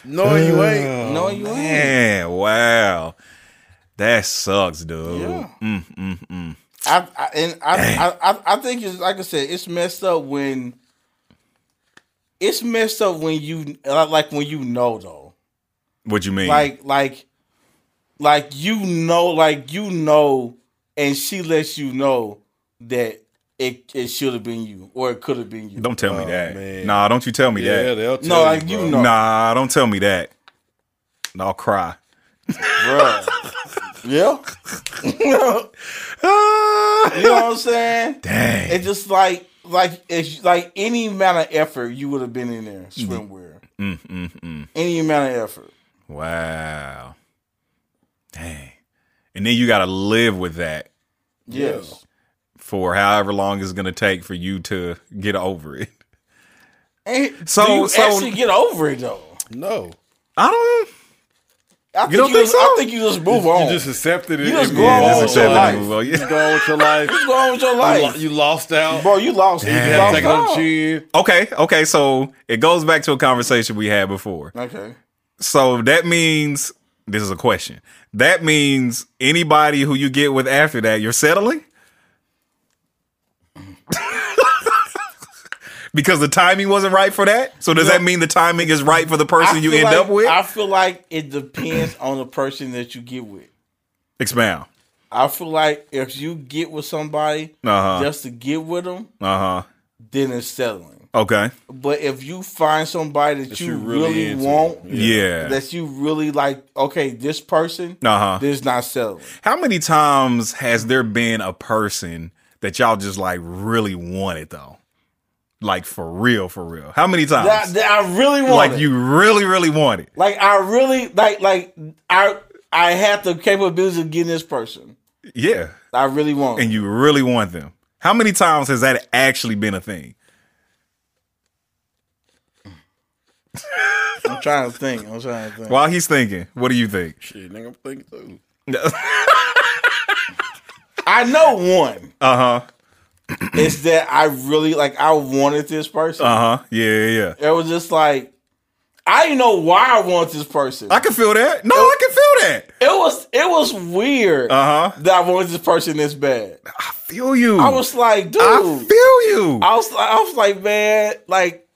no, you ain't. No, you ain't. Oh, Man, wow, that sucks, dude. Yeah. I, I and I, I I I think it's like I said, it's messed up when it's messed up when you like when you know though, What you mean? like like like you know, like you know, and she lets you know that it it should have been you or it could have been you. don't tell me that. man. Nah, don't you tell me Yeah, that. they'll tell No, like you, you bro. know, Nah, don't tell me that. And I'll cry. bro. yeah, you know what I'm saying? Dang. It's just like like it's like any amount of effort you would have been in there swimwear. Any amount of effort. Wow. Dang. And then you got to live with that Yes. for however long it's going to take for you to get over it. And So- do you so- actually get over it though? No. I don't. I think don't think just, so? I think you just move on. You just accepted it. You just and go moved on on with with your your life. life. Well, yeah. You go on with your life. What's going on with your You life, lo- You lost out. bro? You lost. You Damn. lost Take it on out. chin. Okay, okay. So it goes back to a conversation we had before. Okay. So that means this is a question. That means anybody who you get with after that, you're settling? because the timing wasn't right for that? So does that mean the timing is right for the person you feel end like- up with? I feel like it depends on the person that you get with. Expound. I feel like if you get with somebody Uh-huh. just to get with them, Uh-huh. then it's settling. Okay. But if you find somebody that, you, you really really, into. want, Yeah. that you really like, okay, this person, Uh-huh. this is not settling. How many times has there been a person that y'all just like really wanted though? Like for real, for real. How many times? That, that I really want. like it. you really, really want it. Like I really like like I I have the capability of getting this person. Yeah. I really want. And you really want them. How many times has that actually been a thing? I'm trying to think. I'm trying to think. While he's thinking, what do you think? Shit, nigga, I'm thinking too. I know one. Uh huh. It's Uh-huh. that I really like I wanted this person. Uh huh. Yeah, yeah, yeah. It was just like I didn't know why I wanted this person. I can feel that. No, I can feel that. it was it was weird Uh huh. that I wanted this person this bad. I feel you. I was like, dude, I feel you. I was like, I was like, man, like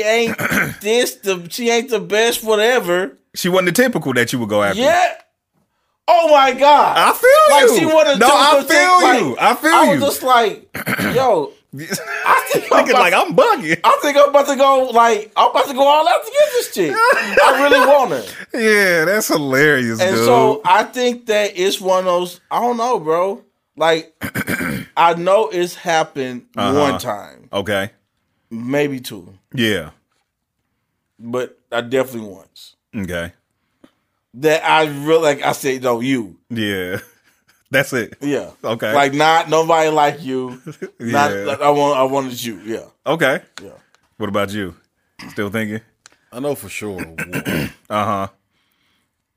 ain't this the she ain't the best, whatever. she wasn't the typical that you would go after. Yeah. Oh my god. I feel like you. she wanted no, to I feel you. like, I feel I was you. just like, yo, I think I'm Thinking about, like I'm bugging. I think I'm about to go like I'm about to go all out to get this chick. I really want her. Yeah, that's hilarious, And dude. so I think that it's one of those I don't know, bro. Like I know it's happened Uh-huh. one time, okay. maybe two, Yeah. but I definitely once. Okay. That I really like I said, no, you. Yeah. That's it. Yeah. Okay. Like not nobody like you. Not Yeah. like, I want I wanted you. Yeah. Okay. Yeah. What about you? Still thinking? I know for sure. one. Uh huh.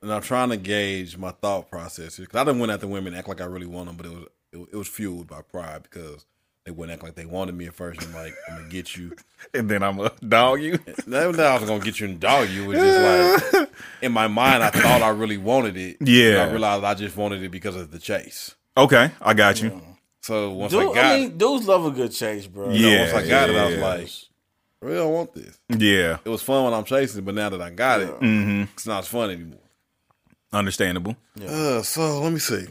and I'm trying to gauge my thought processes because I didn't went after women and act like I really want them, but it was it, was- it was fueled by pride because they wouldn't act like they wanted me at first. And I'm like, I'm gonna get you. And then I'm a dog you. That was not I was gonna get you and dog you. It was just like in my mind, I thought I really wanted it. and Yeah. I realized I just wanted it because of the chase. Okay, I got you. So once I Dude, I, got, mean, dudes love a good chase, bro. Yeah. once I got it, I was yeah. like, I really don't want this. Yeah. It was fun when I'm chasing, it, but now that I got it, it's not as fun anymore. Understandable. Uh, so let me see.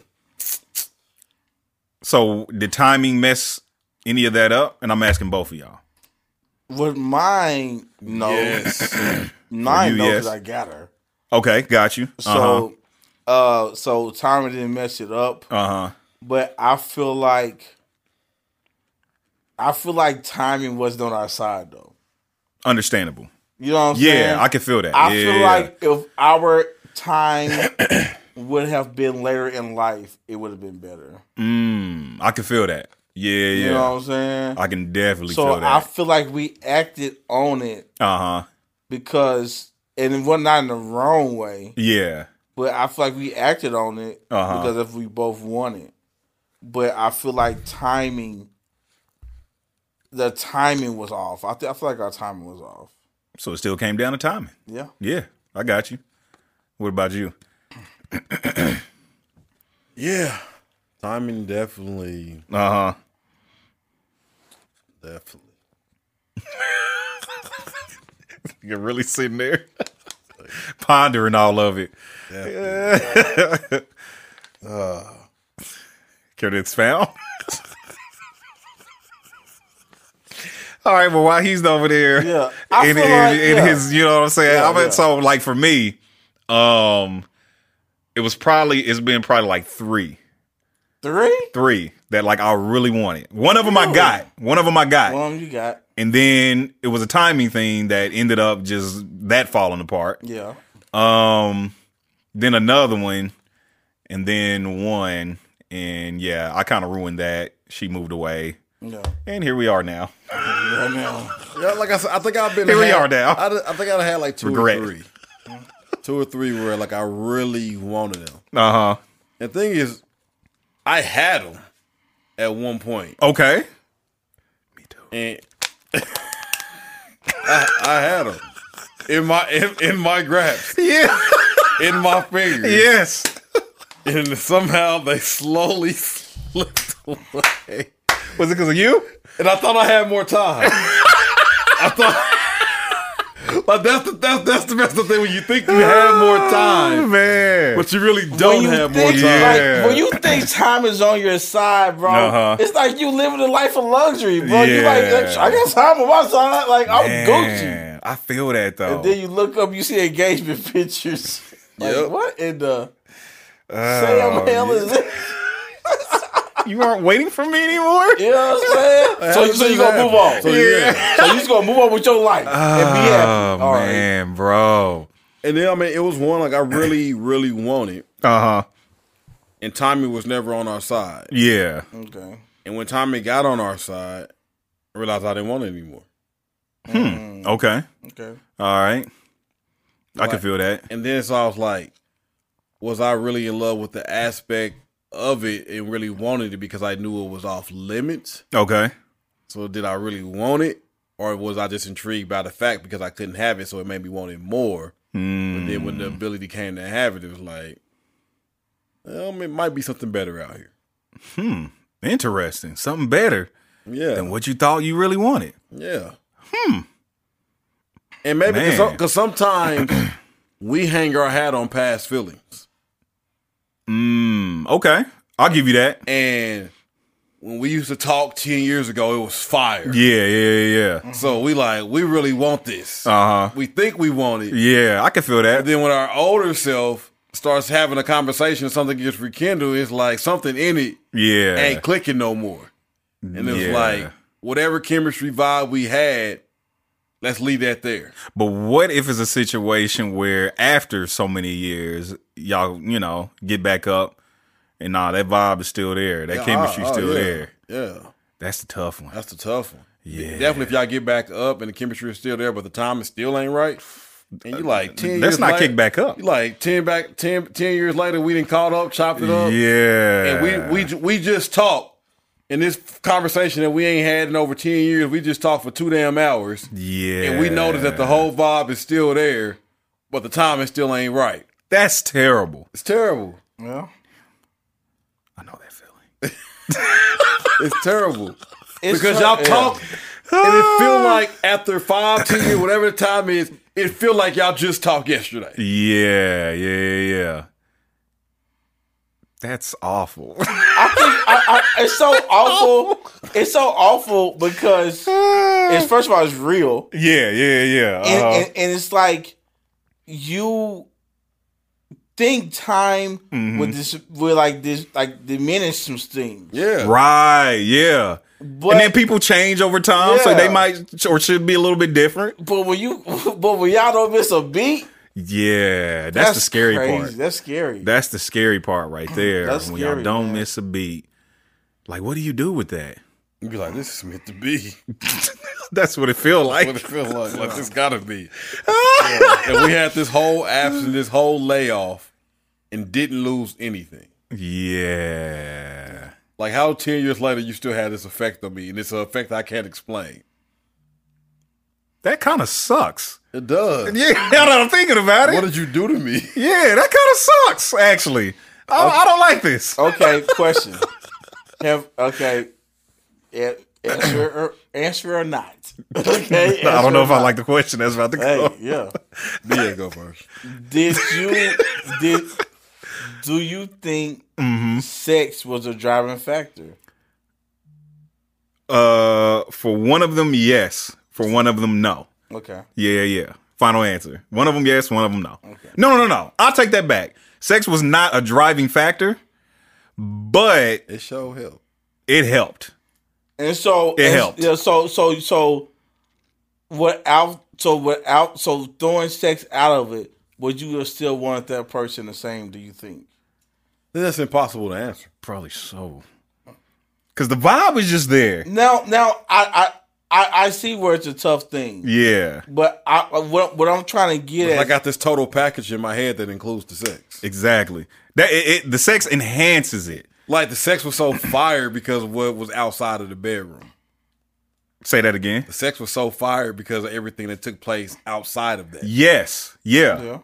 So did timing mess any of that up? And I'm asking both of y'all. With mine, Oh. no. Yes. Mine, you, no, yes. because I got her. Okay, got you. Uh So, uh so Tommy didn't mess it up, huh. Uh huh. but I feel like, I feel like timing wasn't on our side though. Understandable. You know what I'm saying? Yeah, I can feel that. I yeah. feel like if our time would have been later in life, it would have been better. Mm, I can feel that. Yeah, yeah. You know what I'm saying? I can definitely so feel I that. feel like we acted on it Uh huh. because, and it was not in the wrong way, Yeah. but I feel like we acted on it Uh-huh. because if we both want it, but I feel like timing, the timing was off. I, th- I feel like our timing was off. So it still came down to timing. Yeah. Yeah, I got you. What about you? Yeah. Timing definitely, Uh huh. definitely. You're really sitting there pondering all of it. Uh. Can it expound? all right, well, while he's over there, Yeah, I in, feel in- like- in yeah. his, you know what I'm saying? Yeah, I mean, yeah. so like for me, um, it was probably it's been probably like three, Three? three that like I really wanted. One of them I got. One of them I got. One you got. and then it was a timing thing that ended up just that falling apart. Yeah. Um, then another one, and then one, and yeah, I kind of ruined that. She moved away, Yeah. and here we are now. Right now. Yeah, like I said, I think I've been. Here we had- are now. I, I think I had like two Regret. or three, two or three where like I really wanted them. Uh huh. The thing is, I had them at one point, Okay. and I, I had them in my in, in my grasp, Yeah. in my fingers, yes. and somehow they slowly slipped away. Was it because of you? And I thought I had more time. I thought. Like that's the that's, that's the messed up thing when you think you have more Oh, time, man. But you really don't Ah, you have more think, time. Yeah. Like, when you think time is on your side, bro, Uh-huh. it's like you living a life of luxury, bro. You like, Yeah. I got time on my side. Like, I'm Gucci. Man, I feel that though. Then you look up, you see engagement pictures. Like, Yep. what in the Oh, Sam hell is this? you aren't waiting for me anymore. You know what I'm saying? so, so you gonna move on. So So, yeah. you just gonna move on with your life and be Oh happy. All right. man, bro. And then I mean, it was one like I really, really wanted, Uh huh. and Tommy was never on our side. Yeah. Okay. And when Tommy got on our side, I realized I didn't want it anymore. Okay. Okay. All right. I can Right. feel that. And then so I was like, was I really in love with the aspect of it and really wanted it because I knew it was off limits? Okay. So did I really want it? or was I just intrigued by the fact because I couldn't have it, so it made me want it more? Hmm. But then when the Mm. ability came to have it, it was like, um, it might be something better out here. Interesting. Something better Yeah, than what you thought you really wanted. yeah. Hmm. And maybe Man. because sometimes we hang our hat on past feelings, Mm, okay. I'll give you that. and when we used to talk ten years ago, it was fire. Yeah, yeah, yeah. So we like we really want this. Uh huh. we think we want it. Yeah, I can feel And that. then when our older self starts having a conversation, something gets rekindled, it's like something in it Yeah. ain't clicking no more. And it's Yeah. like whatever chemistry vibe we had, let's leave that there. But what if it's a situation where after so many years, y'all, you know, get back up and nah, that vibe is still there. That chemistry's Oh, oh, still yeah. there. Yeah. That's the tough one. That's the tough one. Yeah. Definitely if y'all get back up and the chemistry is still there, but the timing still ain't right. And you like ten Let's years not later- kick back up. You like ten back 10, 10 years later, we didn't caught up, chopped it up. yeah. and we we ju- we just talked in this conversation that we ain't had in over ten years. We just talked for two damn hours, yeah. and we noticed that the whole vibe is still there, but the timing still ain't right. That's terrible. It's terrible. Yeah. I know that feeling. It's terrible It's because her- y'all yeah. talk, and it feel like after five, ten years, whatever the time is, it feel like y'all just talked yesterday. Yeah, yeah, yeah. That's awful. I, I, it's so awful. It's so awful because it's first of all, it's real, yeah, yeah, yeah. and, Uh-huh. and, and it's like you think time with this, with like this, like diminish some things. Yeah, right, yeah. But and then people change over time, so Yeah. they might or should be a little bit different. but when you, but when y'all don't miss a beat, Yeah, that's, the scary crazy. part. That's scary. That's the scary part right there. That's when y'all scary, don't man. miss a beat, like what do you do with that? you be like, this is meant to be. That's what it feel What it like. feels like? Like this gotta be. And we had this whole absence, this whole layoff, and didn't lose anything. Yeah, Like how ten years later you still had this effect on me, and it's an effect I can't explain. that kind of sucks. It does. Yeah, now that I'm thinking about it, What did you do to me? yeah, that kind of sucks. Actually, I, I don't like this. okay, question. Have okay, yeah, answer or answer or not? Okay, I answer don't know or if I not. like the question. That's about to go. Hey, yeah. Yeah, go first. Did you did do you think Mm-hmm. sex was a driving factor? Uh, for one of them, yes. For one of them, no. Okay. Yeah, yeah. Final answer. One of them, yes. One of them, no. No, no, no, no. I'll take that back. Sex was not a driving factor, but It sure helped. it helped. And so It and- helped. Yeah, so so so without so without so throwing sex out of it, would you have still wanted that person the same, do you think? That's impossible to answer. Probably so. Cause the vibe is just there. Now now I I, I, I see where it's a tough thing. Yeah, But I I- what what I'm trying to get at I got this total package in my head that includes the sex. exactly. That it, it the sex enhances it. Like the sex was so fire because of what was outside of the bedroom. Say that again. The sex was so fire because of everything that took place outside of that. Yes. Yeah. Yeah.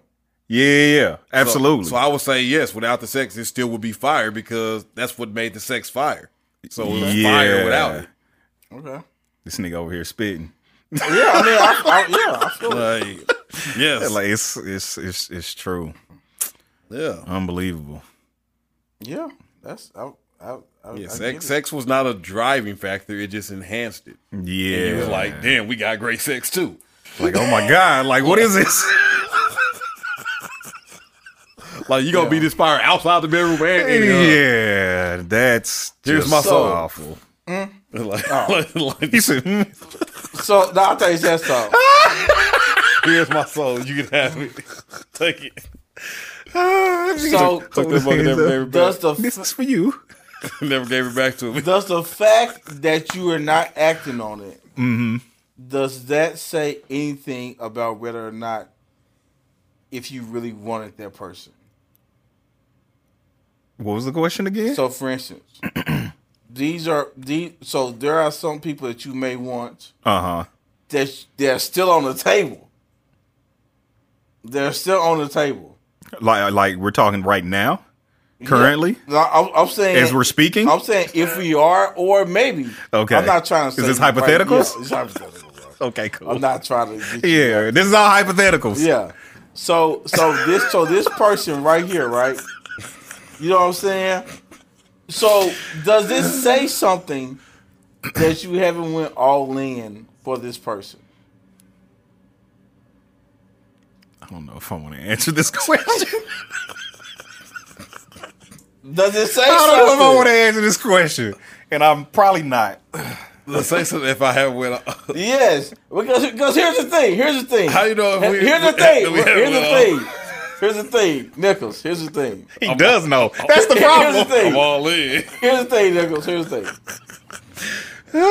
Yeah. Yeah. yeah. So- Absolutely. So, I would say yes. Without the sex, it still would be fire because that's what made the sex fire. So it was Yeah. fire without it. Okay. this nigga over here spitting. Yeah, I mean I, I yeah, I feel Like, yes, Like it's it's it's it's true. yeah, Unbelievable. yeah. That's I I, I, yeah. I Sex, get it. sex was not a driving factor; it just enhanced it. Yeah. It was like, damn, we got great sex too. Like, oh my God, like what is this? Like, you gonna be this fire outside the bedroom and in it, yeah, that's Here's just my soul. awful. huh? Like, Oh. like, He said, hmm. "Mm, So no, I thought you said so. here's my soul. You can have it. Take it. ah, So, took This motherfucker never gave it Does back. the This is for you. Never gave it back to me. does the fact that you are not acting on it, Mm-hmm. does that say anything about whether or not if you really wanted that person? What was the question again? So, for instance, these are these. So there are some people that you may want uh huh. they're, they're still on the table. They're still on the table. Like like we're talking right now, currently, No, I'm, I'm saying as we're speaking. I'm saying if we are or maybe. Okay. I'm not trying to. say Is this right- hypotheticals? Yeah, it's hypothetical. Bro. okay, cool. I'm not trying to. Get you- yeah, this is all hypotheticals. Yeah. So so this so this person right here, right? You know what I'm saying? So does this say something that you haven't went all in for this person? I don't know if I want to answer this question. Does it say I don't know if I want something? to answer this question, and I'm probably not. Let's say something if I have went. Yes, because because here's the thing. Here's the thing. How you know if we- here's the we- thing. we have here's the well- thing. Here's the thing, Nichols. Here's the thing. He does know. That's the problem. Here's the thing. I'm all in. Here's the thing, Nichols. Here's the thing.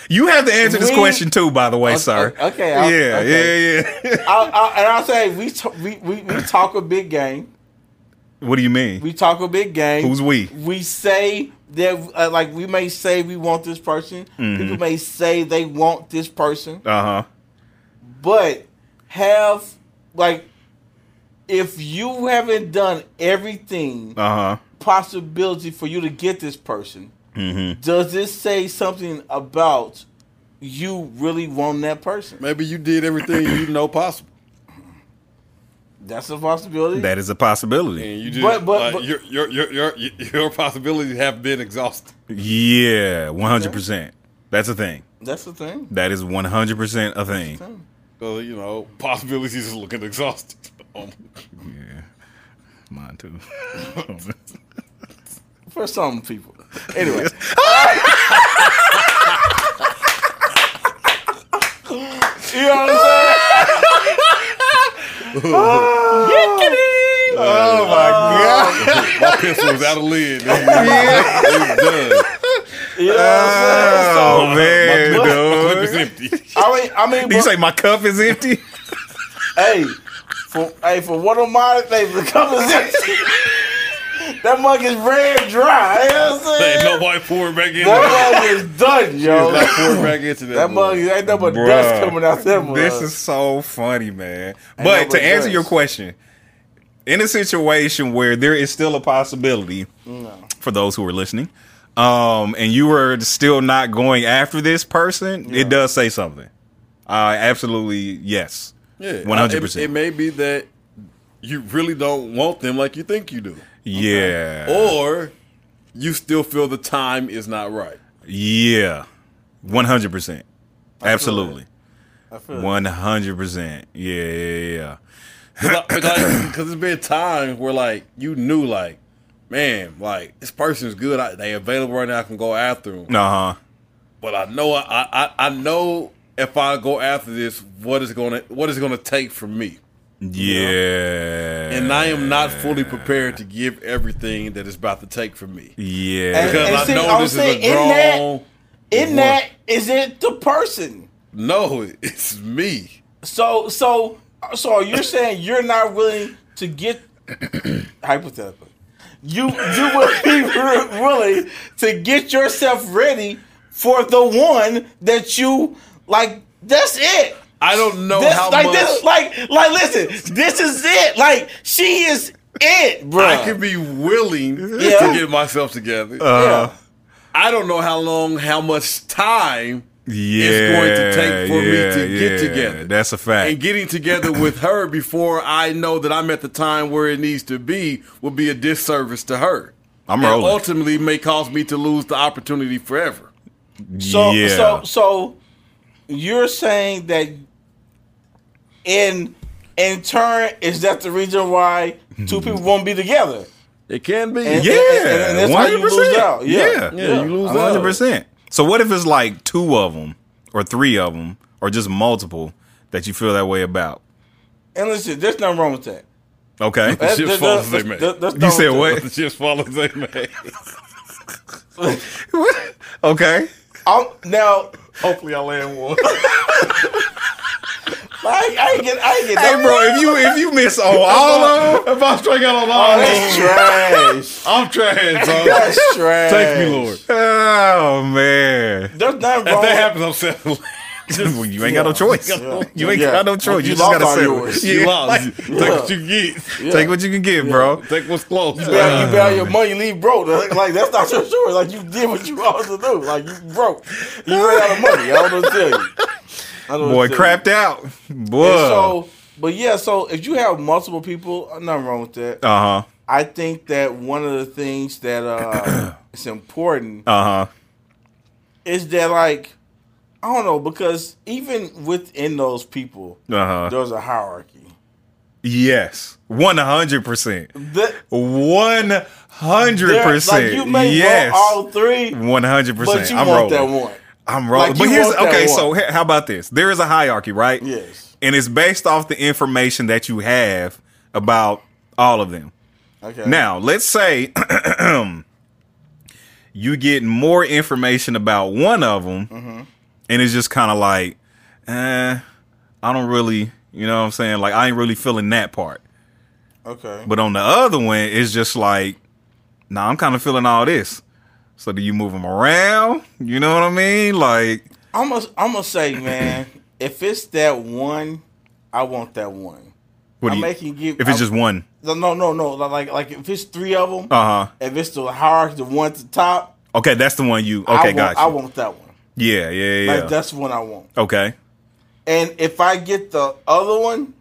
you have to answer this We- question too, by the way, Okay, sir. okay, I'll- yeah, okay. yeah, yeah. I, I, and I'll say we, t- we we we talk a big game. what do you mean? We talk a big game. Who's we? We say that uh, like we may say we want this person. Mm-hmm. People may say they want this person, Uh huh. but have like if you haven't done everything Uh huh. possibility for you to get this person, Mm-hmm. does this say something about you really want that person? Maybe you did everything you know possible, That's a possibility. That is a possibility. and you just But- but- like, but- your, your your your your possibilities have been exhausted. Yeah, one hundred percent. That's a thing. That's the thing. That is one hundred percent a thing. So you know possibilities is looking exhausted. Um, Yeah, mine too. For some people. Anyway. you know what I'm saying? oh my god! my pencil was out of lid. It was done. You know what Oh My I'm saying? clip- man, my clip is dude. empty. I mean, I mean, Did you but, say my cup is empty? hey, for hey, for one of my things, the conversation. that mug is red dry. You know what I'm saying? Ain't nobody pouring back in. That mug is done, yo. Like pouring back into that. That mug is- ain't nothing but Bruh, dust coming out that mug. This is so funny, man. But nobody to answer does. your question, in a situation where there is still a possibility for those who are listening, um, and you are still not going after this person, it does say something. Uh, absolutely, yes. Yeah, 100%. It, it may be that you really don't want them like you think you do, Yeah. or you still feel the time is not right. Yeah. 100%. Absolutely. I feel it. 100%. Yeah, yeah, yeah. Because it's been times where like you knew like, man, like this person's good. I, they available right now. I can go after them. Uh huh. But I know I, I I know if I go after this, what is gonna what is gonna take from me. Yeah. And I am not fully prepared to give everything that it's about to take from me. Yeah. Because And I see, know I'm this is saying a in that- grown. In that, is it the person? No, it's me. So, so, so you're saying you're not willing to get hypothetically, you you would be re- willing to get yourself ready for the one that you like. That's it. I don't know This, Oh, how like much this, like like listen, this is it. Like she is it, bro. I can be willing Yeah. to get myself together. Uh, I don't know how long, how much time, yeah, going to take for me to get together. That's a fact. and getting together with her before I know that I'm at the time where it needs to be will be a disservice to her. I'm and rolling. ultimately may cause me to lose the opportunity forever. So yeah. so so you're saying that in in turn is that the reason why two people won't be together? It can be. And- yeah, and that's how you lose 100%. out. Yeah. yeah, Yeah, you lose out. 100. percent So what if it's like two of them, or three of them, or just multiple that you feel that way about? And listen, there's nothing wrong with that. Okay, That- shit that- falls that- they that- make. that- that's you nothing said wrong with what? Just follow they may. okay, that. I'm, now, Hopefully I land one. I, I ain't get, I ain't get hey that. bro, if you if you miss on all of them, if I strike out on Oh, all that's of them, trash. I'm trash. dog. That's trash. Take me, Lord. oh man, There's nothing If wrong. that happens, I'm settling. Well, you ain't got no Yeah. choice. Yeah. You ain't Yeah. got no choice. You You, just lost gotta all settle. yours. Yeah. You Like, Take what you get. Take what you can get, bro. Take what's close. You buy, you buy Uh. your money, leave broke. Like, like, that's not your choice. Like you did what you wanted to do. Like you broke. You ran out of money. I don't know what to tell you. I don't know Boy, what to tell you. crapped out. And Boy. So, but yeah, so if you have multiple people, uh, nothing wrong with that. Uh huh. I think that one of the things that uh is important Uh huh. is that like I don't know because even within those people, Uh huh. there's a hierarchy. Yes. One hundred percent. The, One hundred there- like percent. you may Yes. want all three, One hundred but percent. you I'm want rolling. that one. I'm rolling. Like, but you here's want that okay. one. So he- how about this? There is a hierarchy, right? Yes. And it's based off the information that you have about all of them. Okay. Now, let's say you get more information about one of them, Mm-hmm. and it's just kind of like, eh, I don't really, you know what I'm saying? Like, I ain't really feeling that part. Okay. But on the other one, it's just like, nah, I'm kind of feeling all this. So do you move them around? You know what I mean? Like, I'm gonna I'm gonna say, man, if it's that one, I want that one. what do I'm you, making you. if it's just one, no, no, no, no. Like, like if it's three of them, uh huh. if it's the hierarchy, the one at the top, Okay, that's the one you. I Okay, want, gotcha. I want that one. Yeah, yeah, yeah. Like that's the one I want. okay. And if I get the other one,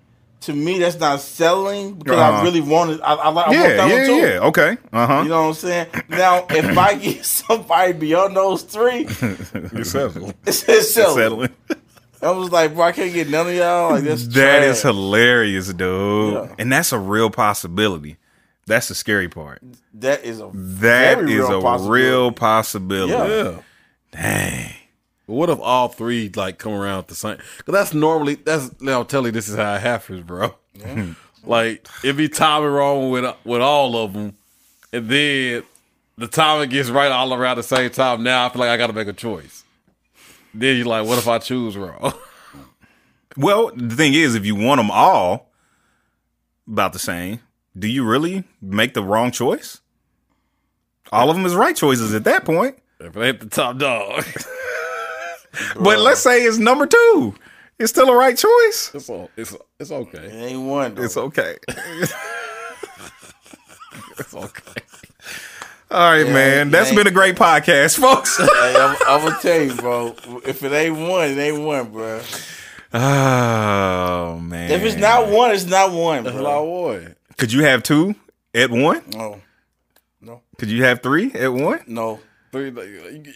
to me that's not selling because Uh-huh. I really want it. I, I, like- I want Yeah, that yeah, one too. yeah. Okay. Uh huh. You know what I'm saying? Now, if I get somebody beyond those three, You're settling. it's, it's selling. I was like, bro, I can't get none of y'all. Like that's That is trash. hilarious, dude. Yeah. And that's a real possibility. That's the scary part. that is a That is very real a possibility. real possibility. Yeah. Yeah. Dang. But what if all three like come around at the same? Because that's normally that's. Now tell you this is how it happens, bro. like it be timing wrong with with all of them, and then the timing gets right all around the same time. Now I feel like I got to make a choice. Then you're like, what if I choose wrong? Well, the thing is, if you want them all about the same, do you really make the wrong choice? All of them is right choices at that point. if it ain't the top dog, But let's say it's number two. It's still a right choice. it's all, it's it's okay. It ain't one. Though. It's okay. It's okay. All right, man. it That's ain't- been a great podcast, folks. Hey, I'm, I'm gonna tell you, bro. If it ain't one, it ain't one, bro. Oh man! If it's not one, it's not one, La bro. Roy. could you have two at one? No, Could you have three at one? no. Three, like,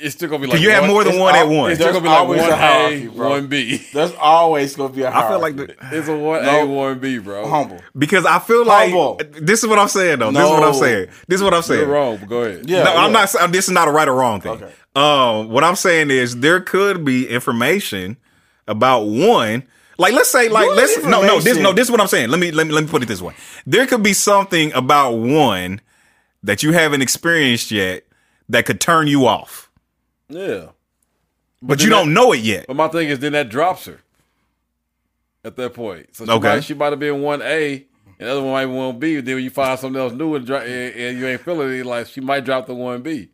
it's still gonna be like you have more than it's one at al- once? It's still gonna be like There's one always a hierarchy, A, bro. one B. There's always gonna be a hierarchy. I feel like the, It's a one A, No. one B, bro. humble. because I feel like Humble. this is what I'm saying though. This is what I'm No. saying. This is what I'm saying. You're wrong. But go ahead. Yeah, No, I'm yeah. not. saying This is not a right or wrong thing. Okay. Um, what I'm saying is there could be information about one. Like let's say, like What let's no, no. This no. information? This is what I'm saying. Let me let me let me put it this way. There could be something about one that you haven't experienced yet that could turn you off, Yeah. but, you then don't know it yet. But my thing is, then that drops her at that point. So she Okay. might, she might have been one A, and the other one might be one B. Then when you find something else new and, dro- and, and you ain't feeling it, like she might drop the one B.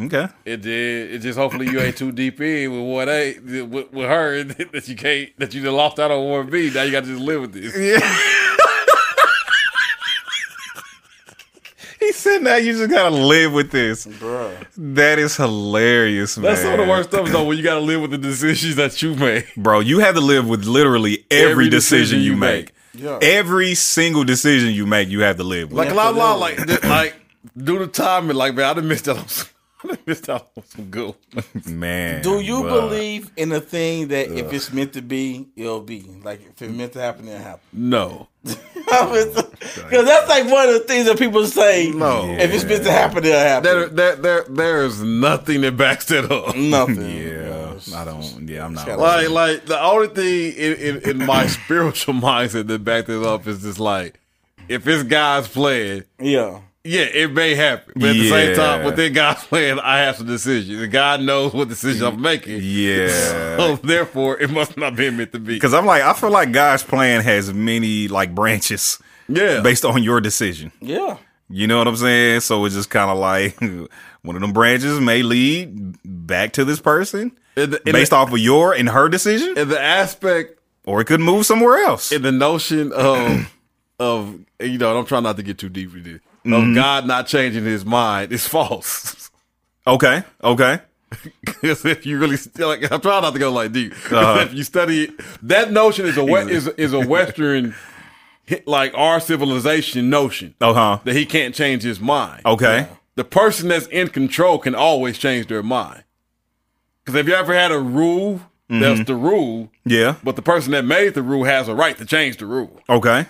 Okay. It did. It just hopefully you ain't too deep in with one A with, with her that you can't that you done lost out on one B. Now you got to just live with this. He said now you just gotta live with this. bro. That is hilarious, man. That's some of the worst stuff though when you got to live with the decisions that you made. Bro, you have to live with literally every, Every decision, decision you, you make. Yeah. Every single decision you make, you have to live with. Like Yeah, blah for blah. real. Like th- like do the timing. Like man, I done missed out on some. I done missed out on some good. ones. man. Do you bruh. believe in a thing that if it's meant to be, it'll be? Like if it's meant to happen, it'll happen. No. Because that's like one of the things that people say. No. If it's meant to happen, it'll happen. There, there, there, there is nothing that backs that up. Nothing. Yeah, I don't. Yeah, I'm not. gotta- Like, Like, like the only thing in, in, in my spiritual mindset that backs it up is just like, if it's God's plan, Yeah. yeah, it may happen. But at the same time, Yeah. within God's plan, I have some decisions. And God knows what decision I'm making. yeah, So therefore, it must not be meant to be. because I'm like, I feel like God's plan has many like branches yeah, based on your decision. Yeah. You know what I'm saying? So it's just kind of like one of them branches may lead back to this person In the, in based the, off of your and her decision, in the aspect, or it could move somewhere else. in the notion of of you know, and I'm trying not to get too deep into it. Of Mm-hmm. God not changing His mind is false. Okay, okay. Because if you really like, I'm trying not to go like deep. 'Cause Uh-huh. If you study it, that notion is a we- is is a Western, like our civilization notion Uh huh. that he can't change his mind. Okay. the person that's in control can always change their mind. Because if you ever had a rule, that's Mm-hmm. the rule, Yeah. but the person that made the rule has a right to change the rule. Okay.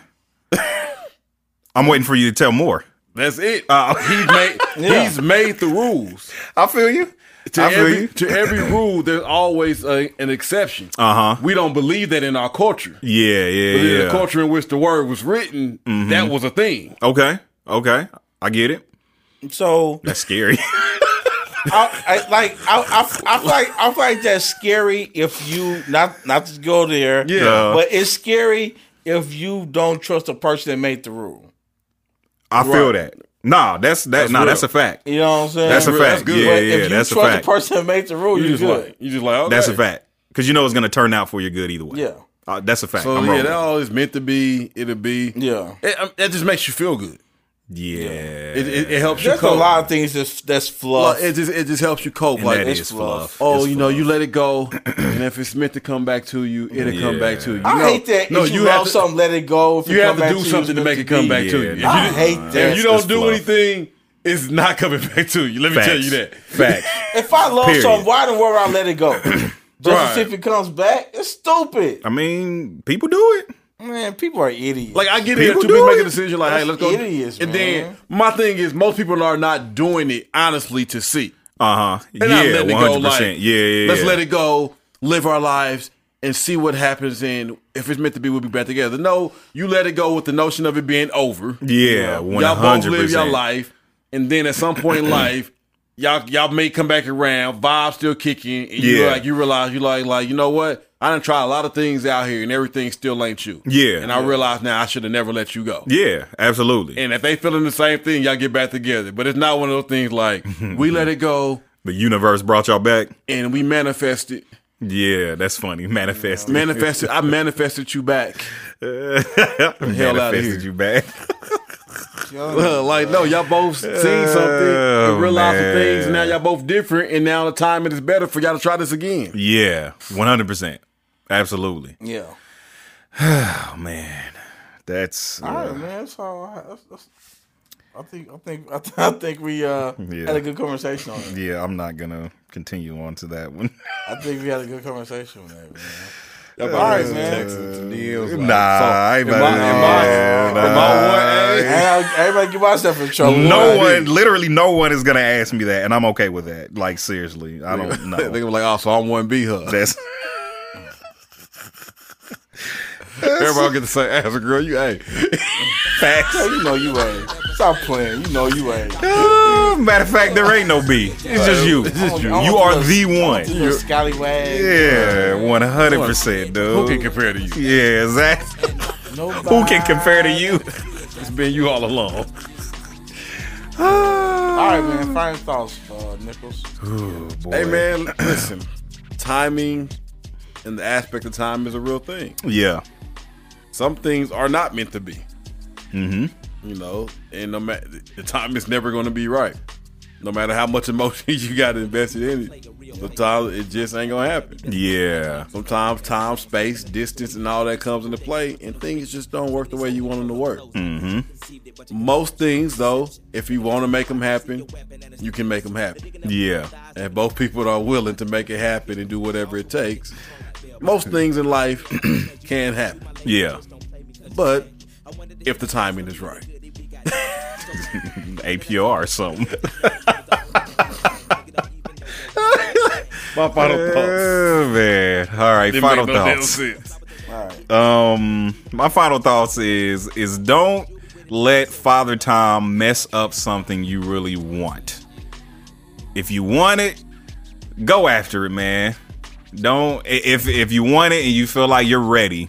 I'm waiting for you to tell more. That's it. Uh, he's made he's made the rules. I feel you. To I feel every you. to every rule, there's always a, an exception. Uh huh. we don't believe that in our culture. Yeah, yeah, But in the yeah. culture in which the word was written, that was a thing. Okay, okay. I get it. So That's scary. I, I like I, I, I feel like I feel like that's scary if you not not to go there. Yeah. but it's scary if you don't trust the person that made the rule. I feel that. Nah, that's that. nah, real. that's a fact. You know what I'm saying? That's a But fact. good. Yeah, But yeah, if you that's a trust fact. the person that made the rule, You you are just good. like you just like okay. That's a fact. Because you know it's gonna turn out for your good either way. Yeah. Uh, that's a fact. So I'm yeah, rolling. that all is meant to be. It'll be. Yeah. It, um, that just makes you feel good. yeah. It, it, it helps you There's a cope. lot of things that's that's fluff. Well, it just it just helps you cope. And like that it's- is fluff. oh, It's you know, fluff. you let it go, and if it's meant to come back to you, it'll come back to you. I You know- hate that. No, if you, have love to- something, let it go. If it You have come to back do something to it's make it meant come be. back to Yeah, you. If you I do- hate If that. you don't That's do fluff. anything, it's not coming back to you. Let me Facts. tell you that. Fact. If I love Period. something, why the world I let it go? Just Right. to see if it comes back, it's stupid. I mean, people do it. Man, people are idiots. Like I get People it, two do people make it. a decision. Like, hey, let's That's go. idiots, and man. then my thing is, most people are not doing it honestly to see. Uh huh. They're not Yeah, letting one it go. hundred Like, percent. Yeah, yeah. let's yeah. let it go, live our lives, and see what happens. And if it's meant to be, we'll be back together. No, you let it go with the notion of it being over. Yeah, one y'all both hundred live your percent. life, and then at some point in life, y'all y'all may come back around, vibe still kicking, and you Yeah. like you realize you like like you know what? I done try a lot of things out here, and everything still ain't you. Yeah. and I realize now I should have never let you go. Yeah, absolutely. And if they feeling the same thing, y'all get back together. But it's not one of those things like we let it go the universe brought y'all back. and we manifest it. Yeah, that's funny. Manifested. Manifested. I manifested you back. hell outta Manifested here. you back. like no, y'all both seen something Oh, and realized some things. man. Now y'all both different, and now the time it is better for y'all to try this again. yeah, one hundred percent. Absolutely. yeah. Oh man, that's uh, All right, man. That's all. I, that's, that's, I think. I think. I, th- I think we uh, Yeah. had a good conversation on it. yeah. I'm not gonna continue on to that one. I think we had a good conversation on that. Man. All right, man. Nah, I ain't about to- my- in my- yeah, in nah. my one, eh? And I- everybody get myself in trouble. No Why? one, literally, no one is gonna ask me that, and I'm okay with that. Like seriously, I don't they gonna be know. like, oh, so I'm one B, huh? That's Everybody get the same answer, girl. You hey, facts. You know you ain't. Stop playing. You know you ain't. Uh, matter of fact, there ain't no B. It's just you. just you. You are the one. You're scallywag. Yeah, one hundred percent, who can dude. compare to you? Yeah, exactly. Nobody. Who can compare to you? It's been you all along. All right, man. Final thoughts, uh, Nichols. Hey man, listen, timing and the aspect of time is a real thing. Yeah. Some things are not meant to be. Mm-hmm. You know, and no matter the time is never going to be right. No matter how much emotion you got invested in it, sometimes it just ain't gonna happen. Yeah. Sometimes time, space, distance, and all that comes into play, and things just don't work the way you want them to work. Most things, though, if you want to make them happen, you can make them happen. Yeah. And if both people are willing to make it happen and do whatever it takes. Most things in life can happen, Yeah. but if the timing is right. APR or something. My final thoughts. Oh, man. All right. Didn't final make no damn thoughts. sense. Um, my final thoughts is is don't let Father Time mess up something you really want. If you want it, go after it, man. Don't i- if if you want it and you feel like you're ready,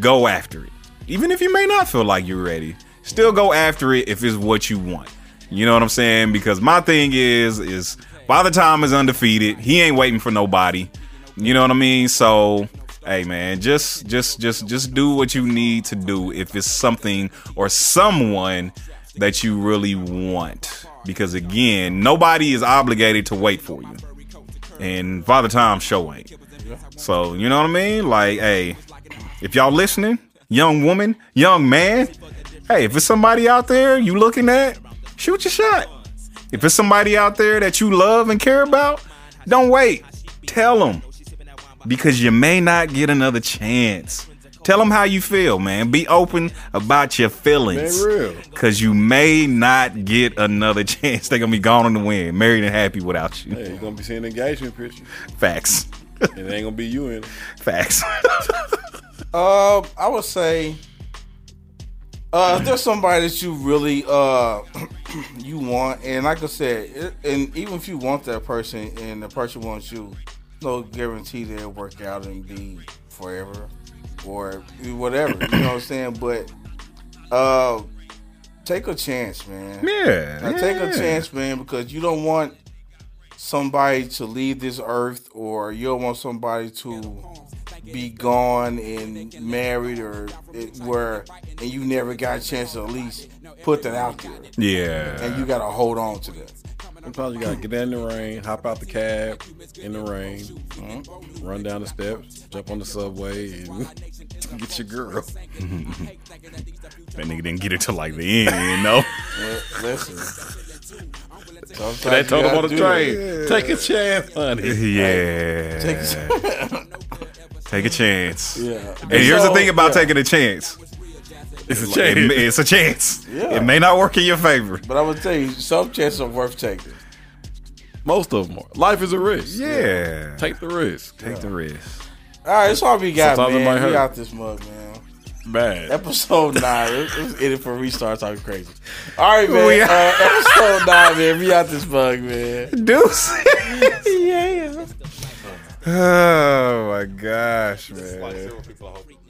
go after it. Even if you may not feel like you're ready, still go after it if it's what you want. You know what I'm saying? Because my thing is, is by the time is undefeated, he ain't waiting for nobody. You know what I mean? So, hey man, just just just just do what you need to do if it's something or someone that you really want. Because again, nobody is obligated to wait for you. And Father Time show ain't. So, you know what I mean? Like, hey, if y'all listening, young woman, young man, hey, if it's somebody out there you looking at, shoot your shot. If it's somebody out there that you love and care about, don't wait. Tell them because you may not get another chance. Tell them how you feel, man. Be open about your feelings. Man, real. Cause you may not get another chance. They're gonna be gone in the wind, married and happy without you. Hey, you're gonna be seeing engagement pictures. Facts. and it ain't gonna be you in it. Facts. Uh, I would say, uh, if there's somebody that you really uh you want, and like I said, it, and even if you want that person, and the person wants you, no guarantee they'll work out and be forever or whatever. you know what I'm saying? But uh, take a chance, man. Yeah. Now, take a yeah. chance, man, because you don't want somebody to leave this earth, or you don't want somebody to be gone and married, or it, where and you never got a chance to at least put that out there, and Yeah. you got to hold on to that. Sometimes you gotta get in the rain, hop out the cab in the rain, run down the steps, jump on the subway, and get your girl. That nigga didn't get it till like the end, you know? Li- Listen, sometimes They you told him gotta on the do that. train. Take a chance, honey. Yeah. Take a- Take a chance. yeah. And here's the So, thing about yeah. taking a chance. It's a It- chance. it's a chance. Yeah. It may not work in your favor. But I would tell you, some chances are worth taking. Most of them are. Life is a risk. Yeah. Take the risk. Take the risk. All right, that's all we got, Sometimes it might man. hurt. We out this mug, man. Bad. Episode nine. Let's let's end it for restart talking crazy. All right, man. We- Uh, episode nine, man. We out this bug, man. Deuce. yeah. Oh my gosh, man. Oh, Like several people, I hope.